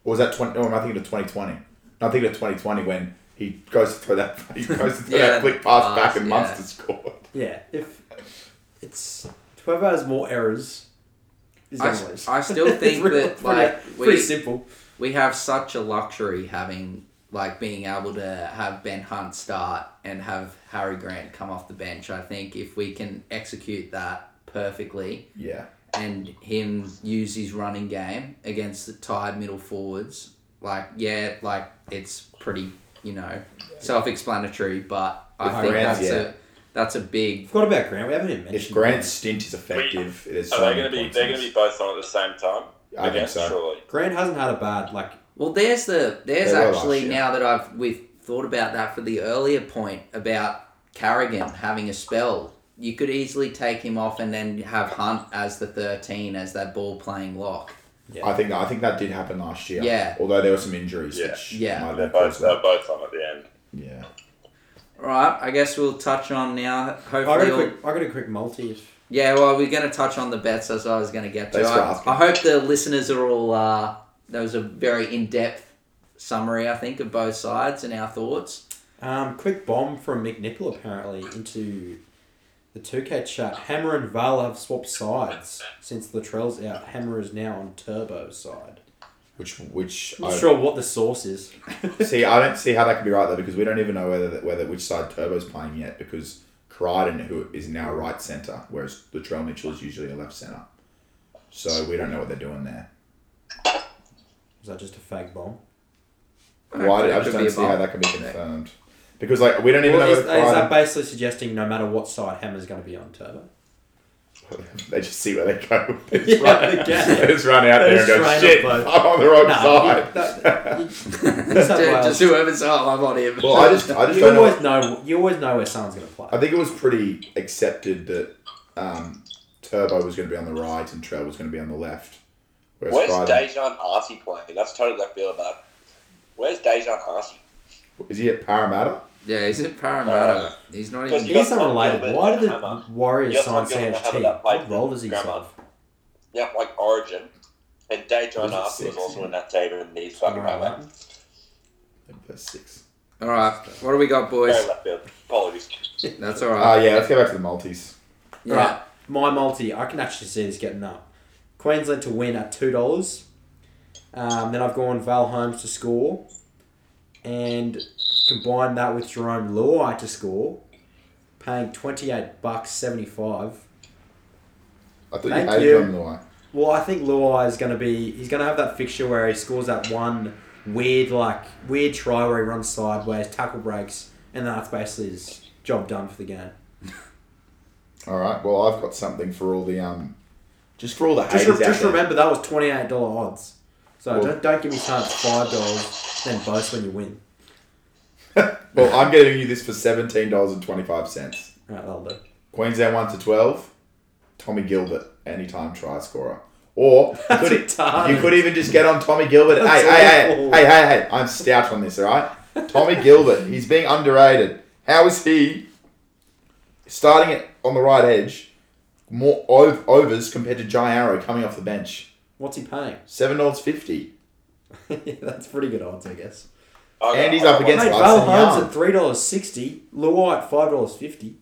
Speaker 3: Or was that 20? Oh, I'm thinking of 2020. No, I'm thinking of 2020 when He goes to throw that. He goes to throw
Speaker 1: Yeah,
Speaker 3: that flick pass
Speaker 1: pass,
Speaker 3: back, and
Speaker 1: yeah.
Speaker 3: Munster scored.
Speaker 2: Yeah, if it's whoever has more errors is
Speaker 1: I
Speaker 2: going
Speaker 1: s-
Speaker 2: to lose.
Speaker 1: I still
Speaker 2: It's
Speaker 1: think
Speaker 2: real-
Speaker 1: that,
Speaker 2: pretty-
Speaker 1: like, we-
Speaker 2: pretty simple.
Speaker 1: we have such a luxury having like being able to have Ben Hunt start and have Harry Grant come off the bench. I think if we can execute that perfectly
Speaker 3: Yeah,
Speaker 1: and him use his running game against the tired middle forwards, like yeah, like it's pretty, you know, self-explanatory, but I think
Speaker 3: Grant's,
Speaker 1: that's a that's a big
Speaker 2: Forgot about Grant. We haven't even mentioned
Speaker 3: if Grant's stint is effective, it is.
Speaker 5: Are
Speaker 3: so
Speaker 5: they going to
Speaker 3: many points
Speaker 5: be? They're
Speaker 3: in
Speaker 5: going to
Speaker 3: this.
Speaker 5: be both on at the same time.
Speaker 3: I think
Speaker 5: Again,
Speaker 3: so.
Speaker 5: Surely.
Speaker 2: Grant hasn't had a bad like.
Speaker 1: Well, there's the there's
Speaker 3: They were
Speaker 1: actually
Speaker 3: last year.
Speaker 1: now that I've we've thought about that for the earlier point about Carrigan having a spell. You could easily take him off and then have Hunt as the thirteen as that ball playing lock.
Speaker 3: I think I think that did happen last year.
Speaker 1: Yeah.
Speaker 3: Although there were some injuries.
Speaker 5: Yeah.
Speaker 3: Which
Speaker 1: Yeah.
Speaker 3: Might
Speaker 5: They're
Speaker 3: have
Speaker 5: both.
Speaker 3: caused
Speaker 5: They're
Speaker 3: that.
Speaker 5: both on at the end.
Speaker 3: Yeah.
Speaker 1: All right, I guess we'll touch on now.
Speaker 2: I got
Speaker 1: Hopefully,
Speaker 2: a
Speaker 1: we'll-
Speaker 2: quick. I got a quick multi. If
Speaker 1: yeah. Well, we're going to touch on the bets. That's what I was going to get to.
Speaker 3: Thanks for
Speaker 1: I,
Speaker 3: asking.
Speaker 1: I hope the listeners are all. Uh, that was a very in depth summary, I think, of both sides and our thoughts.
Speaker 2: Um, quick bomb from McNichol apparently into the 2K chat. Hammer and Val have swapped sides since Latrell's out. Hammer is now on Turbo's side.
Speaker 3: Which which
Speaker 2: Not
Speaker 3: I,
Speaker 2: sure what the source is.
Speaker 3: see I don't see how that could be right though because we don't even know whether whether which side Turbo's playing yet because Crichton who is now right centre whereas Latrell Mitchell is usually a left centre. So we don't know what they're doing there.
Speaker 2: Is that just a fag bomb?
Speaker 3: Why
Speaker 1: Hopefully
Speaker 3: I
Speaker 1: it could
Speaker 3: just
Speaker 1: be
Speaker 3: don't
Speaker 1: a
Speaker 3: see how
Speaker 1: ball.
Speaker 3: that can be confirmed because like we don't even
Speaker 2: Well,
Speaker 3: know
Speaker 2: is, is
Speaker 3: whether
Speaker 2: that
Speaker 3: Crichton,
Speaker 2: basically suggesting no matter what side Hammer's going to be on Turbo?
Speaker 3: they just see where they go. They just,
Speaker 2: Yeah,
Speaker 3: run,
Speaker 2: they can.
Speaker 3: they just run out
Speaker 2: They
Speaker 3: there and
Speaker 2: just train
Speaker 3: go shit.
Speaker 2: up,
Speaker 3: I'm
Speaker 2: like-
Speaker 3: on the wrong
Speaker 2: Nah,
Speaker 3: side.
Speaker 2: you- that- you- New
Speaker 1: Just,
Speaker 2: South Wales.
Speaker 1: just whoever's oh, I'm on him.
Speaker 3: well, I just I just
Speaker 2: you
Speaker 3: don't know.
Speaker 2: always know. You always know where someone's going to play.
Speaker 3: I think it was pretty accepted that um, Turbo was going to be on the right and Trell was going to be on the left. Whereas
Speaker 6: Where's
Speaker 3: Friday-
Speaker 6: Dejan Arcee playing? That's totally left field, but where's Dejan Arcee?
Speaker 3: Is he at Parramatta?
Speaker 1: Yeah, he's at Parramatta. he's not even.
Speaker 6: Because you
Speaker 2: Here's
Speaker 6: got
Speaker 2: something
Speaker 6: Tom
Speaker 2: related.
Speaker 6: Gilbert
Speaker 2: Why did
Speaker 6: and
Speaker 2: the
Speaker 6: Hammer.
Speaker 2: Warriors
Speaker 6: You got Tom
Speaker 2: sign
Speaker 6: Gilbert and
Speaker 2: CHT?
Speaker 6: Hammer that played
Speaker 2: What role does he
Speaker 6: Grammar.
Speaker 2: serve?
Speaker 6: Yeah, like Origin. And Dejan
Speaker 3: Was it
Speaker 6: Arcee was
Speaker 3: six?
Speaker 6: also in that team, and he's fucking right
Speaker 2: Alright.
Speaker 6: left.
Speaker 3: Verse six.
Speaker 1: All right, what do we got, boys?
Speaker 6: Very left field. Apologies.
Speaker 1: That's all
Speaker 3: Ah,
Speaker 1: right.
Speaker 3: yeah. Let's go back to the Maltese.
Speaker 1: Yeah.
Speaker 2: Right. My multi, I can actually see this getting up. Queensland to win at two dollars. Um, then I've gone Val Holmes to score, and combine that with Jerome Luai to score, paying twenty eight bucks seventy five.
Speaker 3: I thought
Speaker 2: Thank
Speaker 3: you hated
Speaker 2: you.
Speaker 3: him the way.
Speaker 2: Well, I think Luai is going to be. He's going to have that fixture where he scores that one weird, like weird try where he runs sideways, tackle breaks, and that's basically his job done for the game.
Speaker 3: All right. Well, I've got something for all the um, just for all the haters
Speaker 2: Just, re-
Speaker 3: out
Speaker 2: just
Speaker 3: there.
Speaker 2: remember that was twenty eight dollar odds. So
Speaker 3: Well-
Speaker 2: don't don't give me chance five dollars, then boast when you win.
Speaker 3: Well, I'm giving you this for seventeen dollars and twenty five cents.
Speaker 2: Alright, that'll do.
Speaker 3: Queensland one to twelve. Tommy Gilbert, anytime try scorer. Or you
Speaker 2: That's
Speaker 3: could,
Speaker 2: retarded.
Speaker 3: you could even just get on Tommy Gilbert. Hey, hey,
Speaker 2: That's
Speaker 3: hey,
Speaker 2: awful.
Speaker 3: hey, hey, hey! I'm stout on this, all right? Tommy Gilbert, he's being underrated. How is he starting it on the right edge? More ov- overs compared to Jai Arrow coming off the bench.
Speaker 2: What's he paying?
Speaker 3: Seven dollars fifty.
Speaker 2: yeah, that's pretty good odds, I guess.
Speaker 5: I got-
Speaker 3: And he's
Speaker 5: I got
Speaker 3: up
Speaker 5: one-
Speaker 3: against- That's
Speaker 2: Mate,
Speaker 3: what I
Speaker 2: Val
Speaker 3: said,
Speaker 2: Holmes
Speaker 3: yeah.
Speaker 2: at three dollars sixty, Luai at five dollars fifty.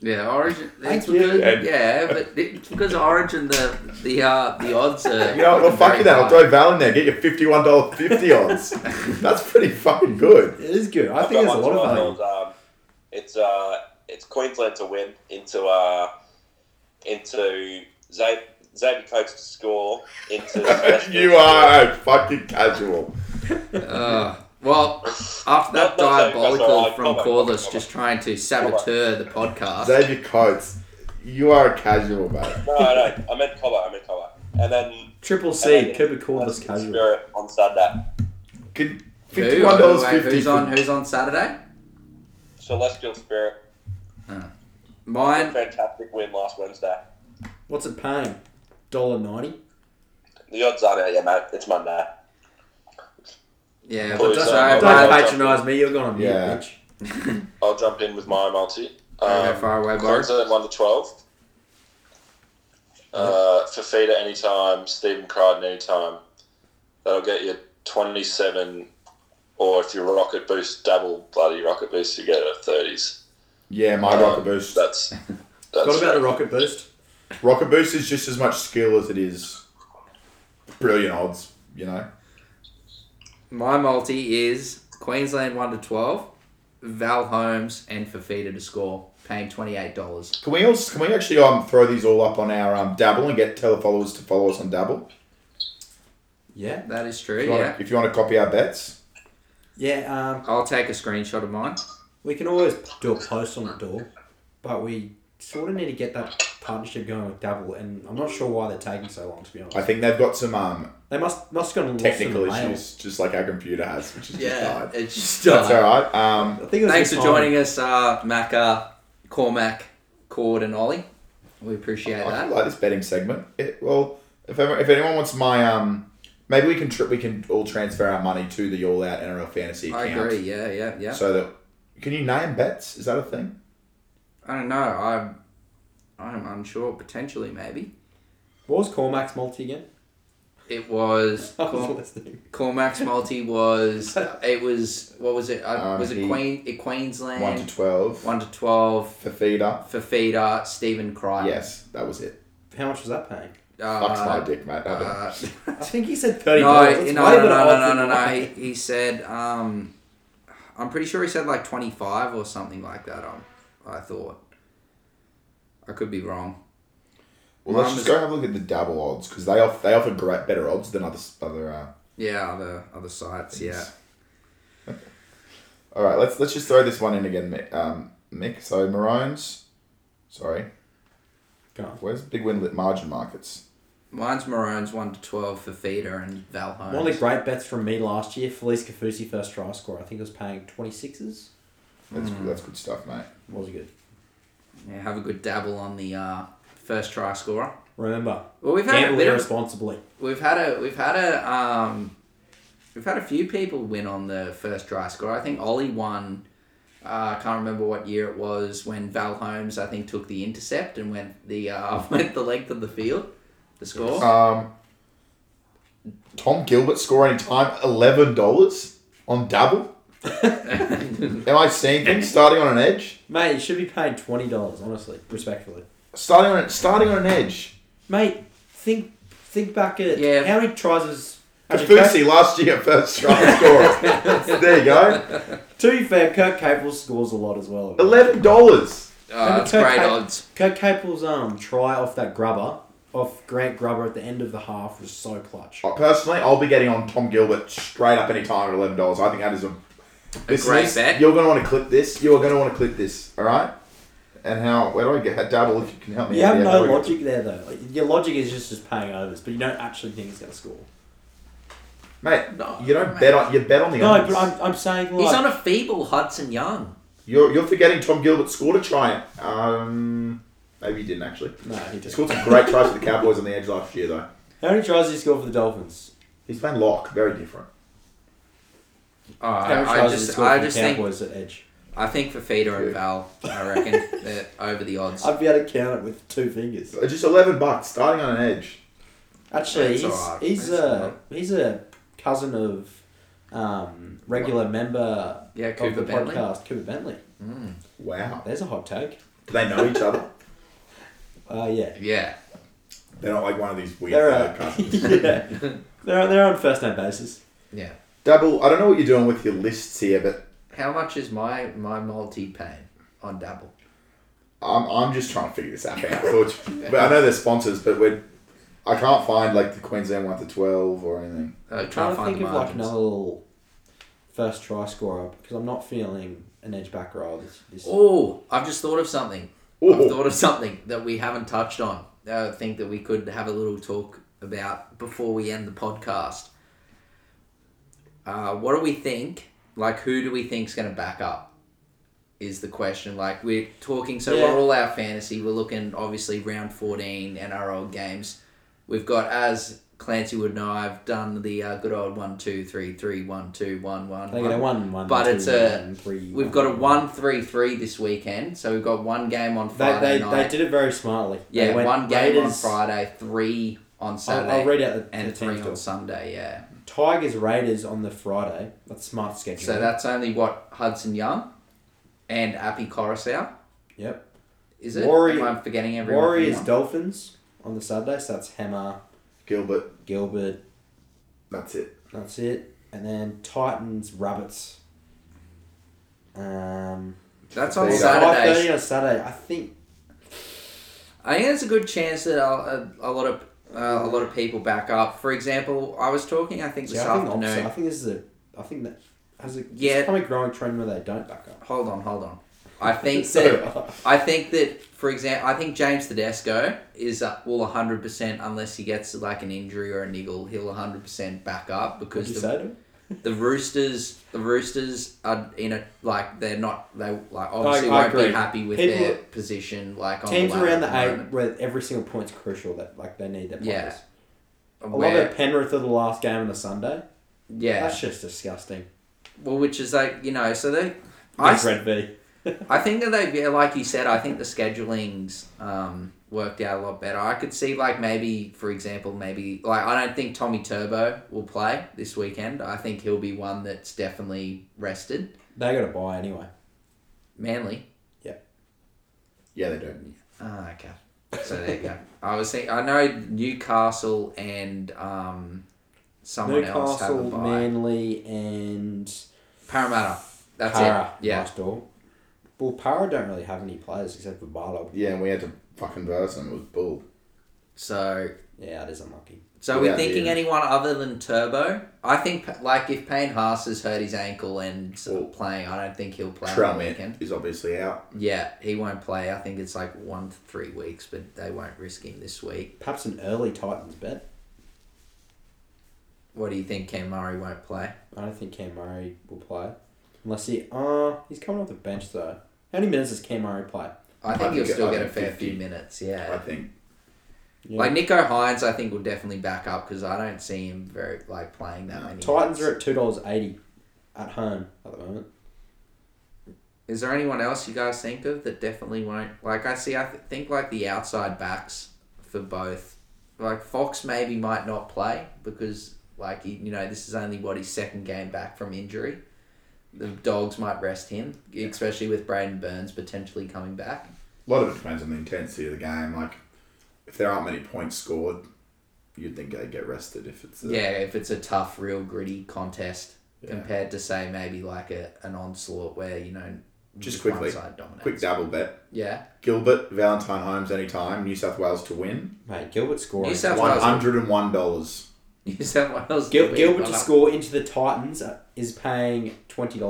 Speaker 1: Yeah, Origin. It's
Speaker 2: Thank you.
Speaker 1: because, yeah, but it, because Origin, the the uh, the odds are.
Speaker 3: You know, what, well, fuck
Speaker 1: very
Speaker 3: you. That I'll
Speaker 1: high.
Speaker 3: throw Val in there. Get your fifty-one dollar fifty odds. That's pretty fucking good.
Speaker 2: It is good. I
Speaker 6: I've
Speaker 2: think
Speaker 6: got
Speaker 2: there's a
Speaker 6: one
Speaker 2: lot of
Speaker 6: tomorrow.
Speaker 2: value.
Speaker 6: Um, it's uh, it's Queensland to win into uh, into Xav- Xavier Coates to score into. Sebastian
Speaker 3: you are a fucking casual.
Speaker 1: Uh, well, after that
Speaker 6: No, no, no, that's all
Speaker 1: diabolical
Speaker 6: right.
Speaker 1: from
Speaker 6: Come on, come
Speaker 1: Corliss
Speaker 6: on.
Speaker 1: just trying to saboteur the podcast.
Speaker 3: Xavier Coates, you are a casual mate.
Speaker 6: No, no, I meant Cobbo. I meant Cobbo. And then
Speaker 2: Triple
Speaker 6: and
Speaker 2: C
Speaker 6: then
Speaker 2: could be called this
Speaker 6: Spirit
Speaker 2: casual.
Speaker 6: on Sunday.
Speaker 3: Can
Speaker 1: Who?
Speaker 3: fifty-one dollars
Speaker 1: Wait,
Speaker 3: fifty?
Speaker 1: Who's on? Who's on Saturday?
Speaker 6: Celestial Spirit,
Speaker 1: Mine.
Speaker 6: fantastic win last Wednesday.
Speaker 2: What's it paying? Dollar ninety?
Speaker 6: The odds aren't out yet, mate. It's Monday.
Speaker 1: Yeah,
Speaker 6: Well,
Speaker 1: but
Speaker 6: it's,
Speaker 1: so
Speaker 6: uh,
Speaker 2: Don't
Speaker 6: well,
Speaker 1: mine.
Speaker 6: it's-
Speaker 2: patronise me, you're going to mute,
Speaker 3: Yeah.
Speaker 2: bitch.
Speaker 5: I'll jump in with my multi.
Speaker 1: Don't go
Speaker 5: Um,
Speaker 1: far away, Boris.
Speaker 5: Queensland one to twelve. Uh, Fafita anytime, Stephen Crichton anytime. That'll get you twenty-seven or if you rocket boost, double bloody rocket boost, you get a thirties.
Speaker 3: Yeah, my
Speaker 1: Uh,
Speaker 3: rocket boost.
Speaker 5: That's that's
Speaker 7: What about the rocket boost?
Speaker 3: Rocket boost is just as much skill as it is brilliant odds. You know,
Speaker 1: My multi is Queensland 1 to 12, Val Holmes, and Fafita to score, paying $28.
Speaker 3: can we also can we actually um throw these all up on our um dabble and get tell followers to follow us on dabble?
Speaker 2: Yeah.
Speaker 1: That is true,
Speaker 3: If you,
Speaker 1: yeah.
Speaker 3: want to, if you want to copy our bets,
Speaker 2: Yeah, um,
Speaker 1: I'll take a screenshot of mine.
Speaker 2: we can always do a post on it, door, but we sort of need to get that partnership going with Dabble, and I'm not sure why they're taking so long, to be honest.
Speaker 3: I think they've got some um
Speaker 2: they must must have gotten
Speaker 3: technical
Speaker 2: lost in the mail.
Speaker 3: issues, just like our computer has, which is just hard.
Speaker 1: it's just
Speaker 3: That's all
Speaker 1: uh,
Speaker 3: right. Um,
Speaker 2: I think it was
Speaker 1: Thanks
Speaker 2: this
Speaker 1: for
Speaker 2: time-
Speaker 1: joining us, uh, Macca, Cormac, Cord, and Ollie. We appreciate
Speaker 3: I
Speaker 1: that.
Speaker 3: quite like this betting segment. It, well, if ever, if anyone wants my um, maybe we can tr we can all transfer our money to the All Out NRL Fantasy
Speaker 1: I
Speaker 3: account.
Speaker 1: agree, yeah, yeah, yeah.
Speaker 3: So that can you name bets? Is that a thing?
Speaker 1: I don't know. I'm, I'm unsure. Potentially, maybe.
Speaker 2: What was Cormac's multi again?
Speaker 1: It was.
Speaker 2: I was
Speaker 1: Cor-
Speaker 2: listening.
Speaker 1: Cormac's multi was. It was. What was it? Uh,
Speaker 3: Um,
Speaker 1: was it
Speaker 3: he-
Speaker 1: Queen? It
Speaker 3: One to
Speaker 1: Queensland.
Speaker 3: twelve.
Speaker 1: One to twelve.
Speaker 3: for feeder.
Speaker 1: Fafita, Stephen Crichton.
Speaker 3: Yes, that was it.
Speaker 2: How much was that paying?
Speaker 1: Uh,
Speaker 3: Fuck's my dick, mate. That was-
Speaker 1: uh,
Speaker 2: I think he said
Speaker 1: no,
Speaker 2: thirty.
Speaker 1: no, no, no, no, no, no, no. He, he said, um, I'm pretty sure he said like 25 or something like that. Um, I thought. I could be wrong.
Speaker 3: well, let's
Speaker 1: mine
Speaker 3: just
Speaker 1: was-
Speaker 3: go have a look at the double odds because they off, they offer great better odds than other other. Uh,
Speaker 1: Yeah, other other sites. Yeah.
Speaker 3: all right, let's let's just throw this one in again, Mick. Um, Mick. So Maroons. Sorry,
Speaker 2: Go on.
Speaker 3: where's big win lit margin markets?
Speaker 1: Mine's Maroons one to twelve for Fafita and Val Holmes.
Speaker 2: One of the great bets from me last year, Felice Cafusi first try score. I think it was paying twenty sixes.
Speaker 3: That's
Speaker 1: Hmm.
Speaker 3: that's good stuff, mate.
Speaker 2: Was good.
Speaker 1: Yeah, have a good dabble on the uh, first try scorer.
Speaker 2: Remember,
Speaker 1: Well, we've had a
Speaker 2: gamble
Speaker 1: bit of,
Speaker 2: irresponsibly.
Speaker 1: we've had a we've had a um, we've had a few people win on the first try scorer. I think Ollie won. uh, I can't remember what year it was when Val Holmes I think took the intercept and went the uh, went the length of the field to score. Uh,
Speaker 3: Um, Tom Gilbert score any time eleven dollars on double. Am I seeing things starting on an edge?
Speaker 2: Mate, you should be paying twenty dollars. Honestly, respectfully,
Speaker 3: Starting on starting on an edge.
Speaker 2: mate. Think think back at
Speaker 1: Yeah.
Speaker 2: how many tries was. actually,
Speaker 3: Kafusi last year first try scorer. there you go.
Speaker 2: Kirk- to be fair, Kirk Capel scores a lot as well.
Speaker 3: Eleven dollars.
Speaker 1: oh, it's great odds.
Speaker 2: Kirk Capel's um try off that grubber, off Grant Grubber at the end of the half was so clutch.
Speaker 1: Oh,
Speaker 3: Uh, Personally, I'll be getting on Tom Gilbert straight up any time at eleven dollars. I think that is a, this
Speaker 1: great
Speaker 3: is-
Speaker 1: bet.
Speaker 3: You're going to want to clip this. You're going to want to clip this. All right. And how? Where do I get that double? If you can help me.
Speaker 2: You
Speaker 3: out
Speaker 2: have
Speaker 3: here,
Speaker 2: no
Speaker 3: how do I get-
Speaker 2: logic there though. Like, your logic is just just paying overs, but you don't actually think he's going to score.
Speaker 3: mate.
Speaker 1: No,
Speaker 3: you don't
Speaker 1: mate.
Speaker 3: bet on. You bet on the.
Speaker 2: No,
Speaker 3: odds.
Speaker 2: but I'm, I'm saying like
Speaker 1: He's on a feeble Hudson Young.
Speaker 3: You're, you're forgetting Tom Gilbert scored a try. Um, maybe he didn't actually.
Speaker 2: no, he
Speaker 3: He
Speaker 2: just
Speaker 3: scored some great tries for the Cowboys on the edge last year, though.
Speaker 2: How many tries did he score for the Dolphins?
Speaker 3: He's playing lock, very different.
Speaker 1: Oh,
Speaker 2: How many
Speaker 1: I, I
Speaker 2: tries did he
Speaker 1: just
Speaker 2: score
Speaker 1: I
Speaker 2: for
Speaker 1: just
Speaker 2: the
Speaker 1: think
Speaker 2: Cowboys at edge?
Speaker 1: I think Fafita and
Speaker 3: Yeah.
Speaker 1: Val I reckon they're over the odds.
Speaker 2: I'd be able to count it with two fingers.
Speaker 3: Just eleven bucks, starting on an edge.
Speaker 2: Actually,
Speaker 1: It's
Speaker 2: he's
Speaker 1: alright.
Speaker 2: he's
Speaker 1: It's
Speaker 2: a he's a cousin of um, regular member
Speaker 1: Yeah,
Speaker 2: of
Speaker 1: Cooper
Speaker 2: the
Speaker 1: Bentley.
Speaker 2: podcast, Cooper Bentley.
Speaker 3: Wow.
Speaker 2: There's a hot take.
Speaker 3: Do they know each other?
Speaker 2: Uh, yeah.
Speaker 1: Yeah.
Speaker 3: They're not like one of these weird
Speaker 2: They're,
Speaker 3: uh,
Speaker 2: uh,
Speaker 3: cousins.
Speaker 2: yeah. they're, they're on first name basis.
Speaker 1: Yeah.
Speaker 3: Double. I don't know what you're doing with your lists here, but
Speaker 1: How much is my my multi paying on double?
Speaker 3: I'm, I'm just trying to figure this out. I thought, but I know they're sponsors, but we're I can't find like the Queensland one to twelve or anything.
Speaker 1: Uh,
Speaker 2: Trying
Speaker 1: trying
Speaker 2: to
Speaker 1: find
Speaker 2: think
Speaker 1: the
Speaker 2: of like
Speaker 1: margins.
Speaker 2: another little first try scorer because I'm not feeling an edge back row this, this
Speaker 1: Oh, I've just thought of something.
Speaker 3: Ooh.
Speaker 1: I've thought of something that we haven't touched on. I think that we could have a little talk about before we end the podcast. Uh, what do we think? Like, who do we think's going to back up? Is the question. Like, we're talking, so
Speaker 2: Yeah.
Speaker 1: we're all our fantasy. We're looking, obviously, round 14 NRL games. We've got, as Clancy would know, I've done the uh, good old one two three three one two one one.
Speaker 2: I think
Speaker 1: one.
Speaker 2: they won one,
Speaker 1: But
Speaker 2: two,
Speaker 1: it's a-
Speaker 2: one, three,
Speaker 1: We've got a one three three this weekend, so we've got one game on
Speaker 2: They,
Speaker 1: Friday
Speaker 2: they,
Speaker 1: night.
Speaker 2: they did it very smartly. They
Speaker 1: yeah,
Speaker 2: went
Speaker 1: one game on
Speaker 2: Raiders- Oh,
Speaker 1: Friday, three on
Speaker 2: I'll,
Speaker 1: Saturday,
Speaker 2: I'll read out the,
Speaker 1: and
Speaker 2: the teams
Speaker 1: three on
Speaker 2: to
Speaker 1: Sunday. Yeah,
Speaker 2: Tigers Raiders on the Friday. That's smart scheduling.
Speaker 1: So that's only what Hudson Young and Appy Coruscant.
Speaker 2: Yep.
Speaker 1: Is it?
Speaker 2: Warri-
Speaker 1: Am I forgetting everyone?
Speaker 2: Warriors
Speaker 1: now?
Speaker 2: Dolphins on the Saturday. So that's Hammer
Speaker 3: Gilbert.
Speaker 2: Gilbert.
Speaker 3: That's it.
Speaker 2: That's it. And then Titans Rabbits. Um,
Speaker 1: That's on
Speaker 3: There you go.
Speaker 1: Saturday.
Speaker 2: 5:30 on Saturday. I think
Speaker 1: I think there's a good chance that a, a, a lot of uh, a lot of people back up. For example, I was talking, I think this
Speaker 2: Yeah, I think, opposite. I
Speaker 1: afternoon.
Speaker 2: think this is a. I think that has a.
Speaker 1: Yeah.
Speaker 2: It's become a growing trend where they don't back up.
Speaker 1: Hold on, hold on. I think
Speaker 2: So,
Speaker 1: that I think that for example, I think James Tedesco is uh, will 100 percent unless he gets like an injury or a niggle. He'll 100 percent back up
Speaker 2: what'd
Speaker 1: because
Speaker 2: you
Speaker 1: the, oh,
Speaker 2: say to him?
Speaker 1: the Roosters, the Roosters are in a like they're not they like
Speaker 2: I
Speaker 1: obviously won't
Speaker 2: agree.
Speaker 1: be happy with
Speaker 2: People-
Speaker 1: their position like on
Speaker 2: Teams
Speaker 1: the ladder
Speaker 2: around
Speaker 1: at
Speaker 2: the
Speaker 1: the
Speaker 2: eight
Speaker 1: moment.
Speaker 2: where every single point's crucial. That like they need their
Speaker 1: Yeah.
Speaker 2: players. I love
Speaker 1: Where-
Speaker 2: that Penrith are the last game on the Sunday.
Speaker 1: yeah,
Speaker 2: That's just disgusting.
Speaker 1: well, which is like you know, so they. I,
Speaker 2: Big Red V.
Speaker 1: I think that they, yeah, like you said, I think the scheduling's um, worked out a lot better. I could see, like, maybe, for example, maybe, like, I don't think Tommy Turbo will play this weekend. I think he'll be one that's definitely rested.
Speaker 2: They got to buy anyway.
Speaker 1: Manly.
Speaker 3: Yeah, they do.
Speaker 1: Ah, okay. So there you go. I was thinking, I know Newcastle and um, someone else have a
Speaker 2: Newcastle,
Speaker 1: bye.
Speaker 2: Manly, and
Speaker 1: Parramatta. That's
Speaker 2: Para.
Speaker 1: it. Yeah.
Speaker 2: Last door. Well, Para don't really have any players except for Barlow.
Speaker 3: Yeah, and we had to fucking verse them. It was bull.
Speaker 1: So
Speaker 2: Yeah, that is unlucky.
Speaker 1: So we're
Speaker 3: Yeah,
Speaker 1: thinking
Speaker 3: yeah.
Speaker 1: anyone other than Turbo. I think like if Payne Haas has hurt his ankle and sort of
Speaker 3: Well,
Speaker 1: playing, I don't think he'll play on the
Speaker 3: Trellman
Speaker 1: weekend.
Speaker 3: is obviously out.
Speaker 1: Yeah, he won't play. I think it's like one to three weeks, but they won't risk him this week.
Speaker 2: Perhaps an early Titans bet.
Speaker 1: What do you think? Cam Murray won't play.
Speaker 2: I don't think Cam Murray will play. Unless he. Uh, he's coming off the bench, though. How many minutes does Cam Murray play?
Speaker 1: I
Speaker 3: I
Speaker 1: think he'll
Speaker 3: think-
Speaker 1: still
Speaker 3: I
Speaker 1: get a
Speaker 3: think
Speaker 1: fair
Speaker 3: 50.
Speaker 1: few minutes.
Speaker 3: I
Speaker 1: Yeah,
Speaker 3: think
Speaker 2: Yeah.
Speaker 1: like Nico Hines, I think will definitely back up because I don't see him very like playing that many.
Speaker 2: Titans
Speaker 1: minutes.
Speaker 2: are at $2.80 at home at the moment.
Speaker 1: Is there anyone else you guys think of that definitely won't? Like I see, I th- think like the outside backs for both. Like Fox maybe might not play because like he, you know this is only what his second game back from injury. The Dogs might rest him, especially with Braden Burns potentially coming back.
Speaker 3: a lot of it depends on the intensity of the game. Like, if there aren't many points scored, you'd think they'd get rested if it's a,
Speaker 1: Yeah, if it's a tough, real gritty contest
Speaker 3: Yeah.
Speaker 1: compared to say maybe like a an onslaught where you know
Speaker 3: Just
Speaker 1: one
Speaker 3: quickly.
Speaker 1: side dominates.
Speaker 3: quick double bet.
Speaker 1: yeah,
Speaker 3: Gilbert, Valentine Holmes, anytime. New South Wales to win.
Speaker 2: Mate, Gilbert scoring.
Speaker 1: New South
Speaker 3: One
Speaker 1: Wales.
Speaker 3: hundred and one dollars.
Speaker 1: New South Wales.
Speaker 2: Gil- Gilbert
Speaker 1: Well,
Speaker 2: to
Speaker 1: I-
Speaker 2: score into the Titans uh, is paying $20.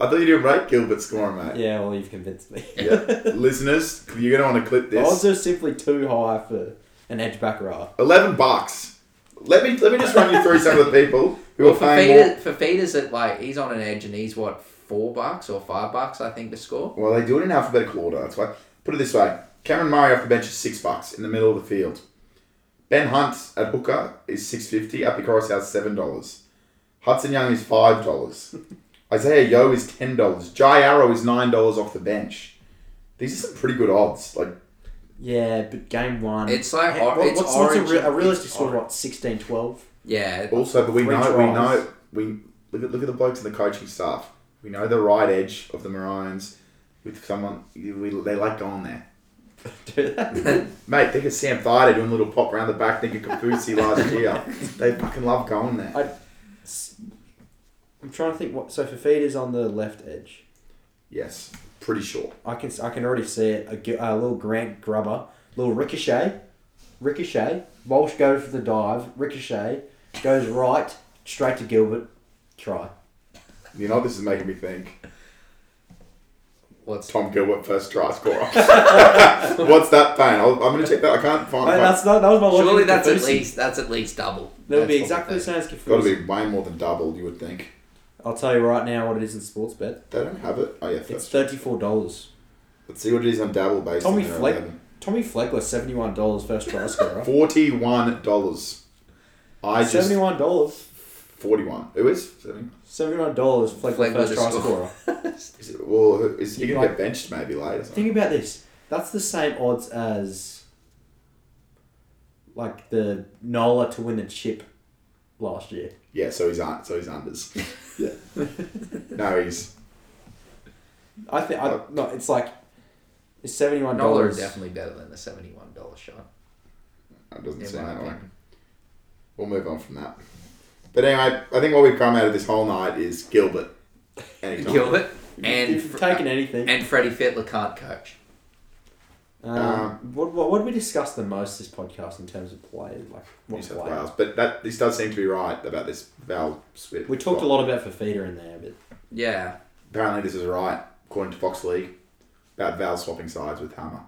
Speaker 3: I thought you didn't rate Gilbert scoring, mate.
Speaker 2: yeah, well, you've convinced me.
Speaker 3: Yeah. Listeners, you're gonna want to clip
Speaker 2: The
Speaker 3: this.
Speaker 2: odds are simply too high for an edge back rower.
Speaker 3: Eleven bucks. Let me let me just run you through some of the people who
Speaker 1: Well,
Speaker 3: are
Speaker 1: for
Speaker 3: paying
Speaker 1: Fafita, Fafita's at like he's on an edge and he's what four bucks or five bucks I think to score.
Speaker 3: more. Well, they do it in alphabetical order. That's why. Put it this way: Cameron Murray off the bench is six bucks in the middle of the field. Ben Hunt at hooker is six fifty. Appy Coruscant's seven dollars. Hudson Young is five dollars. Isaiah Yo is ten dollars. Jai Arrow is nine dollars off the bench. These are some pretty good odds. Like
Speaker 2: Yeah, but game one.
Speaker 1: It's like
Speaker 2: Hey,
Speaker 1: or-
Speaker 2: what-
Speaker 1: it's
Speaker 2: what's, what's a,
Speaker 1: orange
Speaker 2: re-
Speaker 1: and
Speaker 2: a
Speaker 1: it's
Speaker 2: realistic score?
Speaker 1: orange.
Speaker 2: What 16, 12?
Speaker 1: Yeah,
Speaker 3: Also, but we
Speaker 2: Three
Speaker 3: know we
Speaker 2: tries.
Speaker 3: know we look at look at the blokes in the coaching staff. We know the right edge of the Maroons with someone we, they like going there.
Speaker 2: Do that.
Speaker 3: Mate, think of Sam Thaider doing a little pop round the back. Think of Kafusi last year. They fucking love going there.
Speaker 2: I'm trying to think what. So Fafita's on the left edge.
Speaker 3: Yes, pretty sure.
Speaker 2: I can I can already see it. A, gi- a little Grant Grubber, little Ricochet, Ricochet. Walsh goes for the dive. Ricochet goes right straight to Gilbert. Try.
Speaker 3: You know what this is making me think.
Speaker 1: what's
Speaker 3: Tom Gilbert first try scorer. What's that pain? I'll, I'm gonna check that. I can't find.
Speaker 2: Mate,
Speaker 3: it.
Speaker 2: Oh, that's not, that was my logic
Speaker 1: surely
Speaker 2: with
Speaker 1: that's at
Speaker 2: Kafusi.
Speaker 1: least that's at least double.
Speaker 2: That would be
Speaker 1: That's
Speaker 2: exactly the
Speaker 1: probably
Speaker 2: same as
Speaker 3: Got to
Speaker 2: Kafusi.
Speaker 3: be way more than doubled. You would think
Speaker 2: I'll tell you right now what it is in sports bet.
Speaker 3: they don't have it. Oh yeah,
Speaker 2: It's
Speaker 3: first.
Speaker 2: thirty four dollars.
Speaker 3: let's see what it is on Dabble based.
Speaker 2: Tommy
Speaker 3: on their
Speaker 2: Fleck.
Speaker 3: 11.
Speaker 2: Tommy Fleck was seventy one dollars first try scorer.
Speaker 3: Forty-one dollars. I just
Speaker 2: seventy one dollars.
Speaker 3: forty-one. Who is? 70?
Speaker 2: Seventy one dollars Fleck,
Speaker 1: Fleck
Speaker 2: was
Speaker 1: was
Speaker 2: first
Speaker 1: a
Speaker 2: try
Speaker 1: scorer.
Speaker 2: scorer.
Speaker 3: Is it, well, who- is he
Speaker 2: You
Speaker 3: gonna
Speaker 2: like-
Speaker 3: get benched maybe later?
Speaker 2: Think about this. That's the same odds as like the Nola to win the chip last year.
Speaker 3: Yeah, so he's un- so he's unders. No, he's
Speaker 2: I think I, no, it's like it's seventy one
Speaker 1: Dollar is
Speaker 2: dollars.
Speaker 1: definitely better than the seventy-one dollar shot.
Speaker 3: that doesn't
Speaker 1: In
Speaker 3: seem
Speaker 1: my
Speaker 3: that way.
Speaker 1: opinion.
Speaker 3: We'll move on from that. But anyway, I think what we've come out of this whole night is Gilbert. Anytime.
Speaker 1: Gilbert and
Speaker 2: If you've taken anything,
Speaker 1: and Freddie Fittler can't coach.
Speaker 2: um,
Speaker 3: Um,
Speaker 2: what, what what did we discuss the most this podcast in terms of players? Like
Speaker 3: New
Speaker 2: what
Speaker 3: South
Speaker 2: player?
Speaker 3: Wales. But that this does seem to be right about this Val Swift.
Speaker 2: We talked a lot about Fafita in there, but
Speaker 1: Yeah,
Speaker 3: Apparently, this is right according to Fox League about Val swapping sides with Hammer.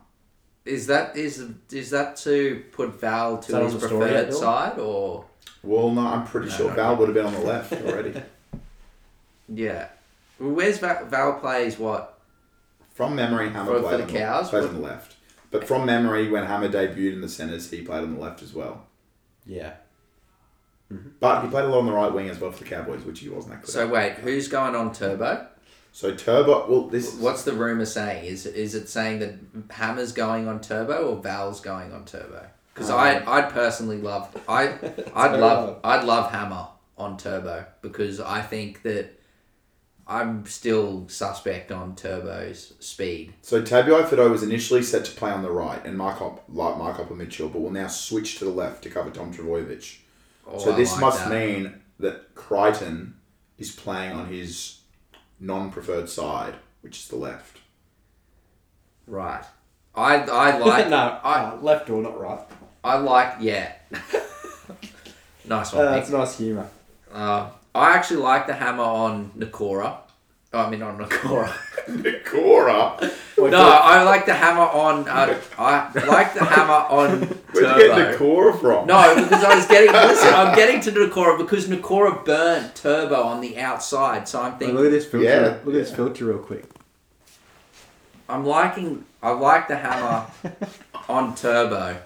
Speaker 1: is that is is that to put Val
Speaker 2: Is that
Speaker 1: to
Speaker 2: on
Speaker 1: his
Speaker 2: the story yet,
Speaker 1: preferred
Speaker 2: Bill?
Speaker 1: side or
Speaker 3: Well, no, I'm pretty
Speaker 1: No,
Speaker 3: sure
Speaker 1: no,
Speaker 3: Val would have been on the left already.
Speaker 1: yeah? Well, Where's Val, Val plays what?
Speaker 3: from memory, Hammer
Speaker 1: For- for
Speaker 3: played
Speaker 1: the
Speaker 3: on,
Speaker 1: cows?
Speaker 3: the, plays on the left. But from memory, when Hammer debuted in the centres, he played on the left as well.
Speaker 2: yeah,
Speaker 3: But he played a lot on the right wing as well for the Cowboys, which he wasn't that good.
Speaker 1: So
Speaker 3: So,
Speaker 1: wait, who's going on Turbo?
Speaker 3: so Turbo, well, this is
Speaker 1: What's the rumor saying? Is is it saying that Hammer's going on Turbo or Val's going on Turbo? Because
Speaker 3: Um,
Speaker 1: I I'd personally love I I'd love I'd love Hammer on Turbo because I think that I'm still suspect on Turbo's speed.
Speaker 3: so Tabuai Fido was initially set to play on the right, and Mike Hop, like Mike Hopper Mitchell, but will now switch to the left to cover Tom Travojevic.
Speaker 1: Oh,
Speaker 3: so
Speaker 1: I
Speaker 3: this
Speaker 1: like
Speaker 3: must
Speaker 1: that.
Speaker 3: mean that Crichton is playing on his non-preferred side, which is the left.
Speaker 1: right. I I like
Speaker 2: no,
Speaker 1: I
Speaker 2: uh, left or not right.
Speaker 1: I like yeah. nice one.
Speaker 2: Uh,
Speaker 1: Nick.
Speaker 2: that's nice humour.
Speaker 1: Uh, I actually like the hammer on Nakora. Oh, I mean on Nakora.
Speaker 3: Cora,
Speaker 2: Wait,
Speaker 1: No, I like the hammer on. Uh, I like the hammer on
Speaker 3: where'd you get
Speaker 1: Turbo.
Speaker 3: Cora from?
Speaker 1: No, because I was getting. Listen, I'm getting to Nakora because Nakora burnt Turbo on the outside. So I'm
Speaker 2: wait, look at
Speaker 1: thinking,
Speaker 2: this filter.
Speaker 3: Yeah.
Speaker 2: Look at this filter real quick.
Speaker 1: I'm liking. I like the hammer on Turbo.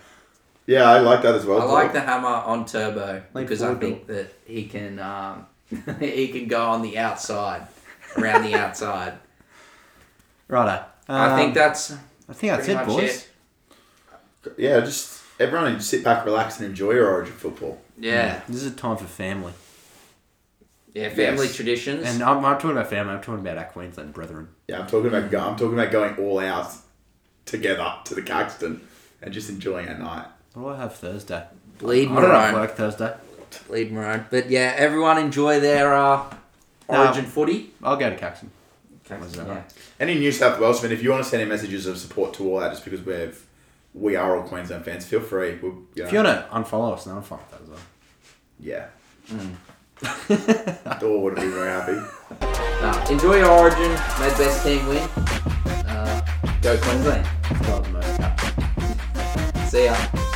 Speaker 3: Yeah, I like that as well.
Speaker 1: I like the hammer on Turbo
Speaker 2: Like
Speaker 1: because I
Speaker 2: Ford
Speaker 1: think that he can. Um, he can go on the outside, around the outside.
Speaker 2: Righto.
Speaker 1: I think
Speaker 2: Um,
Speaker 1: that's
Speaker 2: I think that's
Speaker 1: pretty
Speaker 2: it,
Speaker 1: much
Speaker 2: boys.
Speaker 1: it.
Speaker 3: Yeah, just everyone just sit back, relax, and enjoy your Origin football.
Speaker 1: yeah,
Speaker 2: This is a time for family,
Speaker 1: yeah. Family
Speaker 3: Yes.
Speaker 1: traditions.
Speaker 2: and I'm not talking about family. I'm talking about our Queensland brethren.
Speaker 3: Yeah, I'm talking about go- I'm talking about going all out together to the Caxton and just enjoying our night.
Speaker 2: What do I have Thursday?
Speaker 1: Bleed
Speaker 2: I don't have
Speaker 1: Maroon.
Speaker 2: work Thursday.
Speaker 1: Lead Maroon. But yeah, everyone enjoy their uh,
Speaker 2: No.
Speaker 1: Origin footy.
Speaker 2: I'll go to Caxton.
Speaker 1: Yeah.
Speaker 2: Yeah.
Speaker 3: Any New South Welshmen, if you want to send in messages of support to all that, just because we're we are all Queensland fans, feel free. We'll, you know,
Speaker 2: If you want to unfollow us, no, I'm fine with that as well.
Speaker 3: yeah, Thor would be very happy.
Speaker 1: Nah, enjoy your Origin. Let best team win. Uh, go Queensland.
Speaker 2: It's not the most-
Speaker 1: See ya.